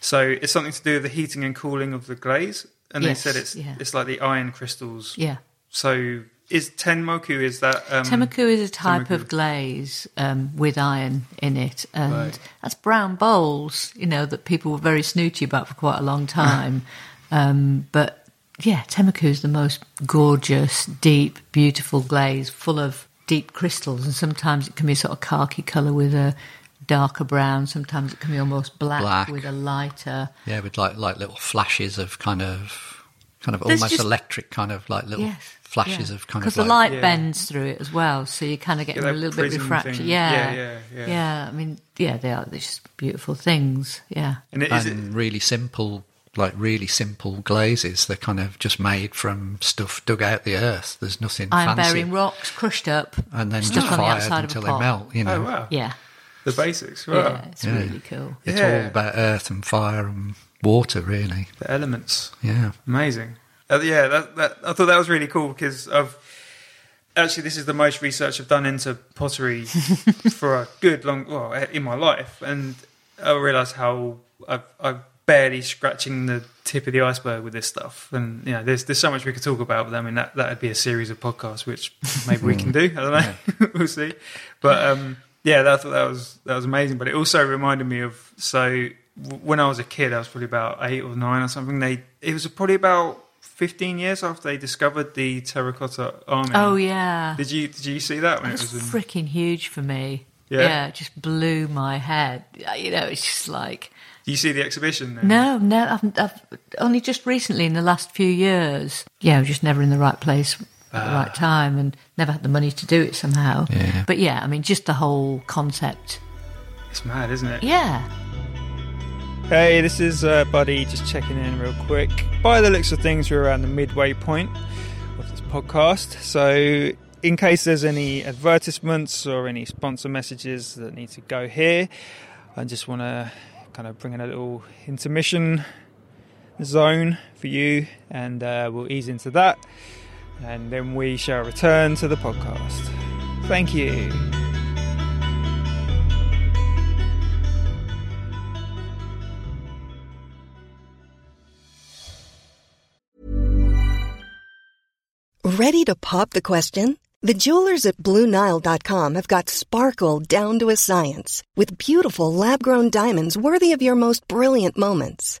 [SPEAKER 1] So it's something to do with the heating and cooling of the glaze, and
[SPEAKER 2] Yes,
[SPEAKER 1] they said it's
[SPEAKER 2] yeah.
[SPEAKER 1] it's like the iron crystals
[SPEAKER 2] Yeah.
[SPEAKER 1] so is tenmoku is that um,
[SPEAKER 2] Temuku is a type
[SPEAKER 1] Temuku.
[SPEAKER 2] of glaze um, with iron in it, and
[SPEAKER 1] Right.
[SPEAKER 2] that's brown bowls. You know that people were very snooty about for quite a long time, um, but yeah, temuku is the most gorgeous, deep, beautiful glaze, full of deep crystals, and sometimes it can be a sort of khaki color with a darker brown. Sometimes it can be almost black,
[SPEAKER 3] Black.
[SPEAKER 2] with a lighter.
[SPEAKER 3] Yeah, with like like little flashes of kind of kind of
[SPEAKER 2] There's
[SPEAKER 3] almost
[SPEAKER 2] just-
[SPEAKER 3] electric kind of like little
[SPEAKER 2] Yes.
[SPEAKER 3] flashes
[SPEAKER 2] yeah.
[SPEAKER 3] of kind of
[SPEAKER 2] because the
[SPEAKER 3] like-
[SPEAKER 2] light
[SPEAKER 1] Yeah.
[SPEAKER 2] bends through it as well, so you're kind of getting
[SPEAKER 1] that
[SPEAKER 2] a little bit
[SPEAKER 1] prism
[SPEAKER 2] refracted.
[SPEAKER 1] thing.
[SPEAKER 2] Yeah.
[SPEAKER 1] Yeah, yeah, yeah.
[SPEAKER 2] I mean, yeah, they are. They're just beautiful things. Yeah,
[SPEAKER 1] and it, is it
[SPEAKER 3] and really simple like really simple glazes. They're kind of just made from stuff dug out the earth. There's nothing
[SPEAKER 2] Iron
[SPEAKER 3] fancy,
[SPEAKER 2] bearing rocks crushed up
[SPEAKER 3] and then
[SPEAKER 2] stuck
[SPEAKER 3] just
[SPEAKER 2] on the
[SPEAKER 3] fired
[SPEAKER 2] outside
[SPEAKER 3] until
[SPEAKER 2] of a
[SPEAKER 3] they
[SPEAKER 2] pot.
[SPEAKER 3] melt. You know,
[SPEAKER 1] Oh wow,
[SPEAKER 2] Yeah,
[SPEAKER 1] the basics. Wow,
[SPEAKER 2] yeah, it's
[SPEAKER 3] Yeah.
[SPEAKER 2] really cool.
[SPEAKER 3] it's
[SPEAKER 1] Yeah.
[SPEAKER 3] all about earth and fire and water, really.
[SPEAKER 1] the elements.
[SPEAKER 3] Yeah.
[SPEAKER 1] Amazing. Uh, yeah, that, that, I thought that was really cool because I've actually this is the most research I've done into pottery for a good long well in my life, and I realised how I've, I'm barely scratching the tip of the iceberg with this stuff. And you know, there's there's so much we could talk about. But I mean, that that'd be a series of podcasts, which maybe we can do. I don't know. we'll see. But um, yeah, that, I thought that was that was amazing. But it also reminded me of so w- when I was a kid, I was probably about eight or nine or something. They it was probably about. 15 years after they discovered the terracotta army
[SPEAKER 2] Oh yeah,
[SPEAKER 1] did you did you see that when it
[SPEAKER 2] That's
[SPEAKER 1] was in,
[SPEAKER 2] freaking huge for me.
[SPEAKER 1] Yeah.
[SPEAKER 2] Yeah. it just blew my head. You know, it's just like
[SPEAKER 1] Do you see the exhibition then?
[SPEAKER 2] no, no. I've, I've only just recently in the last few years. Yeah, I was just never in the right place, at the right time, and never had the money to do it somehow.
[SPEAKER 3] Ah. Yeah.
[SPEAKER 2] But yeah, I mean, just the whole concept.
[SPEAKER 1] It's mad, isn't it?
[SPEAKER 2] Yeah,
[SPEAKER 4] Hey, this is uh, Buddy, just checking in real quick. By the looks of things, we're around the midway point of this podcast. So, in case there's any advertisements or any sponsor messages that need to go here, I just want to kind of bring in a little intermission zone for you, and uh, we'll ease into that. And then we shall return to the podcast. Thank you.
[SPEAKER 5] Ready to pop the question? The jewelers at BlueNile.com have got sparkle down to a science with beautiful lab grown diamonds worthy of your most brilliant moments.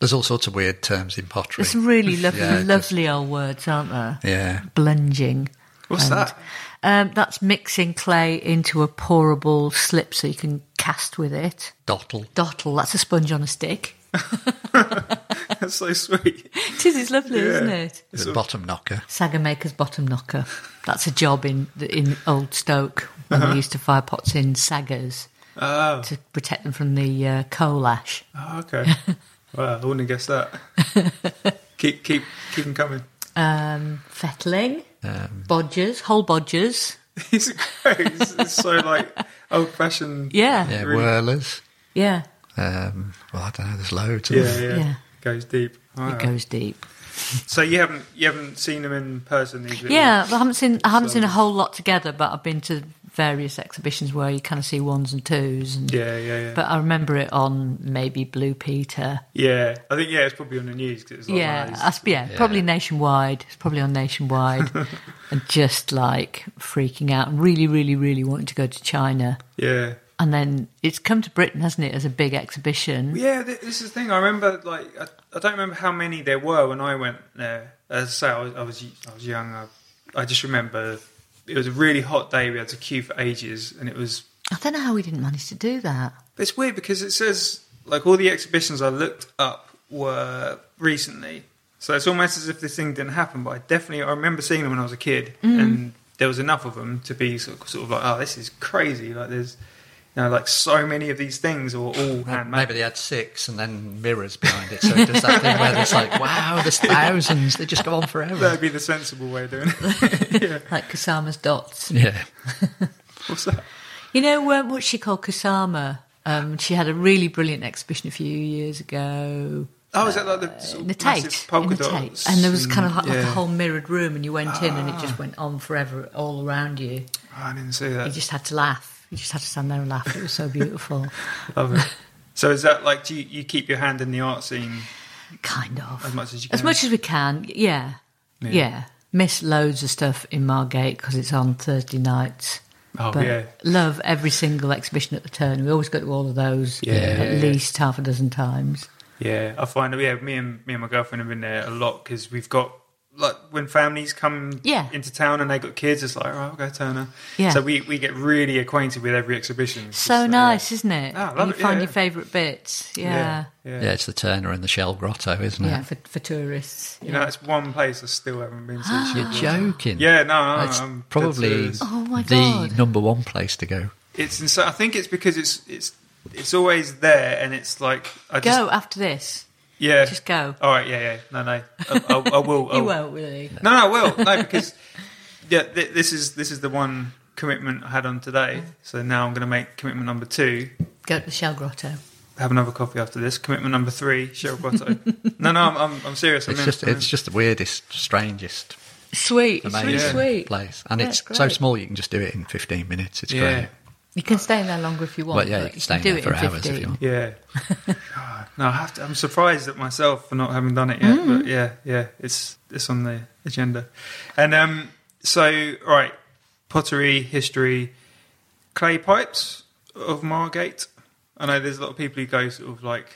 [SPEAKER 3] There's all sorts of weird terms in pottery.
[SPEAKER 2] there's some really lovely,
[SPEAKER 3] Yeah, just-
[SPEAKER 2] lovely old words, aren't there?
[SPEAKER 3] Yeah.
[SPEAKER 2] Blunging.
[SPEAKER 1] What's that?
[SPEAKER 2] Um, that's mixing clay into a pourable slip so you can cast with it.
[SPEAKER 3] Dottle.
[SPEAKER 2] Dottle, that's a sponge on a stick.
[SPEAKER 1] That's so sweet.
[SPEAKER 2] It is, it's lovely, isn't it?
[SPEAKER 3] The bottom knocker.
[SPEAKER 2] Saga maker's bottom knocker. That's a job in in Old Stoke when we used to fire pots in sagas
[SPEAKER 1] Oh,
[SPEAKER 2] to protect them from the uh, coal ash.
[SPEAKER 1] oh, okay. wow, I wouldn't have guessed that. keep keep keep them coming.
[SPEAKER 2] Um, fettling,
[SPEAKER 3] Um,
[SPEAKER 2] bodgers, whole bodgers.
[SPEAKER 1] It's great. It's, it's so like old fashioned.
[SPEAKER 2] Yeah, yeah,
[SPEAKER 3] yeah,
[SPEAKER 1] Really-
[SPEAKER 3] whirlers.
[SPEAKER 2] yeah.
[SPEAKER 3] Um, well, I don't know. There's loads. of
[SPEAKER 1] Yeah,
[SPEAKER 3] them.
[SPEAKER 1] yeah.
[SPEAKER 2] Yeah.
[SPEAKER 1] Goes deep. Wow.
[SPEAKER 2] It goes deep.
[SPEAKER 1] So you haven't you haven't seen them in person these little-
[SPEAKER 2] Yeah, but I haven't seen I haven't seen a whole lot together, but I've been to various exhibitions where you kind of see ones and twos. And,
[SPEAKER 1] Yeah, yeah, yeah.
[SPEAKER 2] But I remember it on maybe Blue Peter.
[SPEAKER 1] yeah, I think yeah, it's probably on the news 'cause it's like one
[SPEAKER 2] yeah,
[SPEAKER 1] of those-
[SPEAKER 2] that's- yeah, probably nationwide. It's probably on nationwide, and just like freaking out, and really, really, really wanting to go to China.
[SPEAKER 1] yeah.
[SPEAKER 2] And then it's come to Britain, hasn't it, as a big exhibition?
[SPEAKER 1] Yeah, th- this is the thing. I remember, like, I, I don't remember how many there were when I went there. As I say, I was, I was, I was young. I, I just remember it was a really hot day. We had to queue for ages, and it was.
[SPEAKER 2] I don't know how we didn't manage to do that.
[SPEAKER 1] It's weird because it says like all the exhibitions I looked up were
[SPEAKER 2] Mm-hmm.
[SPEAKER 1] recently, so it's almost as if this thing didn't happen. But I definitely, I remember seeing them when I was a kid, and there was enough of them to be sort of, sort of like, oh, this is crazy. Like there's, you know, like so many of these things are all handmade.
[SPEAKER 3] Maybe they had six and then mirrors behind it. So it does that thing where it's like, wow, there's thousands. They just go on forever.
[SPEAKER 1] That'd be the sensible way of doing it.
[SPEAKER 2] like Kusama's dots.
[SPEAKER 3] Yeah.
[SPEAKER 1] What's that?
[SPEAKER 2] You know um, what she called Kusama? Um, she had a really brilliant exhibition a few years ago.
[SPEAKER 1] Oh, is that like the, sort
[SPEAKER 2] In
[SPEAKER 1] of
[SPEAKER 2] Uh, the
[SPEAKER 1] massive
[SPEAKER 2] Tate, in
[SPEAKER 1] polka
[SPEAKER 2] the Tate,
[SPEAKER 1] dots?
[SPEAKER 2] and there was kind of like, like a
[SPEAKER 1] yeah. Ah.
[SPEAKER 2] whole mirrored room, and you went in, and it just went on forever, all around you.
[SPEAKER 1] Oh, I didn't see that.
[SPEAKER 2] You just had to laugh. You just had to stand there and laugh. It was so beautiful,
[SPEAKER 1] Love it. So is that like do you, you keep your hand in the art scene?
[SPEAKER 2] kind of.
[SPEAKER 1] As much as you
[SPEAKER 2] as
[SPEAKER 1] can.
[SPEAKER 2] much as we can. Yeah, yeah. Miss loads of stuff in Margate because it's on Thursday nights.
[SPEAKER 1] Oh
[SPEAKER 2] but
[SPEAKER 1] yeah.
[SPEAKER 2] love every single exhibition at the turn. We always go to all of those
[SPEAKER 1] Yeah.
[SPEAKER 2] at least half a dozen times.
[SPEAKER 1] Yeah, I find yeah, me and me and my girlfriend have been there a lot because we've got like when families come
[SPEAKER 2] Yeah.
[SPEAKER 1] into town and they got kids, it's like right, I'll go Turner.
[SPEAKER 2] Yeah.
[SPEAKER 1] So we, we get really acquainted with every exhibition. It's
[SPEAKER 2] So
[SPEAKER 1] just, uh,
[SPEAKER 2] nice, isn't it?
[SPEAKER 1] Ah, I love
[SPEAKER 2] you
[SPEAKER 1] it,
[SPEAKER 2] find
[SPEAKER 1] yeah.
[SPEAKER 2] your favourite bits. Yeah.
[SPEAKER 1] Yeah.
[SPEAKER 2] Yeah,
[SPEAKER 1] yeah.
[SPEAKER 3] Yeah, it's the Turner and the Shell Grotto, isn't it?
[SPEAKER 2] for, for tourists.
[SPEAKER 1] You know, that's one place I still haven't been to.
[SPEAKER 3] You're joking.
[SPEAKER 1] Yeah, no, um, no,
[SPEAKER 3] It's
[SPEAKER 1] I'm dead
[SPEAKER 3] probably
[SPEAKER 1] serious.
[SPEAKER 2] Ah. Oh my
[SPEAKER 3] the
[SPEAKER 2] God.
[SPEAKER 3] number one place to go.
[SPEAKER 1] It's insane. I think it's because it's it's it's always there, and it's like I just
[SPEAKER 2] go after this.
[SPEAKER 1] yeah,
[SPEAKER 2] just go.
[SPEAKER 1] All right, yeah, yeah, no, no, I, I, I will.
[SPEAKER 2] You
[SPEAKER 1] I'll-
[SPEAKER 2] won't, really.
[SPEAKER 1] No, no, I will. No, because yeah, th- this is this is the one commitment I had on today. So now I'm going to make commitment number two.
[SPEAKER 2] Go to the Shell Grotto.
[SPEAKER 1] Have another coffee after this. Commitment number three, Cheryl Grotto. no, no, I'm, I'm, I'm serious. I'm
[SPEAKER 3] It's
[SPEAKER 1] in,
[SPEAKER 3] just
[SPEAKER 1] I'm in.
[SPEAKER 3] it's just the weirdest, strangest,
[SPEAKER 2] Sweet. It's really
[SPEAKER 3] amazing
[SPEAKER 2] sweet.
[SPEAKER 3] place, and
[SPEAKER 2] Yeah,
[SPEAKER 3] it's
[SPEAKER 2] it's
[SPEAKER 3] so
[SPEAKER 2] great.
[SPEAKER 3] small you can just do it in fifteen minutes. It's
[SPEAKER 1] Yeah.
[SPEAKER 3] great.
[SPEAKER 2] You can stay in there longer if you want.
[SPEAKER 3] Well, yeah,
[SPEAKER 2] but
[SPEAKER 3] you can stay in
[SPEAKER 2] do
[SPEAKER 3] there
[SPEAKER 2] it
[SPEAKER 3] for
[SPEAKER 2] in
[SPEAKER 3] hours if
[SPEAKER 2] 15.
[SPEAKER 3] you want.
[SPEAKER 1] Yeah. God, no, I have to, I'm surprised at myself for not having done it yet.
[SPEAKER 2] Mm.
[SPEAKER 1] But yeah, yeah, it's it's on the agenda. And um, so right, pottery history, clay pipes of Margate. I know there's a lot of people who go sort of like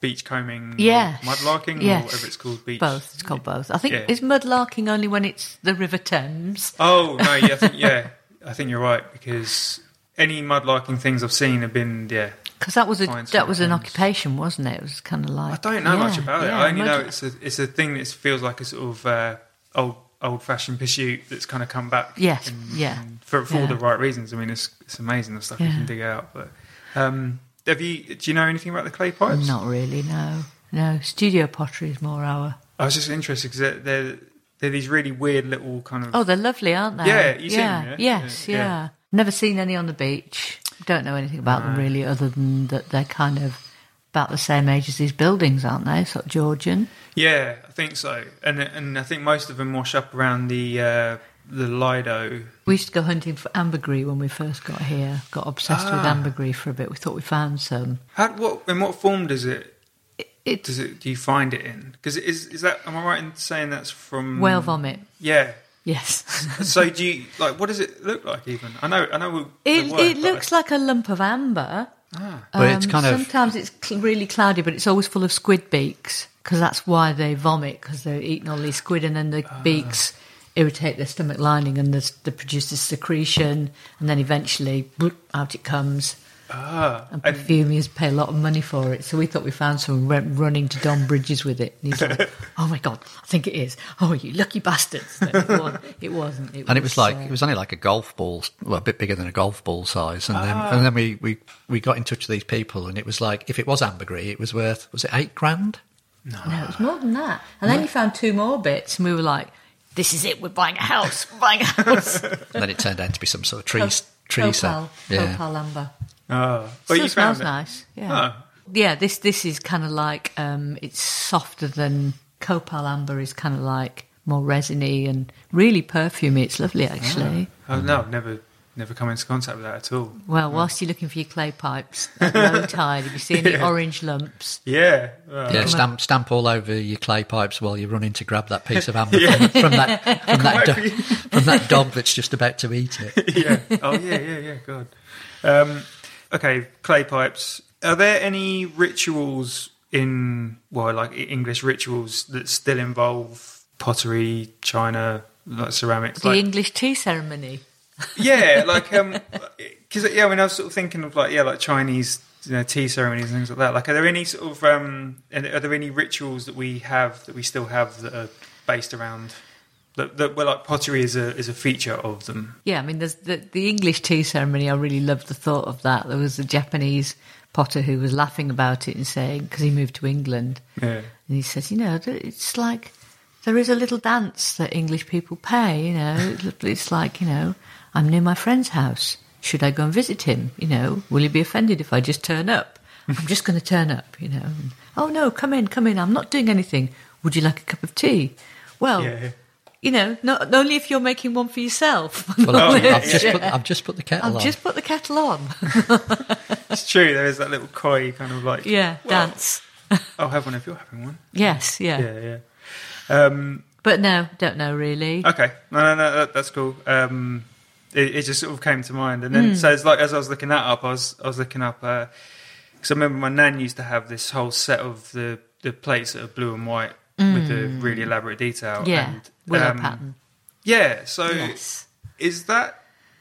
[SPEAKER 1] beach combing,
[SPEAKER 2] Yes.
[SPEAKER 1] mudlarking,
[SPEAKER 2] yes.
[SPEAKER 1] or whatever it's called, beach.
[SPEAKER 2] Both. It's called both. I think
[SPEAKER 1] Yeah.
[SPEAKER 2] is mudlarking only when it's the River Thames.
[SPEAKER 1] Oh no, yeah, I think, yeah, I think you're right because any mudlarking things I've seen have been yeah.
[SPEAKER 2] Because that was a
[SPEAKER 1] Fine,
[SPEAKER 2] that was an
[SPEAKER 1] sometimes.
[SPEAKER 2] occupation, wasn't it? It was kind of like
[SPEAKER 1] I don't know much
[SPEAKER 2] Yeah,
[SPEAKER 1] about it.
[SPEAKER 2] yeah,
[SPEAKER 1] I only know
[SPEAKER 2] mud-
[SPEAKER 1] it's a it's a thing that feels like a sort of uh, old old fashioned pursuit that's kind of come back.
[SPEAKER 2] Yes, yeah,
[SPEAKER 1] for for all the
[SPEAKER 2] yeah.
[SPEAKER 1] right reasons. I mean, it's it's amazing the stuff you
[SPEAKER 2] Yeah.
[SPEAKER 1] can dig out. But um, have you do you know anything about the clay pipes?
[SPEAKER 2] Not really. No, no. Studio pottery is more our.
[SPEAKER 1] I was just interested because they're, they're they're these really weird little kind of
[SPEAKER 2] Oh, they're lovely, aren't they?
[SPEAKER 1] Yeah, you see
[SPEAKER 2] yeah.
[SPEAKER 1] them, yeah?
[SPEAKER 2] Yes,
[SPEAKER 1] Yeah,
[SPEAKER 2] yeah,
[SPEAKER 1] yeah.
[SPEAKER 2] Never seen any on the beach. Don't know anything about them really, other than that they're kind of about the same age as these buildings, aren't they? Sort of Georgian.
[SPEAKER 1] Yeah, I think so. And and I think most of them wash up around the uh, the Lido.
[SPEAKER 2] We used to go hunting for ambergris when we first got here. Got obsessed with
[SPEAKER 1] Ah.
[SPEAKER 2] ambergris for a bit. We thought we found some.
[SPEAKER 1] How what in what form does it
[SPEAKER 2] It, it's
[SPEAKER 1] does it do you find it in? Because is is that am I right in saying that's from
[SPEAKER 2] whale vomit.
[SPEAKER 1] Yeah.
[SPEAKER 2] Yes.
[SPEAKER 1] So do you like what does it look like even? I know I know we'll-
[SPEAKER 2] It,
[SPEAKER 1] the word,
[SPEAKER 2] it
[SPEAKER 1] but
[SPEAKER 2] looks like a lump of amber.
[SPEAKER 3] But it's kind of-
[SPEAKER 2] Um, sometimes it's cl- really cloudy, but it's always full of squid beaks because that's why they vomit because they're eating all these squid, and then the
[SPEAKER 3] Ah.
[SPEAKER 2] beaks irritate their stomach lining, and this, they produce this secretion, and then eventually bloop, out it comes.
[SPEAKER 3] Ah.
[SPEAKER 2] and
[SPEAKER 1] and-
[SPEAKER 2] perfumiers pay a lot of money for it, so we thought we found some run- running to Don Bridges with it. And he's like, "Oh my god, I think it is! Oh, you lucky bastards!" No, it, wasn't, it wasn't.
[SPEAKER 3] And it was like
[SPEAKER 2] uh,
[SPEAKER 3] it was only like a golf ball, well, a bit bigger than a golf ball size. And then
[SPEAKER 2] Ah.
[SPEAKER 3] and then we, we we got in touch with these people, and it was like if it was ambergris, it was worth was it eight grand?
[SPEAKER 2] No, it was more than that. And then you found two more bits, and we were like, "This is it. We're buying a house. We're buying a house."
[SPEAKER 3] And then it turned out to be some sort of tree
[SPEAKER 2] Copal,
[SPEAKER 3] tree set. Yeah.
[SPEAKER 2] Copal amber.
[SPEAKER 1] Oh, but
[SPEAKER 2] Still
[SPEAKER 1] you
[SPEAKER 2] smells
[SPEAKER 1] found it. Oh. Ah.
[SPEAKER 2] nice. Yeah, yeah. This this is kind of like um, it's softer than Copal amber. Is kind of like more resiny and really perfumey. It's lovely, actually.
[SPEAKER 1] Oh no, I've never never come into contact with that at all.
[SPEAKER 2] Well, whilst you're looking for your clay pipes at low tide, if you see any orange lumps,
[SPEAKER 1] Yeah. Uh,
[SPEAKER 3] Yeah, stamp stamp all over your clay pipes while you're running to grab that piece of amber from, from that from that,
[SPEAKER 1] back
[SPEAKER 3] do-
[SPEAKER 1] for you.
[SPEAKER 3] from that dog that's just about to eat it.
[SPEAKER 1] yeah. Oh yeah, yeah, yeah, god. Um, okay, clay pipes. Are there any rituals in well, like e- English rituals that still involve pottery, china, like ceramics?
[SPEAKER 2] the
[SPEAKER 1] Like,
[SPEAKER 2] English tea ceremony.
[SPEAKER 1] yeah, like um, because yeah, I mean, I was sort of thinking of like yeah, like Chinese you know tea ceremonies and things like that. Like, are there any sort of um, and are there any rituals that we have that we still have that are based around That, that well, like pottery is a is a feature of them.
[SPEAKER 2] Yeah, I mean, there's the, the English tea ceremony. I really loved the thought of that. There was a Japanese potter who was laughing about it and saying, because he moved to England,
[SPEAKER 1] Yeah.
[SPEAKER 2] and he says, you know, th- it's like there is a little dance that English people pay. You know, it's like you know, I'm near my friend's house. Should I go and visit him? You know, will he be offended if I just turn up? I'm just going to turn up. You know, and, oh no, come in, come in. I'm not doing anything. Would you like a cup of tea? Well.
[SPEAKER 1] Yeah.
[SPEAKER 2] You know, not only if you're making one for yourself.
[SPEAKER 3] Well, I've, I've
[SPEAKER 2] Oh, Yeah.
[SPEAKER 3] just put, I've just put the kettle
[SPEAKER 2] I've
[SPEAKER 3] on.
[SPEAKER 2] just put the kettle on.
[SPEAKER 1] It's true. There is that little coy kind of like
[SPEAKER 2] yeah, dance.
[SPEAKER 1] I'll have one if you're having one.
[SPEAKER 2] Yes, yeah.
[SPEAKER 1] Yeah, yeah. Um,
[SPEAKER 2] But no, don't know really.
[SPEAKER 1] okay, no, no, no, that, that's cool. Um, it, it just sort of came to mind, and
[SPEAKER 2] Hmm.
[SPEAKER 1] then so it's like as I was looking that up, I was I was looking up because I remember my nan used to have this whole set of the the plates that are blue and white with the really elaborate detail.
[SPEAKER 2] Hmm. yeah,
[SPEAKER 1] and,
[SPEAKER 2] willow
[SPEAKER 1] um,
[SPEAKER 2] pattern.
[SPEAKER 1] Yeah. So
[SPEAKER 2] Yes.
[SPEAKER 1] is that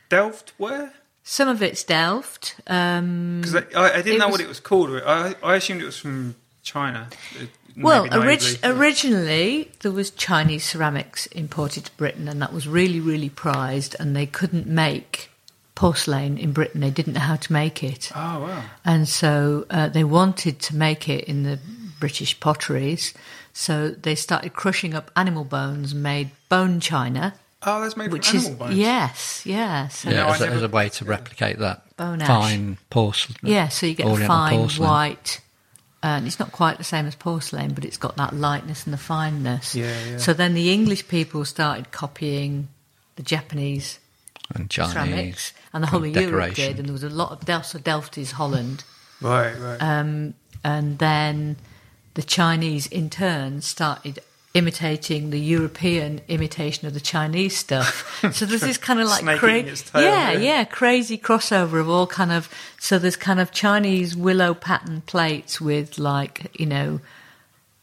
[SPEAKER 1] Delft ware?
[SPEAKER 2] Some of it's Delft. Um,
[SPEAKER 1] Because I, I, I didn't
[SPEAKER 2] It
[SPEAKER 1] know
[SPEAKER 2] was-
[SPEAKER 1] what it was called. I I assumed it was from China. uh,
[SPEAKER 2] well,
[SPEAKER 1] maybe naively.
[SPEAKER 2] orig- originally there was Chinese ceramics imported to Britain, and that was really, really prized. And they couldn't make porcelain in Britain; they didn't know how to make it.
[SPEAKER 1] Oh wow.
[SPEAKER 2] And so uh, they wanted to make it in the British potteries. So they started crushing up animal bones and made bone china,
[SPEAKER 1] Oh, that's made
[SPEAKER 2] which
[SPEAKER 1] from
[SPEAKER 2] is
[SPEAKER 1] animal bones.
[SPEAKER 2] yes, yes,
[SPEAKER 3] yeah,
[SPEAKER 1] No, I
[SPEAKER 3] as, a,
[SPEAKER 1] never-
[SPEAKER 3] as a way to replicate that
[SPEAKER 2] Bone ash.
[SPEAKER 3] fine porcelain.
[SPEAKER 2] yeah. So you get a
[SPEAKER 3] Oriental
[SPEAKER 2] fine
[SPEAKER 3] porcelain.
[SPEAKER 2] white, and it's not quite the same as porcelain, but it's got that lightness and the fineness.
[SPEAKER 1] Yeah, yeah.
[SPEAKER 2] So then the English people started copying the Japanese
[SPEAKER 3] and Chinese
[SPEAKER 2] ceramics, and the whole of
[SPEAKER 3] and
[SPEAKER 2] Europe
[SPEAKER 3] decoration.
[SPEAKER 2] did, and there was a lot of Delft. So Delft is Holland.
[SPEAKER 1] Right, right.
[SPEAKER 2] um, and then the Chinese in turn started imitating the European imitation of the Chinese stuff. So there's this kind of like
[SPEAKER 1] Snake
[SPEAKER 2] cra-
[SPEAKER 1] eating its tail,
[SPEAKER 2] yeah,
[SPEAKER 1] yeah.
[SPEAKER 2] yeah, crazy crossover of all kind of so there's kind of Chinese willow pattern plates with like you know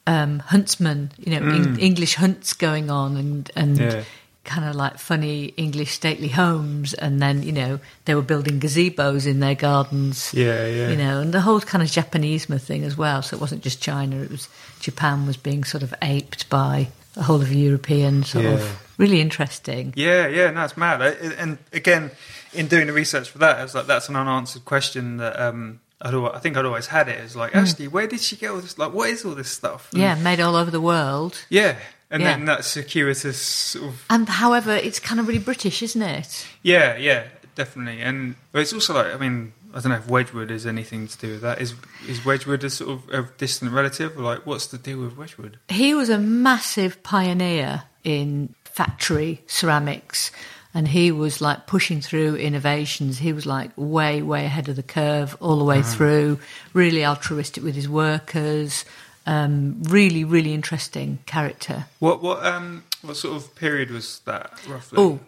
[SPEAKER 2] um, huntsmen, you know, Eng- English hunts going on and and
[SPEAKER 1] Mm. Yeah.
[SPEAKER 2] kind of like funny English stately homes, and then you know they were building gazebos in their gardens,
[SPEAKER 1] Yeah, yeah.
[SPEAKER 2] you know, and the whole kind of Japanesema thing as well. So it wasn't just China; it was Japan was being sort of aped by the whole of European sort
[SPEAKER 1] Yeah.
[SPEAKER 2] of really interesting.
[SPEAKER 1] Yeah, yeah, no, it's mad. I- And again, in doing the research for that, I was like, that's an unanswered question that um, I'd always, I think I'd always had it. It's like, actually, where did she get all this? Like, what is all this stuff? And-
[SPEAKER 2] Hmm. Yeah, made all over the world.
[SPEAKER 1] yeah. And
[SPEAKER 2] Yeah.
[SPEAKER 1] then that circuitous sort of
[SPEAKER 2] And however, it's kind of really British, isn't it?
[SPEAKER 1] yeah, yeah, definitely. And but it's also like, I mean, I don't know if Wedgwood is anything to do with that. Is is Wedgwood a sort of a distant relative? Like, what's the deal with Wedgwood?
[SPEAKER 2] he was a massive pioneer in factory ceramics and he was like pushing through innovations he was like way way ahead of the curve all the way through really altruistic with his workers um, really really interesting character
[SPEAKER 1] What what um what sort of period was that roughly?
[SPEAKER 2] oh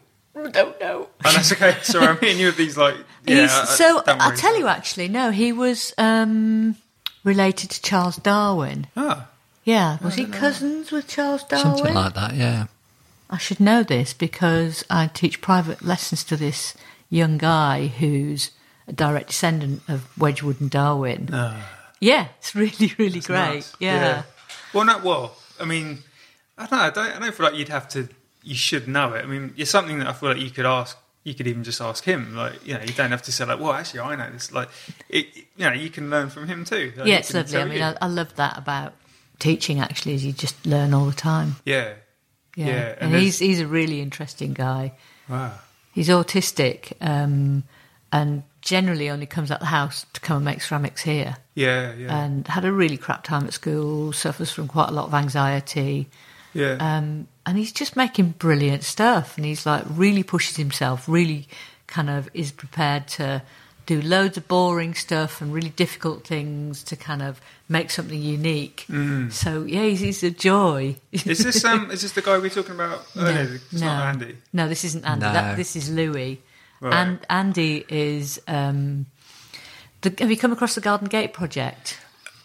[SPEAKER 2] don't know
[SPEAKER 1] oh, that's okay. Sorry, I'm hitting you with these like. Yeah,
[SPEAKER 2] He's-
[SPEAKER 1] I- I-
[SPEAKER 2] so
[SPEAKER 1] don't
[SPEAKER 2] i'll
[SPEAKER 1] worry.
[SPEAKER 2] tell you actually no he was um, related to charles darwin
[SPEAKER 1] Ah.
[SPEAKER 2] yeah was he cousins with charles darwin
[SPEAKER 3] Something like that, yeah.
[SPEAKER 2] I should know this because I teach private lessons to this young guy who's a direct descendant of Wedgwood and Darwin. Yeah, it's really, really great.
[SPEAKER 1] Ah. Nuts.
[SPEAKER 2] Yeah.
[SPEAKER 1] Well, not well. I mean, I don't. Know, I don't. I don't feel like you'd have to. You should know it. I mean, it's something that I feel like you could ask. You could even just ask him. Like, you know, you don't have to say like, "Well, actually, I know this." Like, it, you know, you can learn from him too. Like,
[SPEAKER 2] Yeah,
[SPEAKER 1] he
[SPEAKER 2] it's
[SPEAKER 1] can
[SPEAKER 2] lovely.
[SPEAKER 1] tell
[SPEAKER 2] I mean,
[SPEAKER 1] you.
[SPEAKER 2] I, I love that about teaching, actually, is you just learn all the time.
[SPEAKER 1] yeah,
[SPEAKER 2] Yeah.
[SPEAKER 1] Yeah, and
[SPEAKER 2] and
[SPEAKER 1] there's-
[SPEAKER 2] he's, he's a really interesting guy.
[SPEAKER 1] wow,
[SPEAKER 2] He's autistic um, and generally only comes out the house to come and make ceramics here.
[SPEAKER 1] yeah, yeah,
[SPEAKER 2] And had a really crap time at school, suffers from quite a lot of anxiety.
[SPEAKER 1] yeah.
[SPEAKER 2] um, and he's just making brilliant stuff and he's like really pushes himself really kind of is prepared to do loads of boring stuff and really difficult things to kind of make something unique so yeah he's, he's a joy
[SPEAKER 1] Mm. is this um? Is this the guy we were talking about? earlier? Oh, it's not Andy.
[SPEAKER 2] no this isn't andy
[SPEAKER 3] No.
[SPEAKER 2] that, this is louis
[SPEAKER 1] Right.
[SPEAKER 2] and andy is um, the, have you come across the garden gate project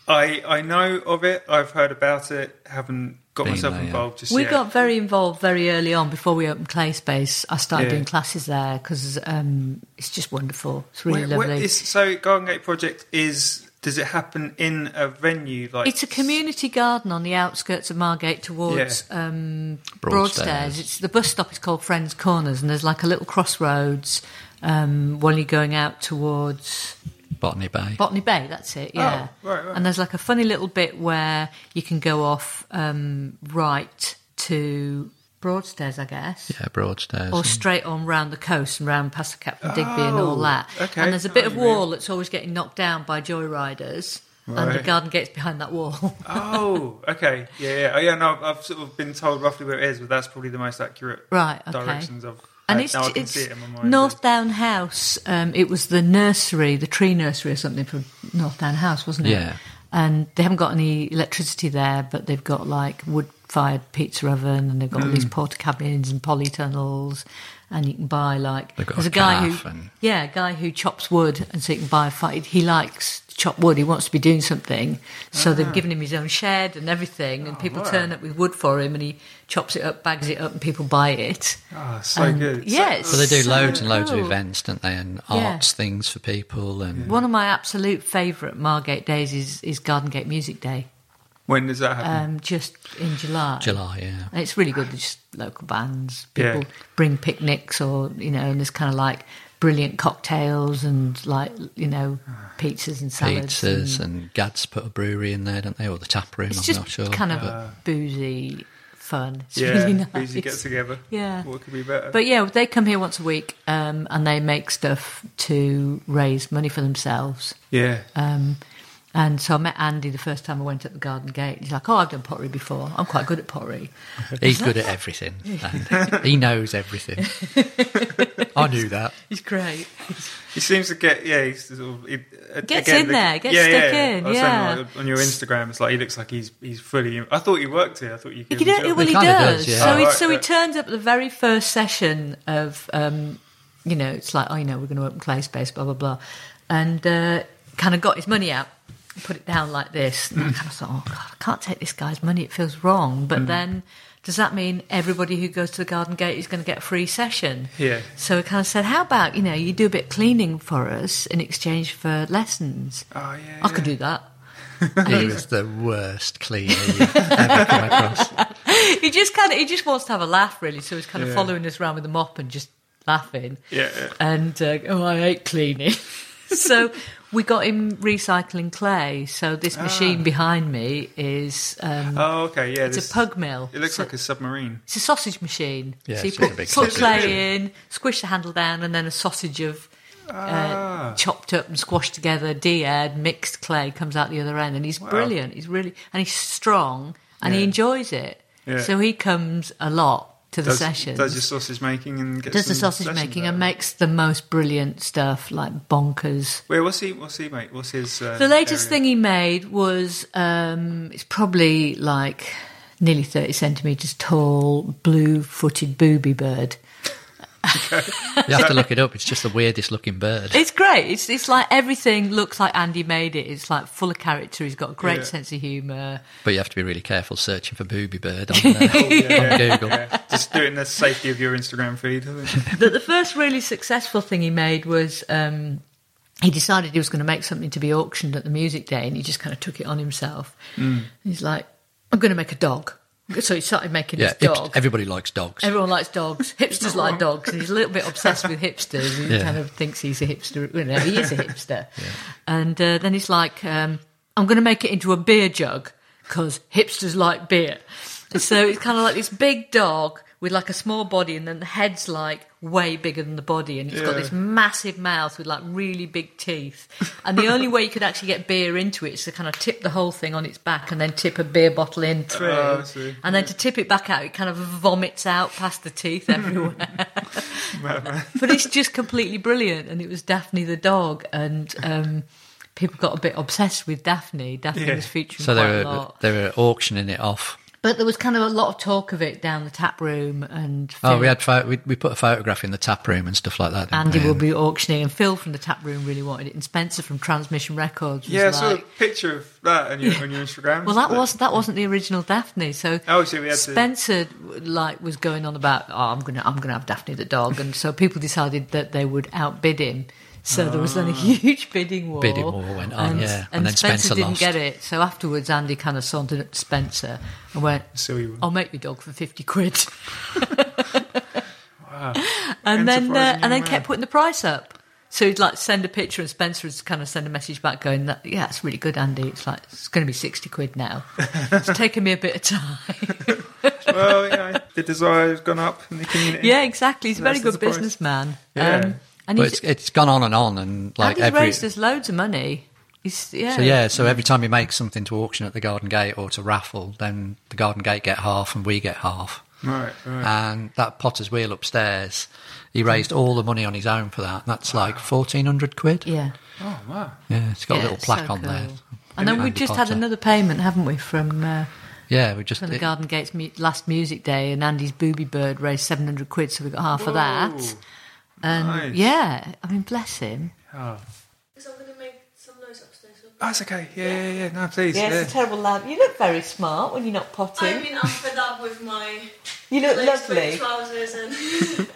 [SPEAKER 1] I I know of it. I've heard about it. Haven't got
[SPEAKER 3] Been
[SPEAKER 1] myself
[SPEAKER 3] there, yeah.
[SPEAKER 1] involved just
[SPEAKER 2] We
[SPEAKER 1] yet.
[SPEAKER 2] got very involved very early on before we opened Clay Space. I started
[SPEAKER 1] Yeah.
[SPEAKER 2] doing classes there because um, it's just wonderful. It's really
[SPEAKER 1] Where- where
[SPEAKER 2] lovely.
[SPEAKER 1] is- so Garden Gate Project is Does it happen in a venue like
[SPEAKER 2] It's a community garden on the outskirts of Margate towards um,
[SPEAKER 3] Broadstairs.
[SPEAKER 2] Broadstairs. It's the bus stop is called Friends Corners, and there's like a little crossroads um, while you're going out towards
[SPEAKER 3] Botany Bay.
[SPEAKER 2] Botany Bay. That's it. Yeah.
[SPEAKER 1] Oh, right, right.
[SPEAKER 2] And there's like a funny little bit where you can go off um, right to Broadstairs, I guess.
[SPEAKER 3] yeah, Broadstairs.
[SPEAKER 2] Or straight on round the coast and round past the Captain Digby and all
[SPEAKER 1] Oh,
[SPEAKER 2] that.
[SPEAKER 1] okay.
[SPEAKER 2] And there's a
[SPEAKER 1] I
[SPEAKER 2] bit
[SPEAKER 1] know
[SPEAKER 2] of
[SPEAKER 1] what you mean.
[SPEAKER 2] wall that's always getting knocked down by joyriders. And the
[SPEAKER 1] Right.
[SPEAKER 2] garden gate's behind that wall.
[SPEAKER 1] Oh, okay. Yeah, yeah. Oh, yeah. No, I've, I've sort of been told roughly where it is, but that's probably the most accurate
[SPEAKER 2] Right, okay.
[SPEAKER 1] directions of.
[SPEAKER 2] and
[SPEAKER 1] I-
[SPEAKER 2] it's,
[SPEAKER 1] now I can
[SPEAKER 2] it's
[SPEAKER 1] see it in my mind.
[SPEAKER 2] North Down House. Um, it was the nursery, the tree nursery or something for North Down House, wasn't it?
[SPEAKER 3] Yeah.
[SPEAKER 2] And they haven't got any electricity there, but they've got like wood fired pizza oven and they've got all these
[SPEAKER 3] Hmm.
[SPEAKER 2] porta cabins and polytunnels. And you can buy like
[SPEAKER 3] They've got
[SPEAKER 2] there's
[SPEAKER 3] a
[SPEAKER 2] a guy
[SPEAKER 3] calf
[SPEAKER 2] who
[SPEAKER 3] and-
[SPEAKER 2] yeah, a guy who chops wood, and so you can buy a fight. He likes to chop wood. He wants to be doing something, so
[SPEAKER 3] Ah.
[SPEAKER 2] they've given him his own shed and everything.
[SPEAKER 3] Oh,
[SPEAKER 2] And people turn up with wood for him, and he chops it up, bags it up, and people buy it.
[SPEAKER 1] Oh, so
[SPEAKER 2] And-
[SPEAKER 1] good.
[SPEAKER 2] yeah,
[SPEAKER 1] So-
[SPEAKER 2] it's-
[SPEAKER 3] But they do
[SPEAKER 2] So
[SPEAKER 3] loads and loads
[SPEAKER 2] cool.
[SPEAKER 3] of events, don't they? And
[SPEAKER 2] Oh. Yeah.
[SPEAKER 3] arts things for people. And
[SPEAKER 2] One of my absolute favourite Margate days is, is Garden Gate Music Day,
[SPEAKER 1] when does that happen?
[SPEAKER 2] um, just in July.
[SPEAKER 3] Hmm. July, yeah.
[SPEAKER 2] And it's really good. There's just local bands.
[SPEAKER 1] Yeah.
[SPEAKER 2] People bring picnics or, you know, and there's kind of like brilliant cocktails and like, you know, pizzas and salads.
[SPEAKER 3] Pizzas
[SPEAKER 2] and-
[SPEAKER 3] and Gads put a brewery in there, don't they? Or the tap room,
[SPEAKER 2] it's
[SPEAKER 3] I'm
[SPEAKER 2] just
[SPEAKER 3] not sure.
[SPEAKER 2] kind of
[SPEAKER 3] but-
[SPEAKER 2] boozy fun. It's
[SPEAKER 1] yeah,
[SPEAKER 2] really nice.
[SPEAKER 1] busy get together.
[SPEAKER 2] Yeah.
[SPEAKER 1] what could be better?
[SPEAKER 2] But yeah, they come here once a week um, and they make stuff to raise money for themselves.
[SPEAKER 1] yeah,
[SPEAKER 2] Um, and so I met Andy the first time I went up the garden gate. He's like, "Oh, I've done pottery before. I'm quite good at pottery."
[SPEAKER 3] He's good at everything. and he knows everything. I knew that.
[SPEAKER 2] He's great.
[SPEAKER 1] he seems to get yeah. He's sort of, he, a-
[SPEAKER 2] Gets
[SPEAKER 1] again,
[SPEAKER 2] in
[SPEAKER 1] look-
[SPEAKER 2] there, gets
[SPEAKER 1] yeah,
[SPEAKER 2] stuck
[SPEAKER 1] yeah.
[SPEAKER 2] in,
[SPEAKER 1] I was saying,
[SPEAKER 2] yeah.
[SPEAKER 1] like, on your Instagram, it's like he looks like he's he's fully. I thought he worked here. I thought you.
[SPEAKER 2] He
[SPEAKER 1] Could
[SPEAKER 2] can, well, he
[SPEAKER 3] kinda
[SPEAKER 2] does.
[SPEAKER 3] does, yeah.
[SPEAKER 2] So,
[SPEAKER 1] Oh,
[SPEAKER 2] he,
[SPEAKER 1] right,
[SPEAKER 2] so he
[SPEAKER 1] right.
[SPEAKER 2] turns up at the very first session of, um, you know, it's like, oh, you know, we're going to open clay space, blah blah blah, and uh, kind of got his money out, put it down like this. And I kind of thought, oh god, I can't take this guy's money. It feels wrong.
[SPEAKER 1] Mm.
[SPEAKER 2] But then, does that mean everybody who goes to the garden gate is going to get a free session?
[SPEAKER 1] Yeah.
[SPEAKER 2] So we kind of said, how about you know, you do a bit of cleaning for us in exchange for lessons.
[SPEAKER 1] Oh yeah,
[SPEAKER 2] I could do that.
[SPEAKER 3] He was the worst cleaner you've ever come across.
[SPEAKER 2] he just kind of he just wants to have a laugh really so he's kind of following us around with a mop and just laughing
[SPEAKER 1] Yeah, yeah.
[SPEAKER 2] and uh, oh i hate cleaning so we got him recycling clay so this
[SPEAKER 1] Ah.
[SPEAKER 2] machine behind me is um,
[SPEAKER 1] Oh okay, yeah.
[SPEAKER 2] it's
[SPEAKER 1] this-
[SPEAKER 2] a pug mill
[SPEAKER 1] It looks
[SPEAKER 2] So-
[SPEAKER 1] like a submarine.
[SPEAKER 2] it's a sausage machine
[SPEAKER 3] Yeah,
[SPEAKER 2] so you
[SPEAKER 3] it's just
[SPEAKER 2] put,
[SPEAKER 3] a big
[SPEAKER 2] put
[SPEAKER 3] sausage
[SPEAKER 2] clay in squish the handle down and then a sausage of uh, chopped up and squashed together, de-aired, mixed clay comes out the other end, and he's brilliant. He's really and he's strong and he
[SPEAKER 1] Yeah.
[SPEAKER 2] enjoys it.
[SPEAKER 1] Yeah.
[SPEAKER 2] So he comes a lot to the
[SPEAKER 1] Does,
[SPEAKER 2] sessions.
[SPEAKER 1] does your sausage making and gets
[SPEAKER 2] Does the
[SPEAKER 1] some
[SPEAKER 2] sausage
[SPEAKER 1] lessons
[SPEAKER 2] making
[SPEAKER 1] out of
[SPEAKER 2] and
[SPEAKER 1] it.
[SPEAKER 2] makes the most brilliant stuff like bonkers.
[SPEAKER 1] Wait, what's he? What's he make? What's his? Uh,
[SPEAKER 2] The latest
[SPEAKER 1] area?
[SPEAKER 2] thing he made was um, it's probably like nearly thirty centimeters tall, blue-footed booby bird.
[SPEAKER 3] You have to look it up. It's just the weirdest looking bird.
[SPEAKER 2] It's great. It's it's like everything looks like Andy made it. It's like full of character. He's got a great
[SPEAKER 1] Yeah.
[SPEAKER 2] sense of humour.
[SPEAKER 3] But you have to be really careful searching for booby bird on, uh,
[SPEAKER 2] Oh,
[SPEAKER 3] on Google.
[SPEAKER 1] Just do it in the safety of your Instagram feed.
[SPEAKER 2] But the first really successful thing he made was um, he decided he was going to make something to be auctioned at the music day, and he just kind of took it on himself. He's like, "I'm going to make a dog." So he started making
[SPEAKER 3] Yeah,
[SPEAKER 2] this
[SPEAKER 3] hipst-
[SPEAKER 2] dog.
[SPEAKER 3] everybody likes dogs.
[SPEAKER 2] Everyone likes dogs. Hipsters like dogs, and he's a little bit obsessed with hipsters. He
[SPEAKER 3] Yeah.
[SPEAKER 2] kind of thinks he's a hipster. You know, he is a hipster. And uh, then he's like, um, "I'm going to make it into a beer jug because hipsters like beer." And so it's kind of like this big dog with like a small body, and then the head's like way bigger than the body, and it's got
[SPEAKER 1] Yeah.
[SPEAKER 2] this massive mouth with like really big teeth. And the only way you could actually get beer into it is to kind of tip the whole thing on its back, and then tip a beer bottle in through.
[SPEAKER 1] Oh, I see.
[SPEAKER 2] And then to tip it back out, it kind of vomits out past the teeth everywhere. but it's just completely brilliant. And it was Daphne the dog, and um, people got a bit obsessed with Daphne. Daphne
[SPEAKER 1] Yeah.
[SPEAKER 2] was featuring
[SPEAKER 3] so they
[SPEAKER 2] quite a
[SPEAKER 3] were
[SPEAKER 2] lot.
[SPEAKER 3] they were auctioning it off.
[SPEAKER 2] But there was kind of a lot of talk of it down the tap room, and
[SPEAKER 3] Oh, we
[SPEAKER 2] Phil-
[SPEAKER 3] had pho- we, we put a photograph in the tap room and stuff like that. didn't
[SPEAKER 2] Andy
[SPEAKER 3] we?
[SPEAKER 2] will be auctioning, and Phil from the tap room really wanted it, and Spencer from Transmission Records was
[SPEAKER 1] yeah, I
[SPEAKER 2] like,
[SPEAKER 1] saw a picture of that on your, on your Instagram.
[SPEAKER 2] Well, that was that wasn't the original Daphne. So
[SPEAKER 1] Oh, so we had to-
[SPEAKER 2] Spencer like was going on about, oh, I'm gonna I'm gonna have Daphne the dog, and so people decided that they would outbid him. So there was then
[SPEAKER 1] Ah.
[SPEAKER 2] a huge bidding war.
[SPEAKER 3] Bidding war went on, yeah.
[SPEAKER 2] And,
[SPEAKER 3] And then
[SPEAKER 2] Spencer,
[SPEAKER 3] Spencer
[SPEAKER 2] didn't
[SPEAKER 3] lost.
[SPEAKER 2] get it. So afterwards, Andy kind of sauntered up to Spencer and went,
[SPEAKER 1] So he won.
[SPEAKER 2] I'll make your dog for 50 quid. and then
[SPEAKER 1] Enterprising
[SPEAKER 2] uh, and then
[SPEAKER 1] young man.
[SPEAKER 2] kept putting the price up. So he'd like send a picture, and Spencer would kind of send a message back going, "That yeah, it's really good, Andy. It's like it's going to be sixty quid now. it's taken me a bit of time.
[SPEAKER 1] well, yeah, the desire has gone up in the community.
[SPEAKER 2] yeah, exactly. He's a very
[SPEAKER 1] That's the
[SPEAKER 2] good
[SPEAKER 1] surprise.
[SPEAKER 2] businessman. Um,
[SPEAKER 1] Yeah.
[SPEAKER 2] and
[SPEAKER 3] But
[SPEAKER 2] he's,
[SPEAKER 3] it's, it's gone on and on, and like
[SPEAKER 2] Andy's
[SPEAKER 3] every
[SPEAKER 2] raised us loads of money. He's yeah,
[SPEAKER 3] So yeah, so every time you make something to auction at the Garden Gate or to raffle, then the Garden Gate get half and we get half.
[SPEAKER 1] Right, right.
[SPEAKER 3] And that potter's wheel upstairs, he raised all the money on his own for that. And that's like fourteen hundred quid. Yeah.
[SPEAKER 2] yeah.
[SPEAKER 1] Oh, wow.
[SPEAKER 3] it's got
[SPEAKER 2] Yeah,
[SPEAKER 3] a little
[SPEAKER 2] it's
[SPEAKER 3] plaque
[SPEAKER 2] so
[SPEAKER 3] on there.
[SPEAKER 2] cool. And then we've
[SPEAKER 3] Andy
[SPEAKER 2] just had
[SPEAKER 3] Potter.
[SPEAKER 2] another payment, haven't we, from uh,
[SPEAKER 3] Yeah, we just
[SPEAKER 2] from the
[SPEAKER 3] it-
[SPEAKER 2] Garden Gates mu- last music day, and Andy's Booby Bird raised seven hundred quid, so we got half of that. And
[SPEAKER 1] nice.
[SPEAKER 2] yeah, I mean, bless him.
[SPEAKER 1] That's Oh, okay. Yeah, yeah, yeah. No, please.
[SPEAKER 2] Yeah, it's a
[SPEAKER 1] Yeah.
[SPEAKER 2] terrible lad. You look very smart when you're not potting.
[SPEAKER 6] I mean, I'm fed up with my
[SPEAKER 2] you look
[SPEAKER 6] loose
[SPEAKER 2] lovely.
[SPEAKER 6] trousers and.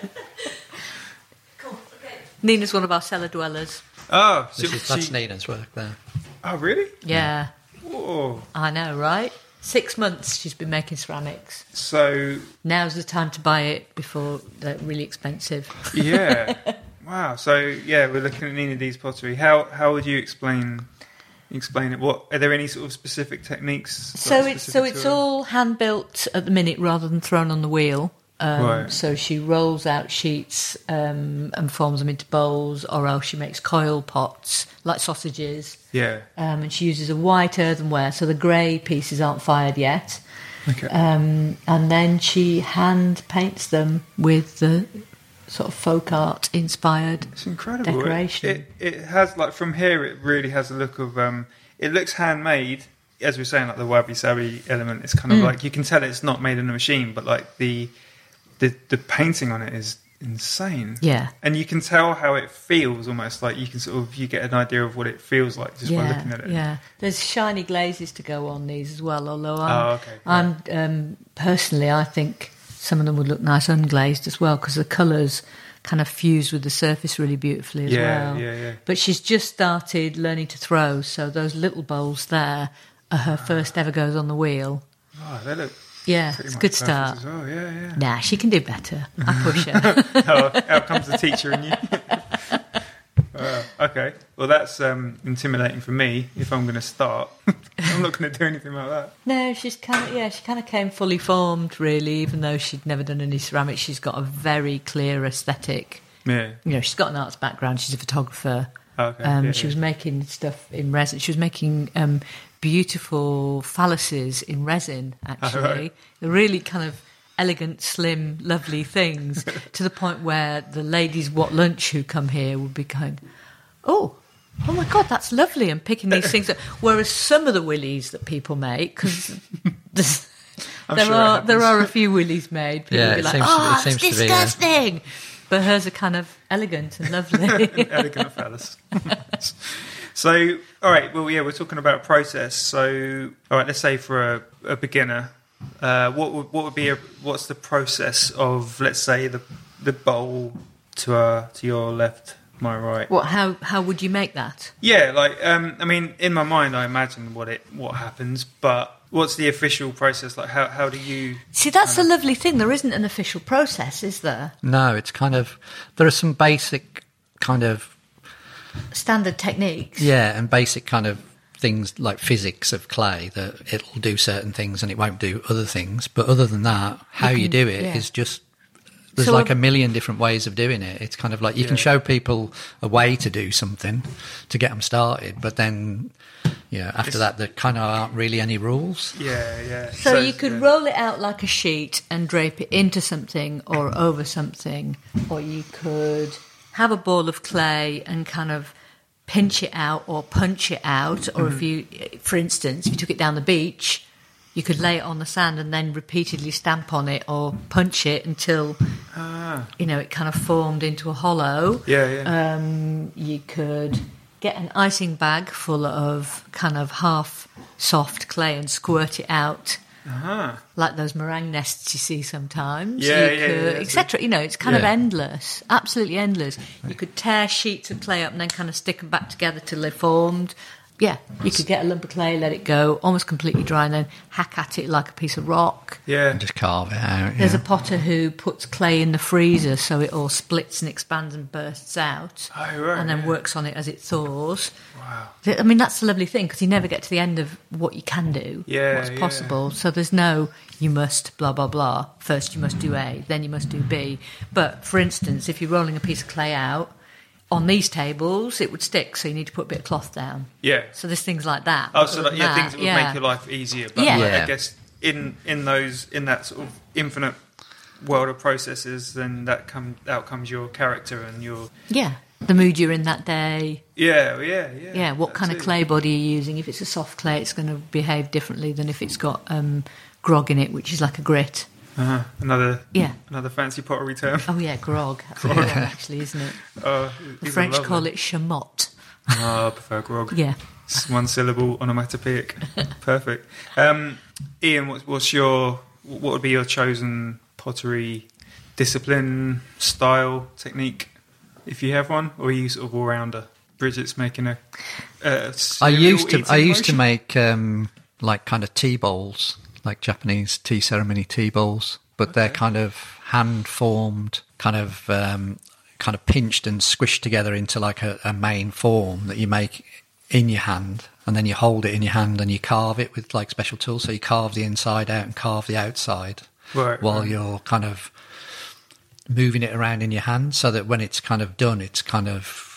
[SPEAKER 6] cool. Okay.
[SPEAKER 2] Nina's one of our cellar dwellers.
[SPEAKER 1] Oh,
[SPEAKER 3] this
[SPEAKER 1] she-
[SPEAKER 3] is, that's
[SPEAKER 1] she-
[SPEAKER 3] Nina's work there.
[SPEAKER 1] Oh, really?
[SPEAKER 2] Yeah,
[SPEAKER 1] Whoa.
[SPEAKER 2] I know, right? Six months she's been making ceramics.
[SPEAKER 1] So,
[SPEAKER 2] Now's the time to buy it before they're really expensive.
[SPEAKER 1] yeah. wow. So, yeah, we're looking at Nina D's pottery. How how would you explain explain it? What are there any sort of specific techniques?
[SPEAKER 2] So
[SPEAKER 1] like,
[SPEAKER 2] it's so
[SPEAKER 1] specific
[SPEAKER 2] it's
[SPEAKER 1] to it?
[SPEAKER 2] all hand built at the minute rather than thrown on the wheel. Um,
[SPEAKER 1] Right.
[SPEAKER 2] So she rolls out sheets um, and forms them into bowls, or else she makes coil pots like sausages.
[SPEAKER 1] Yeah.
[SPEAKER 2] Um, and she uses a white earthenware, so the grey pieces aren't fired yet.
[SPEAKER 1] Okay.
[SPEAKER 2] Um, and then she hand paints them with the sort of folk art inspired
[SPEAKER 1] It's incredible. It-
[SPEAKER 2] decoration.
[SPEAKER 1] It, it, has like from here, it really has a look of. Um, it looks handmade, as we are saying, like the wabi sabi element. It's kind of
[SPEAKER 2] Mm.
[SPEAKER 1] like you can tell it's not made in a machine, but like the the the painting on it is insane.
[SPEAKER 2] Yeah.
[SPEAKER 1] and you can tell how it feels almost like you can sort of you get an idea of what it feels like just by looking at it.
[SPEAKER 2] Yeah, there's shiny glazes to go on these as well. Although I'm,
[SPEAKER 1] Oh, okay, right.
[SPEAKER 2] I'm um, personally, I think some of them would look nice unglazed as well because the colours kind of fuse with the surface really beautifully as
[SPEAKER 1] Yeah,
[SPEAKER 2] well.
[SPEAKER 1] yeah, yeah.
[SPEAKER 2] But she's just started learning to throw, so those little bowls there are her first ever goes on the wheel.
[SPEAKER 1] Oh, they look.
[SPEAKER 2] Yeah,
[SPEAKER 1] pretty
[SPEAKER 2] it's a
[SPEAKER 1] much
[SPEAKER 2] good
[SPEAKER 1] perfect
[SPEAKER 2] start.
[SPEAKER 1] As well. Yeah, yeah.
[SPEAKER 2] Nah, she can do better. I push her.
[SPEAKER 1] oh, out comes the teacher in you. Wow, okay, well that's um, intimidating for me. If I'm going to start, I'm not going to do anything like that.
[SPEAKER 2] No, she's kind of yeah. She kind of came fully formed, really. Even though she'd never done any ceramics, she's got a very clear aesthetic.
[SPEAKER 1] Yeah.
[SPEAKER 2] You know, she's got an arts background. She's a photographer.
[SPEAKER 1] Okay,
[SPEAKER 2] Um,
[SPEAKER 1] yeah,
[SPEAKER 2] she
[SPEAKER 1] yeah.
[SPEAKER 2] was making stuff in resin. She was making um, beautiful phalluses in resin. Actually,
[SPEAKER 1] right.
[SPEAKER 2] They're really kind of elegant, slim, lovely things. to the point where the ladies what lunch who come here would be going, oh. Oh my God, that's lovely! And picking these things up. Whereas some of the willies that people make, because there
[SPEAKER 1] sure it
[SPEAKER 2] are there
[SPEAKER 1] happens.
[SPEAKER 2] are a few willies made. People
[SPEAKER 3] Yeah,
[SPEAKER 2] would be
[SPEAKER 3] it
[SPEAKER 2] like,
[SPEAKER 3] seems to be- it
[SPEAKER 2] oh,
[SPEAKER 3] seems to
[SPEAKER 2] it's
[SPEAKER 3] be, yeah.
[SPEAKER 2] disgusting. But hers are kind of elegant and lovely.
[SPEAKER 1] Elegant phallus. so, all right. Well, yeah, we're talking about process. So, all right. Let's say for a, a beginner, uh, what would, what would be a, what's the process of let's say the the bowl to uh, to your left, my right.
[SPEAKER 2] what? How how would you make that?
[SPEAKER 1] Yeah, like um, I mean, in my mind, I imagine what it what happens, but what's the official process? Like, how how do you?
[SPEAKER 2] See, that's the lovely thing. There isn't an official process, is there?
[SPEAKER 3] No, it's kind of there are some basic kind of
[SPEAKER 2] Standard techniques.
[SPEAKER 3] Yeah, and basic kind of things like physics of clay that it'll do certain things and it won't do other things. But other than that, how you, do it is
[SPEAKER 2] yeah.
[SPEAKER 3] just there's
[SPEAKER 2] So
[SPEAKER 3] like
[SPEAKER 2] a-
[SPEAKER 3] a million different ways of doing it. It's kind of like you can show people a way to do something to get them started, but then you know after that there kind of aren't really any rules.
[SPEAKER 1] Yeah, yeah.
[SPEAKER 2] So, you could
[SPEAKER 1] yeah.
[SPEAKER 2] roll it out like a sheet and drape it into something or over something, or you could have a ball of clay and kind of pinch it out or punch it out. Or if you, for instance, if you took it down the beach, you could lay it on the sand and then repeatedly stamp on it or punch it until you know it kind of formed into a hollow.
[SPEAKER 1] Yeah, yeah.
[SPEAKER 2] Um, you could get an icing bag full of kind of half soft clay and squirt it out like those meringue nests you see sometimes.
[SPEAKER 1] Uh-huh. Yeah,
[SPEAKER 2] you
[SPEAKER 1] yeah, yeah, yeah.
[SPEAKER 2] etc. You know, it's kind of
[SPEAKER 3] Yeah.
[SPEAKER 2] endless, absolutely endless. You could tear sheets of clay up and then kind of stick them back together till they formed. Yeah, you could get a lump of clay, let it go almost completely dry, and then hack at it like a piece of rock.
[SPEAKER 1] Yeah.
[SPEAKER 3] and just carve it out.
[SPEAKER 2] There's
[SPEAKER 3] yeah.
[SPEAKER 2] a potter who puts clay in the freezer so it all splits and expands and bursts out,
[SPEAKER 1] Oh, right,
[SPEAKER 2] and then
[SPEAKER 1] yeah.
[SPEAKER 2] works on it as it thaws. Wow! I mean, that's the lovely thing because you never get to the end of what you can do,
[SPEAKER 1] Yeah,
[SPEAKER 2] what's
[SPEAKER 1] yeah.
[SPEAKER 2] possible. So there's no you must blah blah blah. First you must do A, then you must do B. But for instance, if you're rolling a piece of clay out on these tables, it would stick, so you need to put a bit of cloth down.
[SPEAKER 1] Yeah.
[SPEAKER 2] So there's things like that.
[SPEAKER 1] Oh, so like,
[SPEAKER 2] Other than
[SPEAKER 1] yeah,
[SPEAKER 2] that,
[SPEAKER 1] things that would
[SPEAKER 2] yeah.
[SPEAKER 1] make your life easier. But
[SPEAKER 2] Yeah.
[SPEAKER 1] like, I
[SPEAKER 3] Yeah.
[SPEAKER 1] guess in in those in that sort of infinite world of processes, then that come out comes your character and your
[SPEAKER 2] Yeah, the mood you're in that day.
[SPEAKER 1] yeah, yeah, yeah.
[SPEAKER 2] Yeah, what
[SPEAKER 1] that
[SPEAKER 2] kind of
[SPEAKER 1] too.
[SPEAKER 2] clay body are you using? If it's a soft clay, it's going to behave differently than if it's got um, grog in it, which is like a grit.
[SPEAKER 1] Uh-huh. Another
[SPEAKER 2] Yeah.
[SPEAKER 1] another fancy pottery term.
[SPEAKER 2] Oh yeah, grog. That's a grog, actually, isn't it?
[SPEAKER 1] Uh,
[SPEAKER 2] The French call it chamot.
[SPEAKER 1] Oh, I prefer grog.
[SPEAKER 2] Yeah.
[SPEAKER 1] It's one syllable onomatopoeic. Perfect. Um, Ian, what, what's your what would be your chosen pottery discipline, style, technique, if you have one, or are you sort of all rounder? Bridget's making a. Uh,
[SPEAKER 3] I used to I used to make um, like kind of tea bowls, like Japanese tea ceremony tea bowls, but they're kind of hand formed, kind of um, kind of pinched and squished together into like a, a main form that you make in your hand, and then you hold it in your hand and you carve it with like special tools. So you carve the inside out and carve the outside
[SPEAKER 1] Right,
[SPEAKER 3] while
[SPEAKER 1] right.
[SPEAKER 3] you're kind of moving it around in your hand, so that when it's kind of done, it's kind of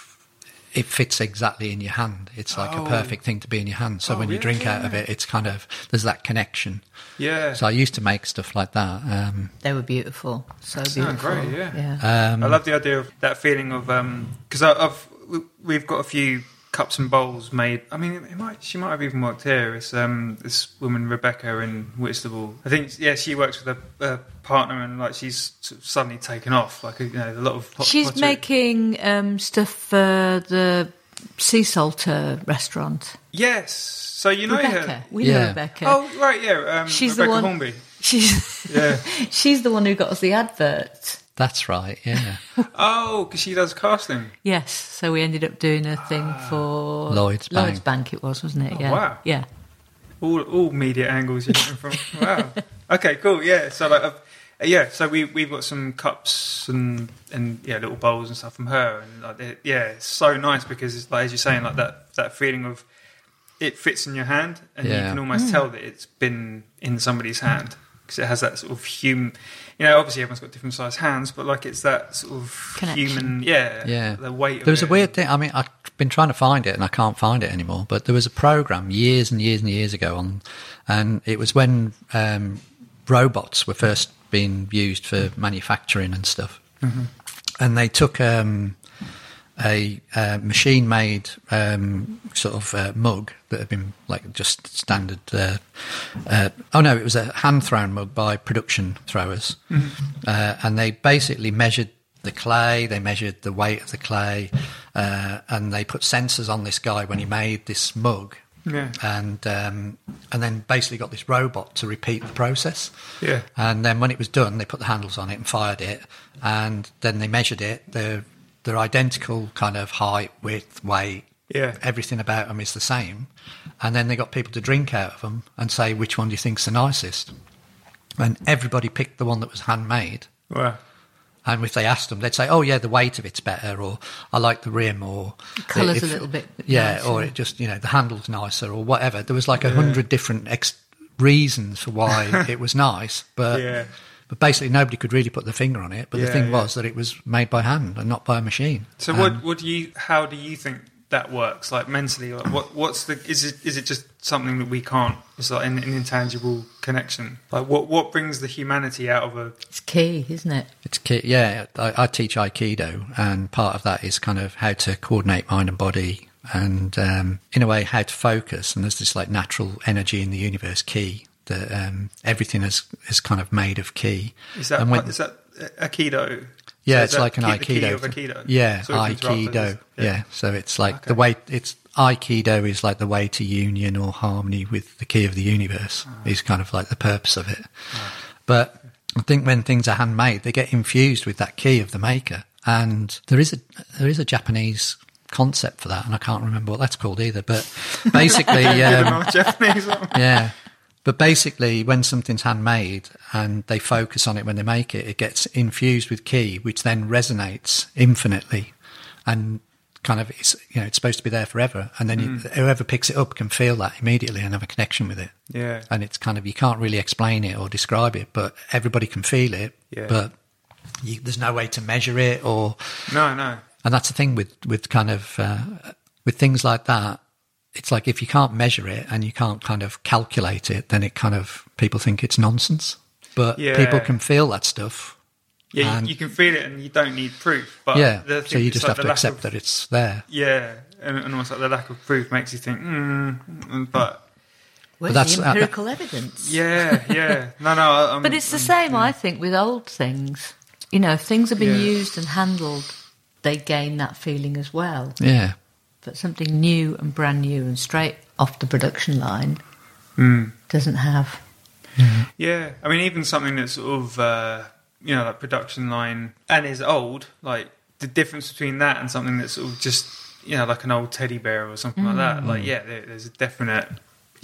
[SPEAKER 3] it fits exactly in your hand. It's like
[SPEAKER 1] Oh.
[SPEAKER 3] a perfect thing to be in your hand. So
[SPEAKER 1] Oh,
[SPEAKER 3] when you
[SPEAKER 1] yeah,
[SPEAKER 3] drink
[SPEAKER 1] yeah,
[SPEAKER 3] out of it, it's kind of there's that connection.
[SPEAKER 1] Yeah.
[SPEAKER 3] So I used to make stuff like that. Um,
[SPEAKER 2] They were beautiful. So
[SPEAKER 1] Oh,
[SPEAKER 2] beautiful.
[SPEAKER 1] great, yeah.
[SPEAKER 2] Yeah.
[SPEAKER 1] I love the idea of that feeling of because I I've we- we've got a few cups and bowls made. I mean, it might she might have even worked here. It's um this woman Rebecca in Whitstable. I think yeah, she works with a, a partner and like she's sort of suddenly taken off. Like you know, a lot of pot-
[SPEAKER 2] She's
[SPEAKER 1] pottery.
[SPEAKER 2] making um, stuff for the sea salter restaurant.
[SPEAKER 1] yes. So you know
[SPEAKER 2] Rebecca,
[SPEAKER 1] her.
[SPEAKER 2] we know
[SPEAKER 3] Yeah.
[SPEAKER 2] Rebecca.
[SPEAKER 1] Oh right, yeah. Um,
[SPEAKER 2] she's
[SPEAKER 1] Rebecca
[SPEAKER 2] the one.
[SPEAKER 1] Hornby.
[SPEAKER 2] She's she's the one who got us the advert.
[SPEAKER 3] that's right. Yeah,
[SPEAKER 1] Oh, because she does casting.
[SPEAKER 2] Yes, so we ended up doing a thing for
[SPEAKER 3] Lloyd's Bank.
[SPEAKER 2] Lloyd's Bank. It was, wasn't it? yeah.
[SPEAKER 1] wow.
[SPEAKER 2] Yeah.
[SPEAKER 1] all all media angles you're getting from. Wow. Okay, cool. Yeah. So like, I've, uh, yeah. So we we've got some cups and and yeah, little bowls and stuff from her, and like, it, yeah, it's so nice because it's like as you're saying, like that that feeling of it fits in your hand, and you
[SPEAKER 3] Yeah.
[SPEAKER 1] can almost tell that it's been in somebody's hand because it has that sort of human. You know, obviously everyone's got different sized hands, but like it's that sort of
[SPEAKER 2] Connection.
[SPEAKER 1] human. Yeah.
[SPEAKER 3] yeah.
[SPEAKER 1] The weight.
[SPEAKER 3] There was a
[SPEAKER 1] of it.
[SPEAKER 3] weird thing. I mean, I've been trying to find it and I can't find it anymore. But there was a program years and years and years ago on, and it was when um, robots were first being used for manufacturing and stuff,
[SPEAKER 1] Mm-hmm.
[SPEAKER 3] and they took. Um, a uh, machine-made um, sort of uh, mug that had been like just standard. Uh, uh, oh no, it was a hand-thrown mug by production throwers, uh, and they basically measured the clay. They measured the weight of the clay, uh, and they put sensors on this guy when he made this mug.
[SPEAKER 1] Yeah.
[SPEAKER 3] And um, and then basically got this robot to repeat the process.
[SPEAKER 1] Yeah.
[SPEAKER 3] And then when it was done, they put the handles on it and fired it. And then they measured it. They're, they're identical kind of height, width, weight.
[SPEAKER 1] Yeah.
[SPEAKER 3] Everything about them is the same. And then they got people to drink out of them and say, which one do you think's the nicest? And everybody picked the one that was handmade.
[SPEAKER 1] Wow.
[SPEAKER 3] And if they asked them, they'd say, "Oh yeah, the weight of it's better," or "I like the rim," or
[SPEAKER 2] colour's
[SPEAKER 3] if-
[SPEAKER 2] a little bit
[SPEAKER 3] yeah,
[SPEAKER 2] nicer.
[SPEAKER 3] or it just you know the handle's nicer, or whatever. There was like a hundred different ex- reasons for why it was nice, but
[SPEAKER 1] Yeah.
[SPEAKER 3] but basically nobody could really put their finger on it. But
[SPEAKER 1] Yeah,
[SPEAKER 3] the thing
[SPEAKER 1] yeah.
[SPEAKER 3] was that it was made by hand and not by a machine.
[SPEAKER 1] So
[SPEAKER 3] Um,
[SPEAKER 1] what what do you how do you think that works like mentally like what what's the is it is it just something that we can't it's like an, an intangible connection like what what brings the humanity out of a
[SPEAKER 2] It's key, isn't it?
[SPEAKER 3] It's ki- yeah, I, I teach Aikido, and part of that is kind of how to coordinate mind and body, and um, in a way how to focus. And there's this like natural energy in the universe, ki that um, everything is is kind of made of ki.
[SPEAKER 1] is that
[SPEAKER 3] And when-
[SPEAKER 1] is that a- aikido
[SPEAKER 3] yeah,
[SPEAKER 1] So is
[SPEAKER 3] it's
[SPEAKER 1] that
[SPEAKER 3] like an
[SPEAKER 1] ki- the key
[SPEAKER 3] aikido.
[SPEAKER 1] of aikido
[SPEAKER 3] Yeah,
[SPEAKER 1] Sorry to interrupt, I
[SPEAKER 3] aikido.
[SPEAKER 1] just-
[SPEAKER 3] Yeah. so it's like
[SPEAKER 1] Okay.
[SPEAKER 3] the way it's Aikido is like the way to union or harmony with the key of the universe,
[SPEAKER 1] Ah.
[SPEAKER 3] is kind of like the purpose of it. But I think when things are handmade, they get infused with that key of the maker. And there is a there is a Japanese concept for that, and I can't remember what that's called either. But basically, um,
[SPEAKER 1] Japanese one.
[SPEAKER 3] yeah. But basically, when something's handmade and they focus on it when they make it, it gets infused with key, which then resonates infinitely, and kind of it's you know it's supposed to be there forever. And then
[SPEAKER 1] Mm.
[SPEAKER 3] you, whoever picks it up can feel that immediately and have a connection with it.
[SPEAKER 1] Yeah.
[SPEAKER 3] And it's kind of you can't really explain it or describe it, but everybody can feel it.
[SPEAKER 1] Yeah.
[SPEAKER 3] But you, there's no way to measure it or
[SPEAKER 1] No, no.
[SPEAKER 3] and that's the thing with with kind of uh, with things like that it's like if you can't measure it and you can't kind of calculate it then it kind of people think it's nonsense but
[SPEAKER 1] Yeah.
[SPEAKER 3] people can feel that stuff
[SPEAKER 1] Yeah,
[SPEAKER 3] And-
[SPEAKER 1] you, you can feel it, and you don't need proof. But
[SPEAKER 3] yeah
[SPEAKER 1] the
[SPEAKER 3] so
[SPEAKER 1] thing-
[SPEAKER 3] you
[SPEAKER 1] it's
[SPEAKER 3] just
[SPEAKER 1] like
[SPEAKER 3] have
[SPEAKER 1] the
[SPEAKER 3] to
[SPEAKER 1] lack
[SPEAKER 3] accept
[SPEAKER 1] of-
[SPEAKER 3] that it's there
[SPEAKER 1] Yeah, and, and almost like the lack of proof makes you think, mm, mm, but
[SPEAKER 2] Where's
[SPEAKER 3] that's-
[SPEAKER 2] the
[SPEAKER 3] uh,
[SPEAKER 2] empirical evidence?
[SPEAKER 1] yeah, yeah, no, no. I, I'm,
[SPEAKER 2] But it's the
[SPEAKER 1] I'm-
[SPEAKER 2] same, I think, with old things. You know, if things have been
[SPEAKER 1] Yeah.
[SPEAKER 2] used and handled, they gain that feeling as well.
[SPEAKER 3] yeah
[SPEAKER 2] But something new and brand new and straight off the production line
[SPEAKER 1] Hmm.
[SPEAKER 2] doesn't have.
[SPEAKER 1] Yeah, I mean, even something that's sort of uh, you know like production line and is old, like the difference between that and something that's sort of just you know like an old teddy bear or something like that. Like, yeah, there, there's a definite.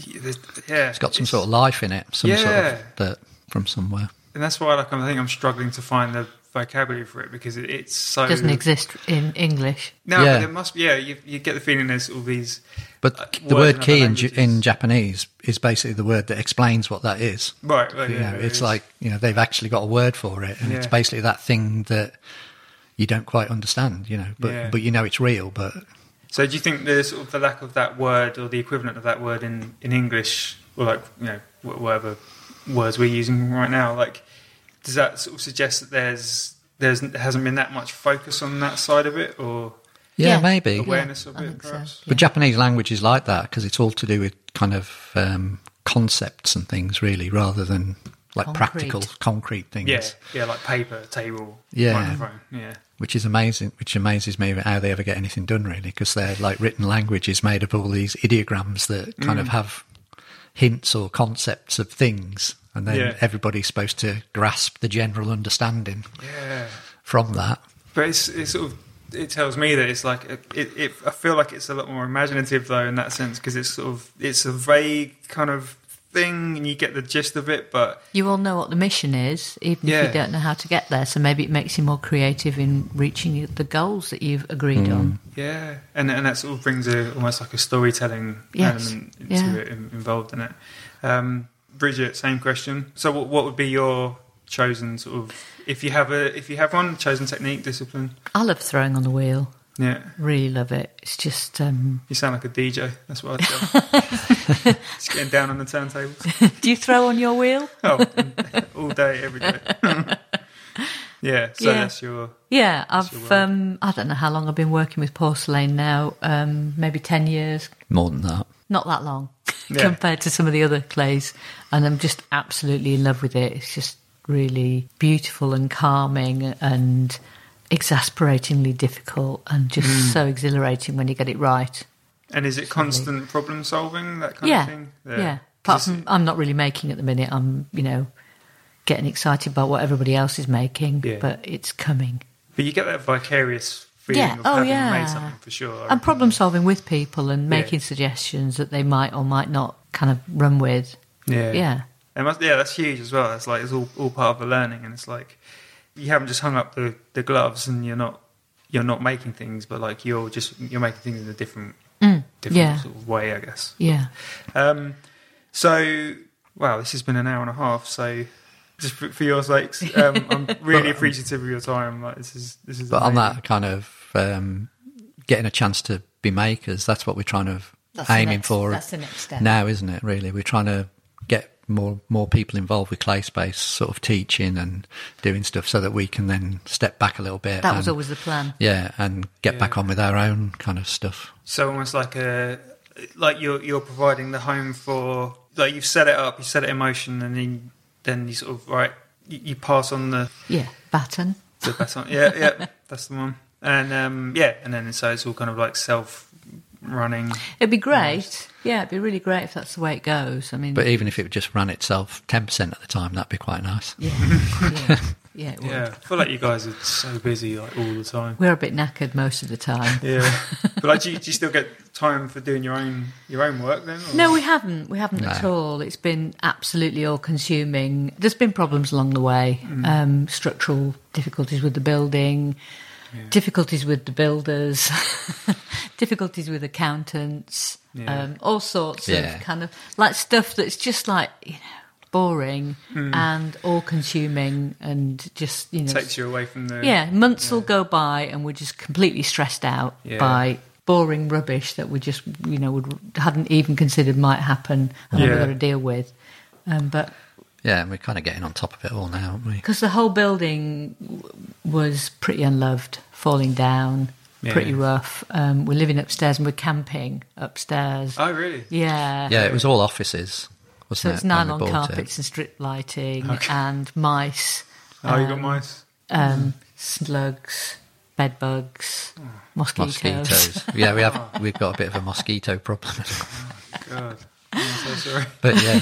[SPEAKER 1] there's- Yeah,
[SPEAKER 3] Mm. it's got some sort of life in it some sort
[SPEAKER 1] Yeah.
[SPEAKER 3] of that from somewhere
[SPEAKER 1] and that's why like I think I'm struggling to find the vocabulary for it because it, it's so
[SPEAKER 2] doesn't exist in English.
[SPEAKER 1] No,
[SPEAKER 3] Yeah.
[SPEAKER 1] but there must. Be, yeah, you, you get the feeling there's all these.
[SPEAKER 3] but
[SPEAKER 1] uh,
[SPEAKER 3] the
[SPEAKER 1] words
[SPEAKER 3] word key
[SPEAKER 1] other
[SPEAKER 3] in, J-
[SPEAKER 1] languages.
[SPEAKER 3] in japanese is basically the word that explains what that is
[SPEAKER 1] Right, right,
[SPEAKER 3] you
[SPEAKER 1] yeah,
[SPEAKER 3] know,
[SPEAKER 1] there
[SPEAKER 3] it's
[SPEAKER 1] is.
[SPEAKER 3] like you know they've actually got a word for it, and it's
[SPEAKER 1] Yeah.
[SPEAKER 3] basically that thing that you don't quite understand, you know, but
[SPEAKER 1] Yeah.
[SPEAKER 3] but you know it's real. But
[SPEAKER 1] So, do you think the sort of the lack of that word or the equivalent of that word in, in English, or like you know wh- whatever words we're using right now, like does that sort of suggest that there's there's there hasn't been that much focus on that side of it, or
[SPEAKER 3] yeah, maybe.
[SPEAKER 1] Awareness of
[SPEAKER 2] I
[SPEAKER 1] it,
[SPEAKER 2] think so,
[SPEAKER 1] perhaps.
[SPEAKER 3] But Japanese language is like that because it's all to do with kind of um, concepts and things, really, rather than like
[SPEAKER 2] Concrete.
[SPEAKER 3] practical concrete things.
[SPEAKER 1] yeah, yeah, like paper, table,
[SPEAKER 3] Yeah.
[SPEAKER 1] microphone, yeah,
[SPEAKER 3] Which is amazing. Which amazes me how they ever get anything done, really, because their like written language is made of all these ideograms that kind
[SPEAKER 1] Mm.
[SPEAKER 3] of have hints or concepts of things, and then
[SPEAKER 1] Yeah.
[SPEAKER 3] everybody's supposed to grasp the general understanding.
[SPEAKER 1] yeah.
[SPEAKER 3] from that.
[SPEAKER 1] But it's, it's sort of it tells me that it's like it, it, it. I feel like it's a lot more imaginative though in that sense because it's sort of it's a vague kind of thing and you get the gist of it, but
[SPEAKER 2] You all know what the mission is, even if
[SPEAKER 1] Yeah.
[SPEAKER 2] you don't know how to get there. So maybe it makes you more creative in reaching the goals that you've agreed on.
[SPEAKER 1] Yeah, and and that sort of brings a almost like a storytelling
[SPEAKER 2] Yes,
[SPEAKER 1] element into
[SPEAKER 2] yeah.
[SPEAKER 1] it in, involved in it. Um, Bridget, same question. So, what what would be your chosen sort of if you have a if you have one chosen technique discipline?
[SPEAKER 2] I love throwing on the wheel.
[SPEAKER 1] Yeah,
[SPEAKER 2] Really love it. It's just um,
[SPEAKER 1] you sound like a DJ. That's what I'd say. Just getting down on the turntables.
[SPEAKER 2] Do you throw on your wheel?
[SPEAKER 1] Oh, all day, every day. yeah. So
[SPEAKER 2] Yeah.
[SPEAKER 1] that's your
[SPEAKER 2] Yeah,
[SPEAKER 1] your
[SPEAKER 2] I've
[SPEAKER 1] world.
[SPEAKER 2] um, I don't know how long I've been working with porcelain now. Um, maybe ten years,
[SPEAKER 3] More than that.
[SPEAKER 2] not that long
[SPEAKER 1] Yeah.
[SPEAKER 2] compared to some of the other clays. And I'm just absolutely in love with it. It's just really beautiful and calming and exasperatingly difficult and just so exhilarating when you get it right.
[SPEAKER 1] and is it constant problem solving that kind
[SPEAKER 2] Yeah,
[SPEAKER 1] of thing?
[SPEAKER 2] yeah. Apart from, I'm not really making at the minute. I'm, you know, getting excited about what everybody else is making,
[SPEAKER 1] Yeah.
[SPEAKER 2] but it's coming.
[SPEAKER 1] But you get that vicarious feeling
[SPEAKER 2] Yeah,
[SPEAKER 1] of
[SPEAKER 2] oh,
[SPEAKER 1] having
[SPEAKER 2] yeah.
[SPEAKER 1] made something for sure. I reckon.
[SPEAKER 2] and problem solving with people and making suggestions that they might or might not kind of run with.
[SPEAKER 1] Yeah.
[SPEAKER 2] Yeah.
[SPEAKER 1] It must, yeah, that's huge as well. It's like it's all, all part of the learning, and it's like you haven't just hung up the, the gloves and you're not you're not making things, but like you're just you're making things in a different different
[SPEAKER 2] yeah.
[SPEAKER 1] sort of way, I guess.
[SPEAKER 2] Yeah.
[SPEAKER 1] Um, so wow, this has been an hour and a half. So just for, for your sakes, um, I'm really appreciative of your time. Like this is this is
[SPEAKER 3] But on
[SPEAKER 1] amazing.
[SPEAKER 3] that kind of um, getting a chance to be makers, that's what we're trying to
[SPEAKER 2] That's the
[SPEAKER 3] aiming
[SPEAKER 2] next-
[SPEAKER 3] for.
[SPEAKER 2] that's the next step.
[SPEAKER 3] now, isn't it? Really, we're trying to get more more people involved with clay space, sort of teaching and doing stuff, so that we can then step back a little bit.
[SPEAKER 2] That was
[SPEAKER 1] Um,
[SPEAKER 3] and-
[SPEAKER 2] always the plan.
[SPEAKER 3] yeah, and get back on with our own kind of stuff.
[SPEAKER 1] So almost like a like you're you're providing the home for like you've set it up, you set it in motion, and then then you sort of right you, you pass on the
[SPEAKER 2] Yeah. Baton.
[SPEAKER 1] the baton. yeah yeah that's the one, and um yeah, and then so it's all kind of like self running.
[SPEAKER 2] It'd be great. Yeah, it'd be really great if that's the way it goes. I mean,
[SPEAKER 3] But even if it just ran itself 10% of the time, that'd be quite nice.
[SPEAKER 2] yeah, yeah, yeah, it would.
[SPEAKER 1] Yeah, I feel like you guys are so busy like all the time.
[SPEAKER 2] We're a bit knackered most of the time.
[SPEAKER 1] Yeah, but like, do, you, do you still get time for doing your own your own work then? or-
[SPEAKER 2] No, we haven't. We haven't at all. It's been absolutely all consuming. There's been problems along the way,
[SPEAKER 1] Mm.
[SPEAKER 2] um, structural difficulties with the building, difficulties with the builders, difficulties with accountants,
[SPEAKER 1] Yeah.
[SPEAKER 2] um, all sorts
[SPEAKER 3] Yeah.
[SPEAKER 2] of kind of like stuff that's just like, you know, boring and all consuming and just, you know,
[SPEAKER 1] Hmm. takes you away from the
[SPEAKER 2] yeah, months will go by and we're just completely stressed out
[SPEAKER 1] Yeah.
[SPEAKER 2] by boring rubbish that we just, you know, would, hadn't even considered might happen and that we've
[SPEAKER 1] Yeah.
[SPEAKER 2] got to deal with. Um, but
[SPEAKER 3] Yeah, and we're kind of getting on top of it all now, aren't we?
[SPEAKER 2] because the whole building w- was pretty unloved, falling down, pretty
[SPEAKER 1] Yeah.
[SPEAKER 2] rough. Um, we're living upstairs and we're camping upstairs.
[SPEAKER 1] Oh really?
[SPEAKER 2] yeah.
[SPEAKER 3] Yeah, it was all offices,
[SPEAKER 2] So
[SPEAKER 3] wasn't
[SPEAKER 2] it's
[SPEAKER 3] it? when we
[SPEAKER 2] nylon
[SPEAKER 3] bought it?
[SPEAKER 2] carpets and strip lighting and mice.
[SPEAKER 1] Oh, you got mice. Hmm.
[SPEAKER 2] um, slugs, bed bugs, mosquitoes.
[SPEAKER 3] Mosquitoes. yeah, we have. We've got a bit of a mosquito problem,
[SPEAKER 1] God, I'm so sorry.
[SPEAKER 3] but yeah.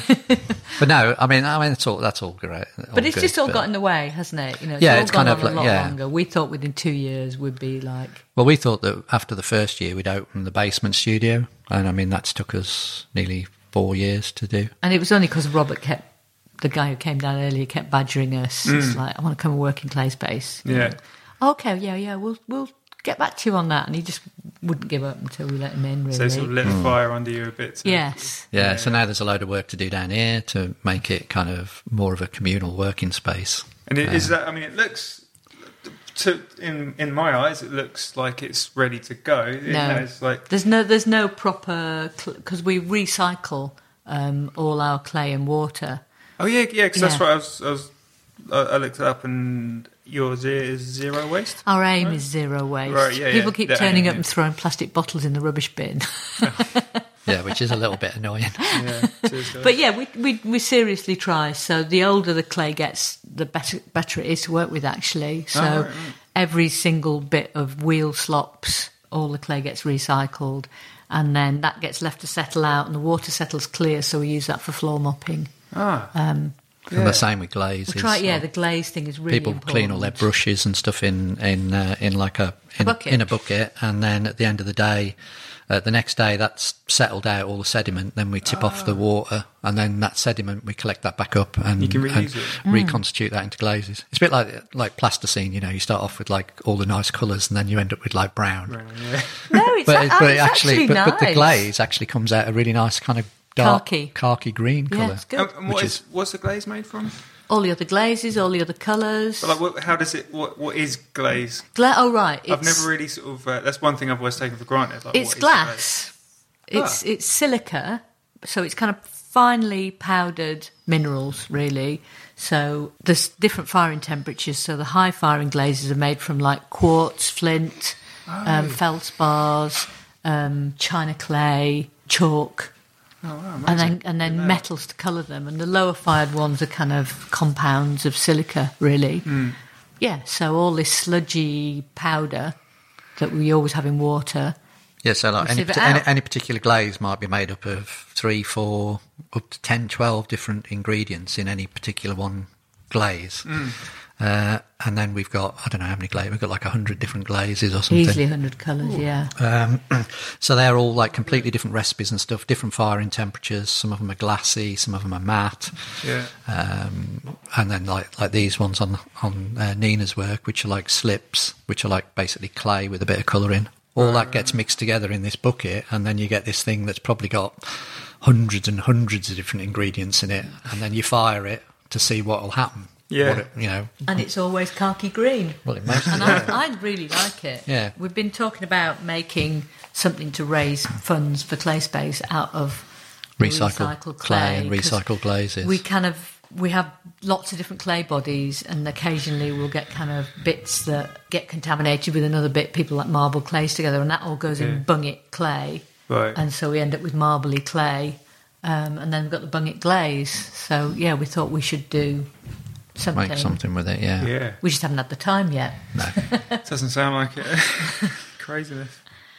[SPEAKER 3] But no, I mean, I mean, it's all that's all great.
[SPEAKER 2] But it's
[SPEAKER 3] Oh, good,
[SPEAKER 2] just all
[SPEAKER 3] but-
[SPEAKER 2] got in the way, hasn't it? You know, it's
[SPEAKER 3] Yeah,
[SPEAKER 2] all
[SPEAKER 3] it's
[SPEAKER 2] gone
[SPEAKER 3] kind
[SPEAKER 2] on
[SPEAKER 3] of
[SPEAKER 2] a
[SPEAKER 3] like-
[SPEAKER 2] lot
[SPEAKER 3] yeah.
[SPEAKER 2] longer. We thought within two years we'd be like,
[SPEAKER 3] Well, we thought that after the first year, we'd open the basement studio, and I mean, that's took us nearly four years to do.
[SPEAKER 2] and it was only because Robert kept the guy who came down earlier kept badgering us.
[SPEAKER 3] Mm.
[SPEAKER 2] It's like, I want to come and work in Clay Space. You
[SPEAKER 1] Yeah.
[SPEAKER 2] know, Okay, yeah, yeah, we'll we'll get back to you on that, and he just wouldn't give up until we let him in. Really,
[SPEAKER 1] So sort of lit the fire under you a bit. to-
[SPEAKER 2] yes,
[SPEAKER 3] Yeah, so now there's a load of work to do down here to make it kind of more of a communal working space.
[SPEAKER 1] And it, is that? I mean, it looks to in in my eyes, it looks like it's ready to go. It
[SPEAKER 2] No.
[SPEAKER 1] has, like
[SPEAKER 2] There's no there's no proper because we recycle um, all our clay and water.
[SPEAKER 1] oh yeah, yeah. Because that's
[SPEAKER 2] Yeah.
[SPEAKER 1] what I was. I, was I, I looked it up, and yours is zero waste.
[SPEAKER 2] Our aim is zero waste.
[SPEAKER 1] Right, yeah,
[SPEAKER 2] People
[SPEAKER 1] yeah,
[SPEAKER 2] keep
[SPEAKER 1] that
[SPEAKER 2] turning
[SPEAKER 1] aim,
[SPEAKER 2] up
[SPEAKER 1] yeah.
[SPEAKER 2] and throwing plastic bottles in the rubbish bin.
[SPEAKER 3] Yeah, which is a little bit annoying.
[SPEAKER 1] Yeah, cheers, guys.
[SPEAKER 2] but yeah, we, we we seriously try. So the older the clay gets, the better better it is to work with. Actually, so
[SPEAKER 1] Oh, right, right.
[SPEAKER 2] every single bit of wheel slops, all the clay gets recycled, and then that gets left to settle out, and the water settles clear. So we use that for floor mopping.
[SPEAKER 1] Ah.
[SPEAKER 2] Um,
[SPEAKER 3] And the same with glaze.
[SPEAKER 2] We
[SPEAKER 3] is,
[SPEAKER 2] try, yeah,
[SPEAKER 3] uh,
[SPEAKER 2] the glaze thing is really
[SPEAKER 3] people clean all their
[SPEAKER 2] important.
[SPEAKER 3] brushes and stuff in in uh, in like a in,
[SPEAKER 2] Bucket.
[SPEAKER 3] in a bucket, and then at the end of the day, uh, the next day that's settled out all the sediment. Then we tip off
[SPEAKER 2] Ah.
[SPEAKER 3] the water, and then that sediment we collect that back up and,
[SPEAKER 1] You can reuse
[SPEAKER 3] and
[SPEAKER 1] it.
[SPEAKER 2] Mm.
[SPEAKER 3] reconstitute that into glazes. It's a bit like like plasticine. You know, you start off with like all the nice colours, and then you end up with like brown.
[SPEAKER 2] No, it's,
[SPEAKER 3] But,
[SPEAKER 2] a-
[SPEAKER 3] it-
[SPEAKER 2] oh,
[SPEAKER 3] but it
[SPEAKER 2] it's
[SPEAKER 3] actually,
[SPEAKER 2] actually,
[SPEAKER 3] but, but the
[SPEAKER 2] nice.
[SPEAKER 3] glaze actually comes out a really nice kind of dark
[SPEAKER 2] Khaki.
[SPEAKER 3] khaki green
[SPEAKER 2] Yeah,
[SPEAKER 3] colour.
[SPEAKER 2] it's good.
[SPEAKER 1] And, and what
[SPEAKER 3] Which
[SPEAKER 1] is,
[SPEAKER 3] is-
[SPEAKER 1] what's the glaze made from?
[SPEAKER 2] All the other glazes, all the other colours.
[SPEAKER 1] But like, what, how does it? What what is glaze?
[SPEAKER 2] Gla- oh right, it's,
[SPEAKER 1] I've never really sort of. Uh, that's one thing I've always taken for granted. Like, what is
[SPEAKER 2] it's
[SPEAKER 1] Ah.
[SPEAKER 2] glass. It's it's silica, so it's kind of finely powdered minerals, really. So there's different firing temperatures. So the high firing glazes are made from like quartz, flint,
[SPEAKER 1] Oh.
[SPEAKER 2] um, feldspars, um, china clay, chalk.
[SPEAKER 1] Oh,
[SPEAKER 2] and then and then metals to colour them, and the lower fired ones are kind of compounds of silica, really.
[SPEAKER 1] Hmm.
[SPEAKER 2] Yeah, so all this sludgy powder that we always have in water.
[SPEAKER 3] Yeah, so like
[SPEAKER 2] And
[SPEAKER 3] any,
[SPEAKER 2] sieve it
[SPEAKER 3] parti- any,
[SPEAKER 2] out.
[SPEAKER 3] any particular glaze might be made up of three, four, up to 10, 12 different ingredients in any particular one glaze.
[SPEAKER 2] Mm.
[SPEAKER 3] Uh, and then we've got, I don't know how many glazes, we've got like 100 different glazes or something.
[SPEAKER 2] Easily 100 colours, yeah.
[SPEAKER 3] Um, so they're all like completely different recipes and stuff, different firing temperatures. Some of them are glassy, some of them are matte.
[SPEAKER 1] Yeah.
[SPEAKER 3] Um, and then like like these ones on on uh, Nina's work, which are like slips, which are like basically clay with a bit of colour in. All that
[SPEAKER 1] Ah.
[SPEAKER 3] gets mixed together in this bucket, and then you get this thing that's probably got hundreds and hundreds of different ingredients in it, and then you fire it to see what will happen.
[SPEAKER 1] Yeah.
[SPEAKER 3] What it- you know.
[SPEAKER 2] And it's always khaki green.
[SPEAKER 3] Well, it mostly
[SPEAKER 2] And I, I really like it.
[SPEAKER 3] Yeah.
[SPEAKER 2] We've been talking about making something to raise funds for clay space out of
[SPEAKER 3] Recycled
[SPEAKER 2] recycled
[SPEAKER 3] clay and
[SPEAKER 2] 'cause
[SPEAKER 3] recycled glazes.
[SPEAKER 2] We kind of we have lots of different clay bodies, and occasionally we'll get kind of bits that get contaminated with another bit. People like marble clays together, and that all goes in bunget clay.
[SPEAKER 1] Right.
[SPEAKER 2] And so we end up with marbly clay, um, and then we've got the bunget glaze. So yeah, we thought we should do something.
[SPEAKER 3] make something with it.
[SPEAKER 1] Yeah.
[SPEAKER 2] We just haven't had the time yet.
[SPEAKER 1] Doesn't sound like it. Craziness.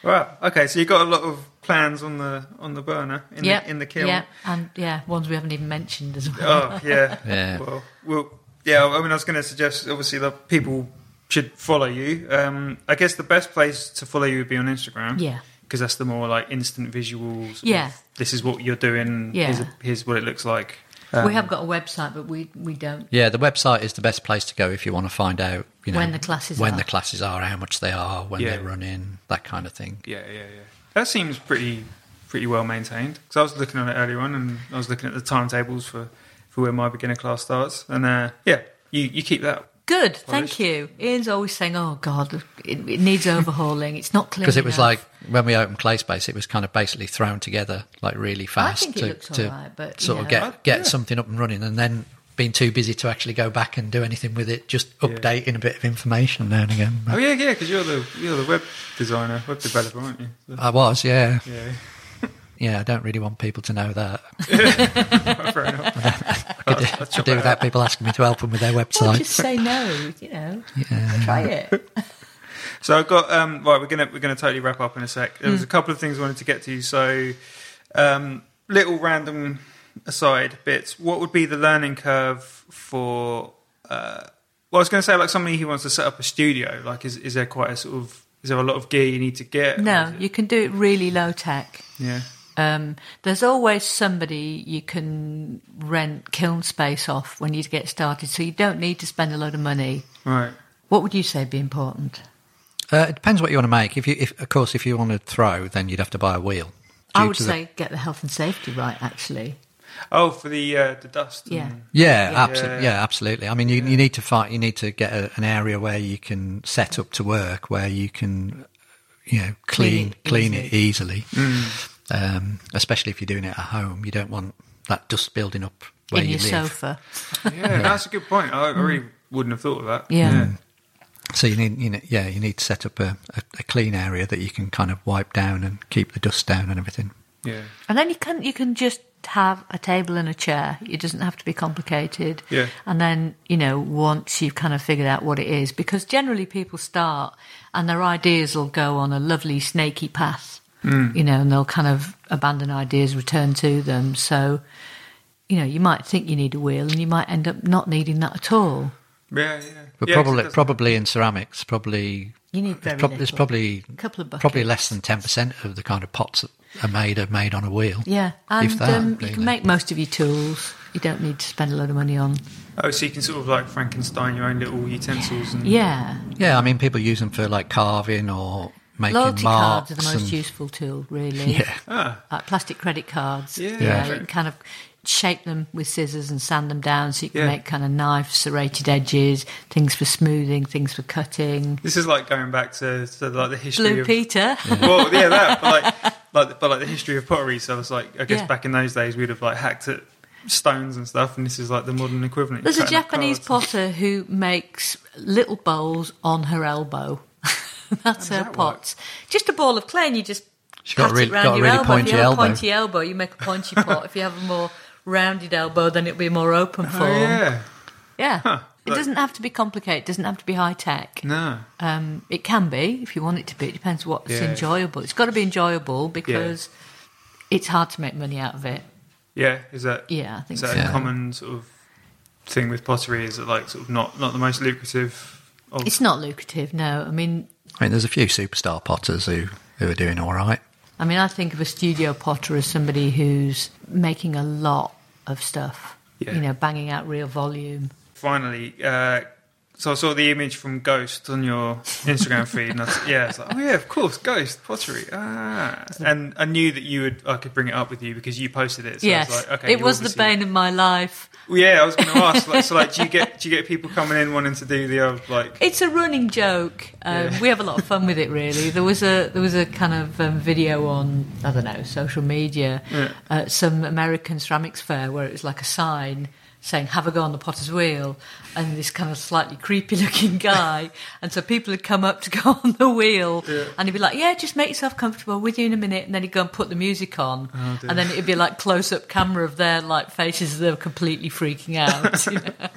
[SPEAKER 1] Well, okay, so you got a lot of plans on the on the burner in
[SPEAKER 2] yeah,
[SPEAKER 1] the in the kiln.
[SPEAKER 2] Yeah, and yeah, ones we haven't even mentioned as well.
[SPEAKER 1] Oh yeah.
[SPEAKER 3] Yeah.
[SPEAKER 1] Well, well, yeah. I mean, I was going to suggest obviously that people should follow you. Um, I guess the best place to follow you would be on Instagram.
[SPEAKER 2] Yeah.
[SPEAKER 1] Because that's the more like instant visuals. of
[SPEAKER 2] Yeah.
[SPEAKER 1] This is what you're doing.
[SPEAKER 2] Yeah.
[SPEAKER 1] Here's, here's what it looks like.
[SPEAKER 2] we have got a website, but we we don't.
[SPEAKER 3] Yeah, the website is the best place to go if you want to find out, you know,
[SPEAKER 2] When the classes
[SPEAKER 3] when
[SPEAKER 2] are.
[SPEAKER 3] the classes are, how much they are, when
[SPEAKER 1] Yeah.
[SPEAKER 3] they're running, that kind of thing.
[SPEAKER 1] Yeah, yeah, yeah. That seems pretty pretty well maintained. Because I was looking on it earlier on, and I was looking at the timetables for for when my beginner class starts, and uh, yeah, you you keep that.
[SPEAKER 2] Good, thank you. Ian's always saying, "Oh God, it, it needs overhauling. It's not clear."
[SPEAKER 3] Because it was
[SPEAKER 2] enough."
[SPEAKER 3] like when we opened Clay Space, it was kind of basically thrown together like really fast
[SPEAKER 2] think it
[SPEAKER 3] to,
[SPEAKER 2] looks
[SPEAKER 3] to
[SPEAKER 2] alright, but,
[SPEAKER 3] sort
[SPEAKER 2] you
[SPEAKER 3] of
[SPEAKER 2] know.
[SPEAKER 3] get get something up and running, and then being too busy to actually go back and do anything with it, just updating a bit of information now and again.
[SPEAKER 1] Oh yeah, yeah. Because you're the you're the web designer, web developer, aren't you?
[SPEAKER 3] I was, yeah,
[SPEAKER 1] Yeah.
[SPEAKER 3] yeah. I don't really want people to know that.
[SPEAKER 1] Fair enough.
[SPEAKER 3] I could, could do without people asking me to help them with their
[SPEAKER 2] Well,
[SPEAKER 3] website.
[SPEAKER 2] just say no. You know,
[SPEAKER 3] Yeah.
[SPEAKER 2] try it.
[SPEAKER 1] So I've got um, right. We're gonna we're gonna totally wrap up in a sec. There was
[SPEAKER 2] Mm.
[SPEAKER 1] a couple of things I wanted to get to. So, um, little random aside bits. What would be the learning curve for? Uh, well, I was going to say like somebody who wants to set up a studio. Like, is is there quite a sort of is there a lot of gear you need to get? Or
[SPEAKER 2] No,
[SPEAKER 1] is it-
[SPEAKER 2] you can do it really low tech.
[SPEAKER 1] yeah.
[SPEAKER 2] Um, there's always somebody you can rent kiln space off when you get started, so you don't need to spend a lot of money.
[SPEAKER 1] Right.
[SPEAKER 2] What would you say would be important?
[SPEAKER 3] Uh, it depends what you want to make. If you, if, of course, if you want to throw, then you'd have to buy a wheel.
[SPEAKER 2] I
[SPEAKER 3] Due
[SPEAKER 2] would
[SPEAKER 3] to the-
[SPEAKER 2] say get the health and safety right, actually.
[SPEAKER 1] Oh, for the uh, the
[SPEAKER 3] Mm.
[SPEAKER 1] dust.
[SPEAKER 2] Yeah.
[SPEAKER 1] and-
[SPEAKER 3] Yeah,
[SPEAKER 2] Yeah.
[SPEAKER 3] absolutely. Yeah, absolutely. I mean, you, you need to find, you need to get a, an area where you can set up to work, where you can, you know, clean
[SPEAKER 2] Clean
[SPEAKER 3] clean
[SPEAKER 2] it
[SPEAKER 3] it easily. Um, especially if you're doing it at home, you don't want that dust building up where
[SPEAKER 2] in
[SPEAKER 3] you
[SPEAKER 2] your
[SPEAKER 3] live.
[SPEAKER 2] sofa.
[SPEAKER 1] yeah, That's a good point. I, I really wouldn't have thought of that.
[SPEAKER 2] Mm. Yeah.
[SPEAKER 3] Mm. So you need, you know, yeah, you need to set up a, a, a clean area that you can kind of wipe down and keep the dust down and everything.
[SPEAKER 1] Yeah.
[SPEAKER 2] And then you can you can just have a table and a chair. It doesn't have to be complicated.
[SPEAKER 1] Yeah.
[SPEAKER 2] And then, you know, once you've kind of figured out what it is, because generally people start and their ideas will go on a lovely snaky path.
[SPEAKER 3] Mm.
[SPEAKER 2] You know, and they'll kind of abandon ideas, return to them. So, you know, you might think you need a wheel and you might end up not needing that at all.
[SPEAKER 1] Yeah. Yeah.
[SPEAKER 3] But
[SPEAKER 1] Yeah, 'cause it
[SPEAKER 3] probably,
[SPEAKER 1] doesn't-
[SPEAKER 3] probably in ceramics, probably
[SPEAKER 2] You need
[SPEAKER 3] It's
[SPEAKER 2] very
[SPEAKER 3] prob- It's
[SPEAKER 2] little.
[SPEAKER 3] probably
[SPEAKER 2] Couple of
[SPEAKER 3] probably
[SPEAKER 2] buckets.
[SPEAKER 3] less than ten percent of the kind of pots that are made are made on a wheel.
[SPEAKER 2] Yeah. And
[SPEAKER 3] If that,
[SPEAKER 2] um, you
[SPEAKER 3] really.
[SPEAKER 2] can make most of your tools. You don't need to spend a lot of money on.
[SPEAKER 1] Oh, so you can sort of like Frankenstein your own little utensils
[SPEAKER 3] Mm.
[SPEAKER 1] and
[SPEAKER 2] Yeah.
[SPEAKER 3] Yeah, I mean, people use them for like carving or making
[SPEAKER 2] Loyalty
[SPEAKER 3] marks.
[SPEAKER 2] cards are the most
[SPEAKER 3] and-
[SPEAKER 2] useful tool, really.
[SPEAKER 3] Yeah.
[SPEAKER 2] Like plastic credit cards.
[SPEAKER 1] Yeah.
[SPEAKER 2] you
[SPEAKER 1] Yeah.
[SPEAKER 2] know, you can kind of shape them with scissors and sand them down so you can
[SPEAKER 1] Yeah.
[SPEAKER 2] make kind of knives, serrated edges, things for smoothing, things for cutting.
[SPEAKER 1] This is like going back to, to like the history
[SPEAKER 2] Blue
[SPEAKER 1] of
[SPEAKER 2] Peter.
[SPEAKER 1] well, yeah, that. But like, like, but like the history of pottery. So it's like, I guess
[SPEAKER 2] Yeah.
[SPEAKER 1] back in those days, we'd have like hacked at stones and stuff, and this is like the modern equivalent.
[SPEAKER 2] There's a
[SPEAKER 1] Cutting up
[SPEAKER 2] Japanese
[SPEAKER 1] cards.
[SPEAKER 2] potter who makes little bowls on her elbow. That's her
[SPEAKER 1] that
[SPEAKER 2] pot. Just a ball of clay and you just
[SPEAKER 3] She's got
[SPEAKER 2] pat
[SPEAKER 3] a really,
[SPEAKER 2] it round
[SPEAKER 3] got a
[SPEAKER 2] your
[SPEAKER 3] really
[SPEAKER 2] elbow.
[SPEAKER 3] pointy
[SPEAKER 2] if you have
[SPEAKER 3] elbow.
[SPEAKER 2] a pointy elbow, you make a pointy pot. If you have a more rounded elbow, then it'll be a more open form.
[SPEAKER 1] Oh yeah,
[SPEAKER 2] Yeah. It
[SPEAKER 1] Like-
[SPEAKER 2] doesn't have to be complicated. It doesn't have to be high tech.
[SPEAKER 1] no,
[SPEAKER 2] Um, it can be if you want it to be. It depends what's
[SPEAKER 1] Yeah.
[SPEAKER 2] enjoyable. It's got to be enjoyable because it's hard to make money out of it.
[SPEAKER 1] yeah. Is that
[SPEAKER 2] Yeah, I think
[SPEAKER 1] is that
[SPEAKER 2] so.
[SPEAKER 1] a common sort of thing with pottery? Is it like sort of not not the most lucrative? Of,
[SPEAKER 2] It's not lucrative. No, I mean,
[SPEAKER 3] I mean, there's a few superstar potters who who are doing all right.
[SPEAKER 2] I mean, I think of a studio potter as somebody who's making a lot of stuff.
[SPEAKER 1] Yeah.
[SPEAKER 2] You know, banging out real volume.
[SPEAKER 1] finally. Uh, so I saw the image from Ghost on your Instagram feed, and I was, yeah, it's like, oh yeah, of course, Ghost pottery. Ah, and I knew that you would. I could bring it up with you because you posted it. So I
[SPEAKER 2] yes,
[SPEAKER 1] was like, okay,
[SPEAKER 2] it
[SPEAKER 1] you
[SPEAKER 2] was the
[SPEAKER 1] obviously-
[SPEAKER 2] bane of my life.
[SPEAKER 1] Well, yeah, I was going to ask. Like, so, like, do you get do you get people coming in wanting to do the old like?
[SPEAKER 2] It's a running joke. Um,
[SPEAKER 1] Yeah.
[SPEAKER 2] We have a lot of fun with it. Really, there was a there was a kind of um, video on I don't know social media, uh, some American ceramics fair where it was like a sign saying "Have a go on the potter's wheel," and this kind of slightly creepy looking guy, and so people would come up to go on the wheel, and he'd be like, "Yeah, just make yourself comfortable. With you in a minute," and then he'd go and put the music on, and then it'd be like close up camera of their like faces as they were completely freaking out. you know.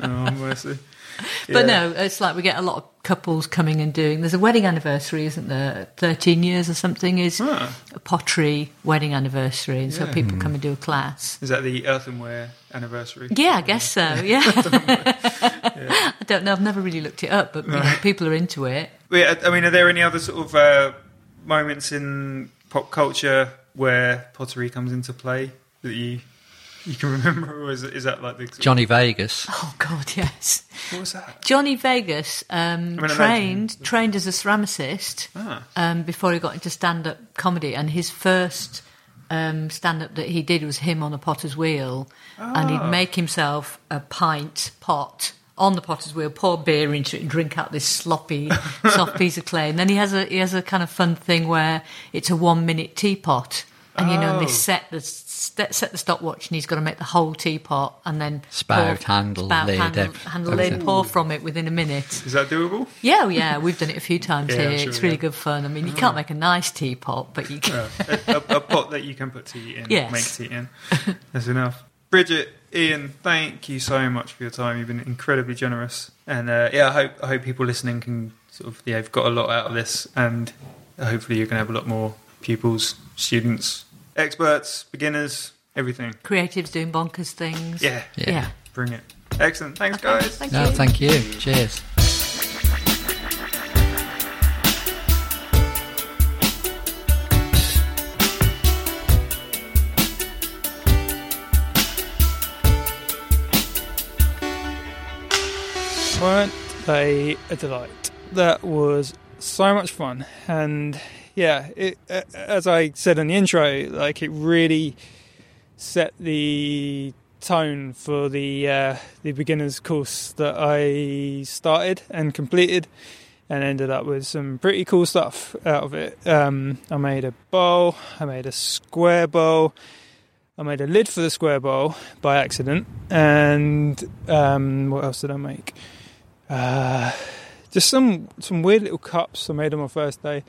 [SPEAKER 1] Oh mercy!
[SPEAKER 2] But no, it's like we get a lot of couples coming and doing. There's a wedding anniversary, isn't there? 13 years or something is
[SPEAKER 1] Ah.
[SPEAKER 2] a pottery wedding anniversary. And so people come and do a class.
[SPEAKER 1] Is that the earthenware anniversary?
[SPEAKER 2] Yeah, I guess so. Yeah. I don't know. I've never really looked it up, but you know, people are into it.
[SPEAKER 1] Yeah, I mean, are there any other sort of uh, moments in pop culture where pottery comes into play that you you can remember, or is, is that like the
[SPEAKER 3] Johnny Vegas.
[SPEAKER 2] Oh, God, yes.
[SPEAKER 1] What was that?
[SPEAKER 2] Johnny Vegas um,
[SPEAKER 1] I mean,
[SPEAKER 2] trained trained as a ceramicist
[SPEAKER 1] Ah.
[SPEAKER 2] um, before he got into stand up comedy, and his first um, stand up that he did was him on a potter's wheel, and
[SPEAKER 1] Ah.
[SPEAKER 2] he'd make himself a pint pot on the potter's wheel, pour beer into it, and drink out this sloppy soft piece of clay. And then he has a he has a kind of fun thing where it's a one minute teapot. And you know
[SPEAKER 1] Oh.
[SPEAKER 2] they set the st- set the stopwatch, and he's got to make the whole teapot, and then
[SPEAKER 3] Spout,
[SPEAKER 2] pour-
[SPEAKER 3] handle,
[SPEAKER 2] spout,
[SPEAKER 3] lid,
[SPEAKER 2] handle,
[SPEAKER 3] ev-
[SPEAKER 2] handle lid,
[SPEAKER 3] everything.
[SPEAKER 2] pour from it within a minute.
[SPEAKER 1] Is that doable?
[SPEAKER 2] Yeah, oh, yeah, we've done it a few times
[SPEAKER 1] Yeah, I'm
[SPEAKER 2] here.
[SPEAKER 1] sure
[SPEAKER 2] it's
[SPEAKER 1] we
[SPEAKER 2] really
[SPEAKER 1] have.
[SPEAKER 2] good fun. I mean, you can't make a nice teapot, but you can.
[SPEAKER 1] a, a- a pot that you can put tea in,
[SPEAKER 2] Yes.
[SPEAKER 1] make tea in. That's enough. Bridget, Ian, thank you so much for your time. You've been incredibly generous, and uh, yeah, I hope I hope people listening can sort of yeah, have got a lot out of this, and hopefully you're going to have a lot more pupils, students, experts, beginners, everything.
[SPEAKER 2] Creatives doing bonkers things.
[SPEAKER 1] Yeah,
[SPEAKER 2] Yeah.
[SPEAKER 1] bring it. Excellent. Thanks, guys.
[SPEAKER 2] Thank
[SPEAKER 3] No,
[SPEAKER 2] you.
[SPEAKER 3] thank you. Cheers.
[SPEAKER 4] Weren't they a delight? That was so much fun, and yeah, it, a- as I said in the intro, like it really set the tone for the uh, the beginners course that I started and completed, and ended up with some pretty cool stuff out of it. Um, I made a bowl, I made a square bowl, I made a lid for the square bowl by accident, and um, what else did I make? Uh, just some some weird little cups I made on my first day.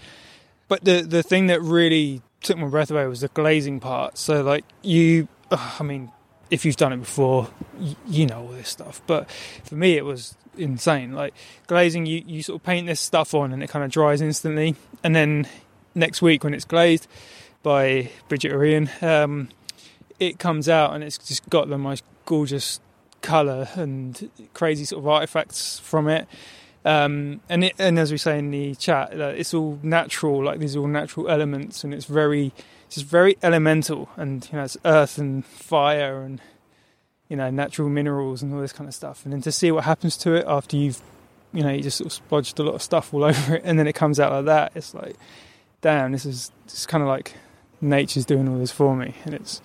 [SPEAKER 4] But the the thing that really took my breath away was the glazing part. So like you, ugh, I mean, if you've done it before, you, you know all this stuff. But for me, it was insane. Like glazing, you you sort of paint this stuff on and it kind of dries instantly, and then next week when it's glazed by Bridget Orion, um, it comes out and it's just got the most gorgeous color and crazy sort of artifacts from it. Um, and it, and as we say in the chat, that it's all natural, like these are all natural elements, and it's very, it's just very elemental, and you know, it's earth and fire and you know, natural minerals and all this kind of stuff. And then to see what happens to it after you've, you know, you just sort of splodged a lot of stuff all over it, and then it comes out like that. It's like, damn, this is it's kind of like nature's doing all this for me, and it's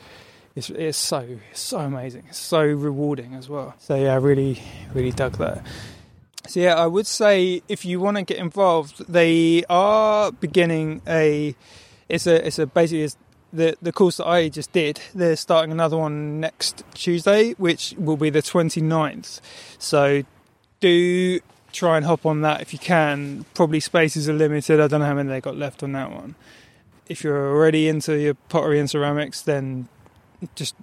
[SPEAKER 4] it's it's so so amazing, it's so rewarding as well. So yeah, I really really dug that. So yeah, I would say if you want to get involved, they are beginning a it's a it's a basically it's the the course that I just did. They're starting another one next Tuesday, which will be the 29th. So do try and hop on that if you can. Probably spaces are limited. I don't know how many they got left on that one. If you're already into your pottery and ceramics, then just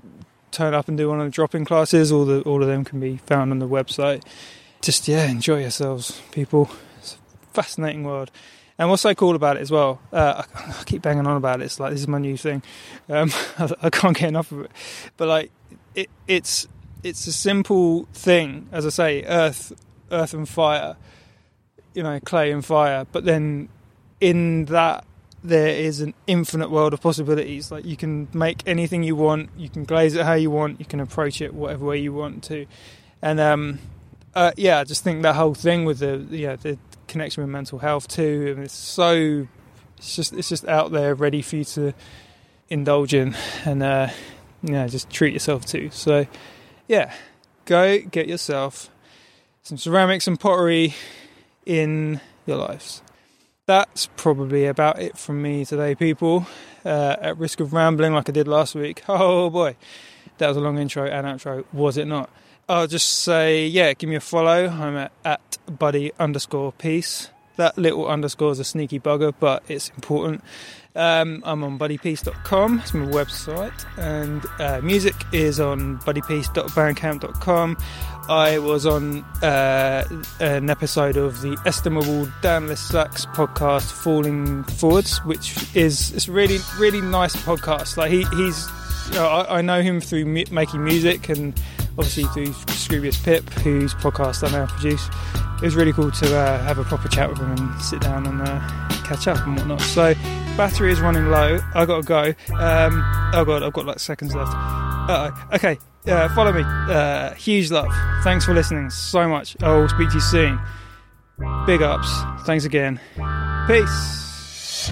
[SPEAKER 4] turn up and do one of the drop-in classes. All the all of them can be found on the website. Just yeah, enjoy yourselves, people. It's a fascinating world. And what's so cool about it as well, uh, I, I keep banging on about it. It's like this is my new thing. Um, I, I can't get enough of it. But like, it, it's it's a simple thing, as I say, earth, earth and fire, you know, clay and fire. But then in that there is an infinite world of possibilities. Like you can make anything you want, you can glaze it how you want, you can approach it whatever way you want to, and um, uh, yeah, I just think that whole thing with the yeah the connection with mental health too, and it's so it's just it's just out there ready for you to indulge in and uh, yeah just treat yourself to. So yeah, go get yourself some ceramics and pottery in your lives that's probably about it from me today, people. Uh, at risk of rambling like I did last week. Oh boy, that was a long intro and outro, was it not? I'll just say, yeah, give me a follow. I'm at, at buddy underscore peace.
[SPEAKER 1] That little underscore is a sneaky bugger, but it's important. Um, I'm on buddypeace.com, it's my website, and uh, music is on buddypeace.bandcamp.com. I was on uh, an episode of the estimable Dan Lissack's podcast, Falling Forwards, which is it's really really nice podcast. Like he, he's, you know, I, I know him through mu- making music and obviously through Scroobius Pip, whose podcast I now produce. It was really cool to uh, have a proper chat with him and sit down and uh, catch up and whatnot. So battery is running low. I gotta go. Um, oh god, I've got like seconds left. Uh-oh. Okay, uh, follow me. Uh, huge love. Thanks for listening so much. I will speak to you soon. Big ups. Thanks again. Peace.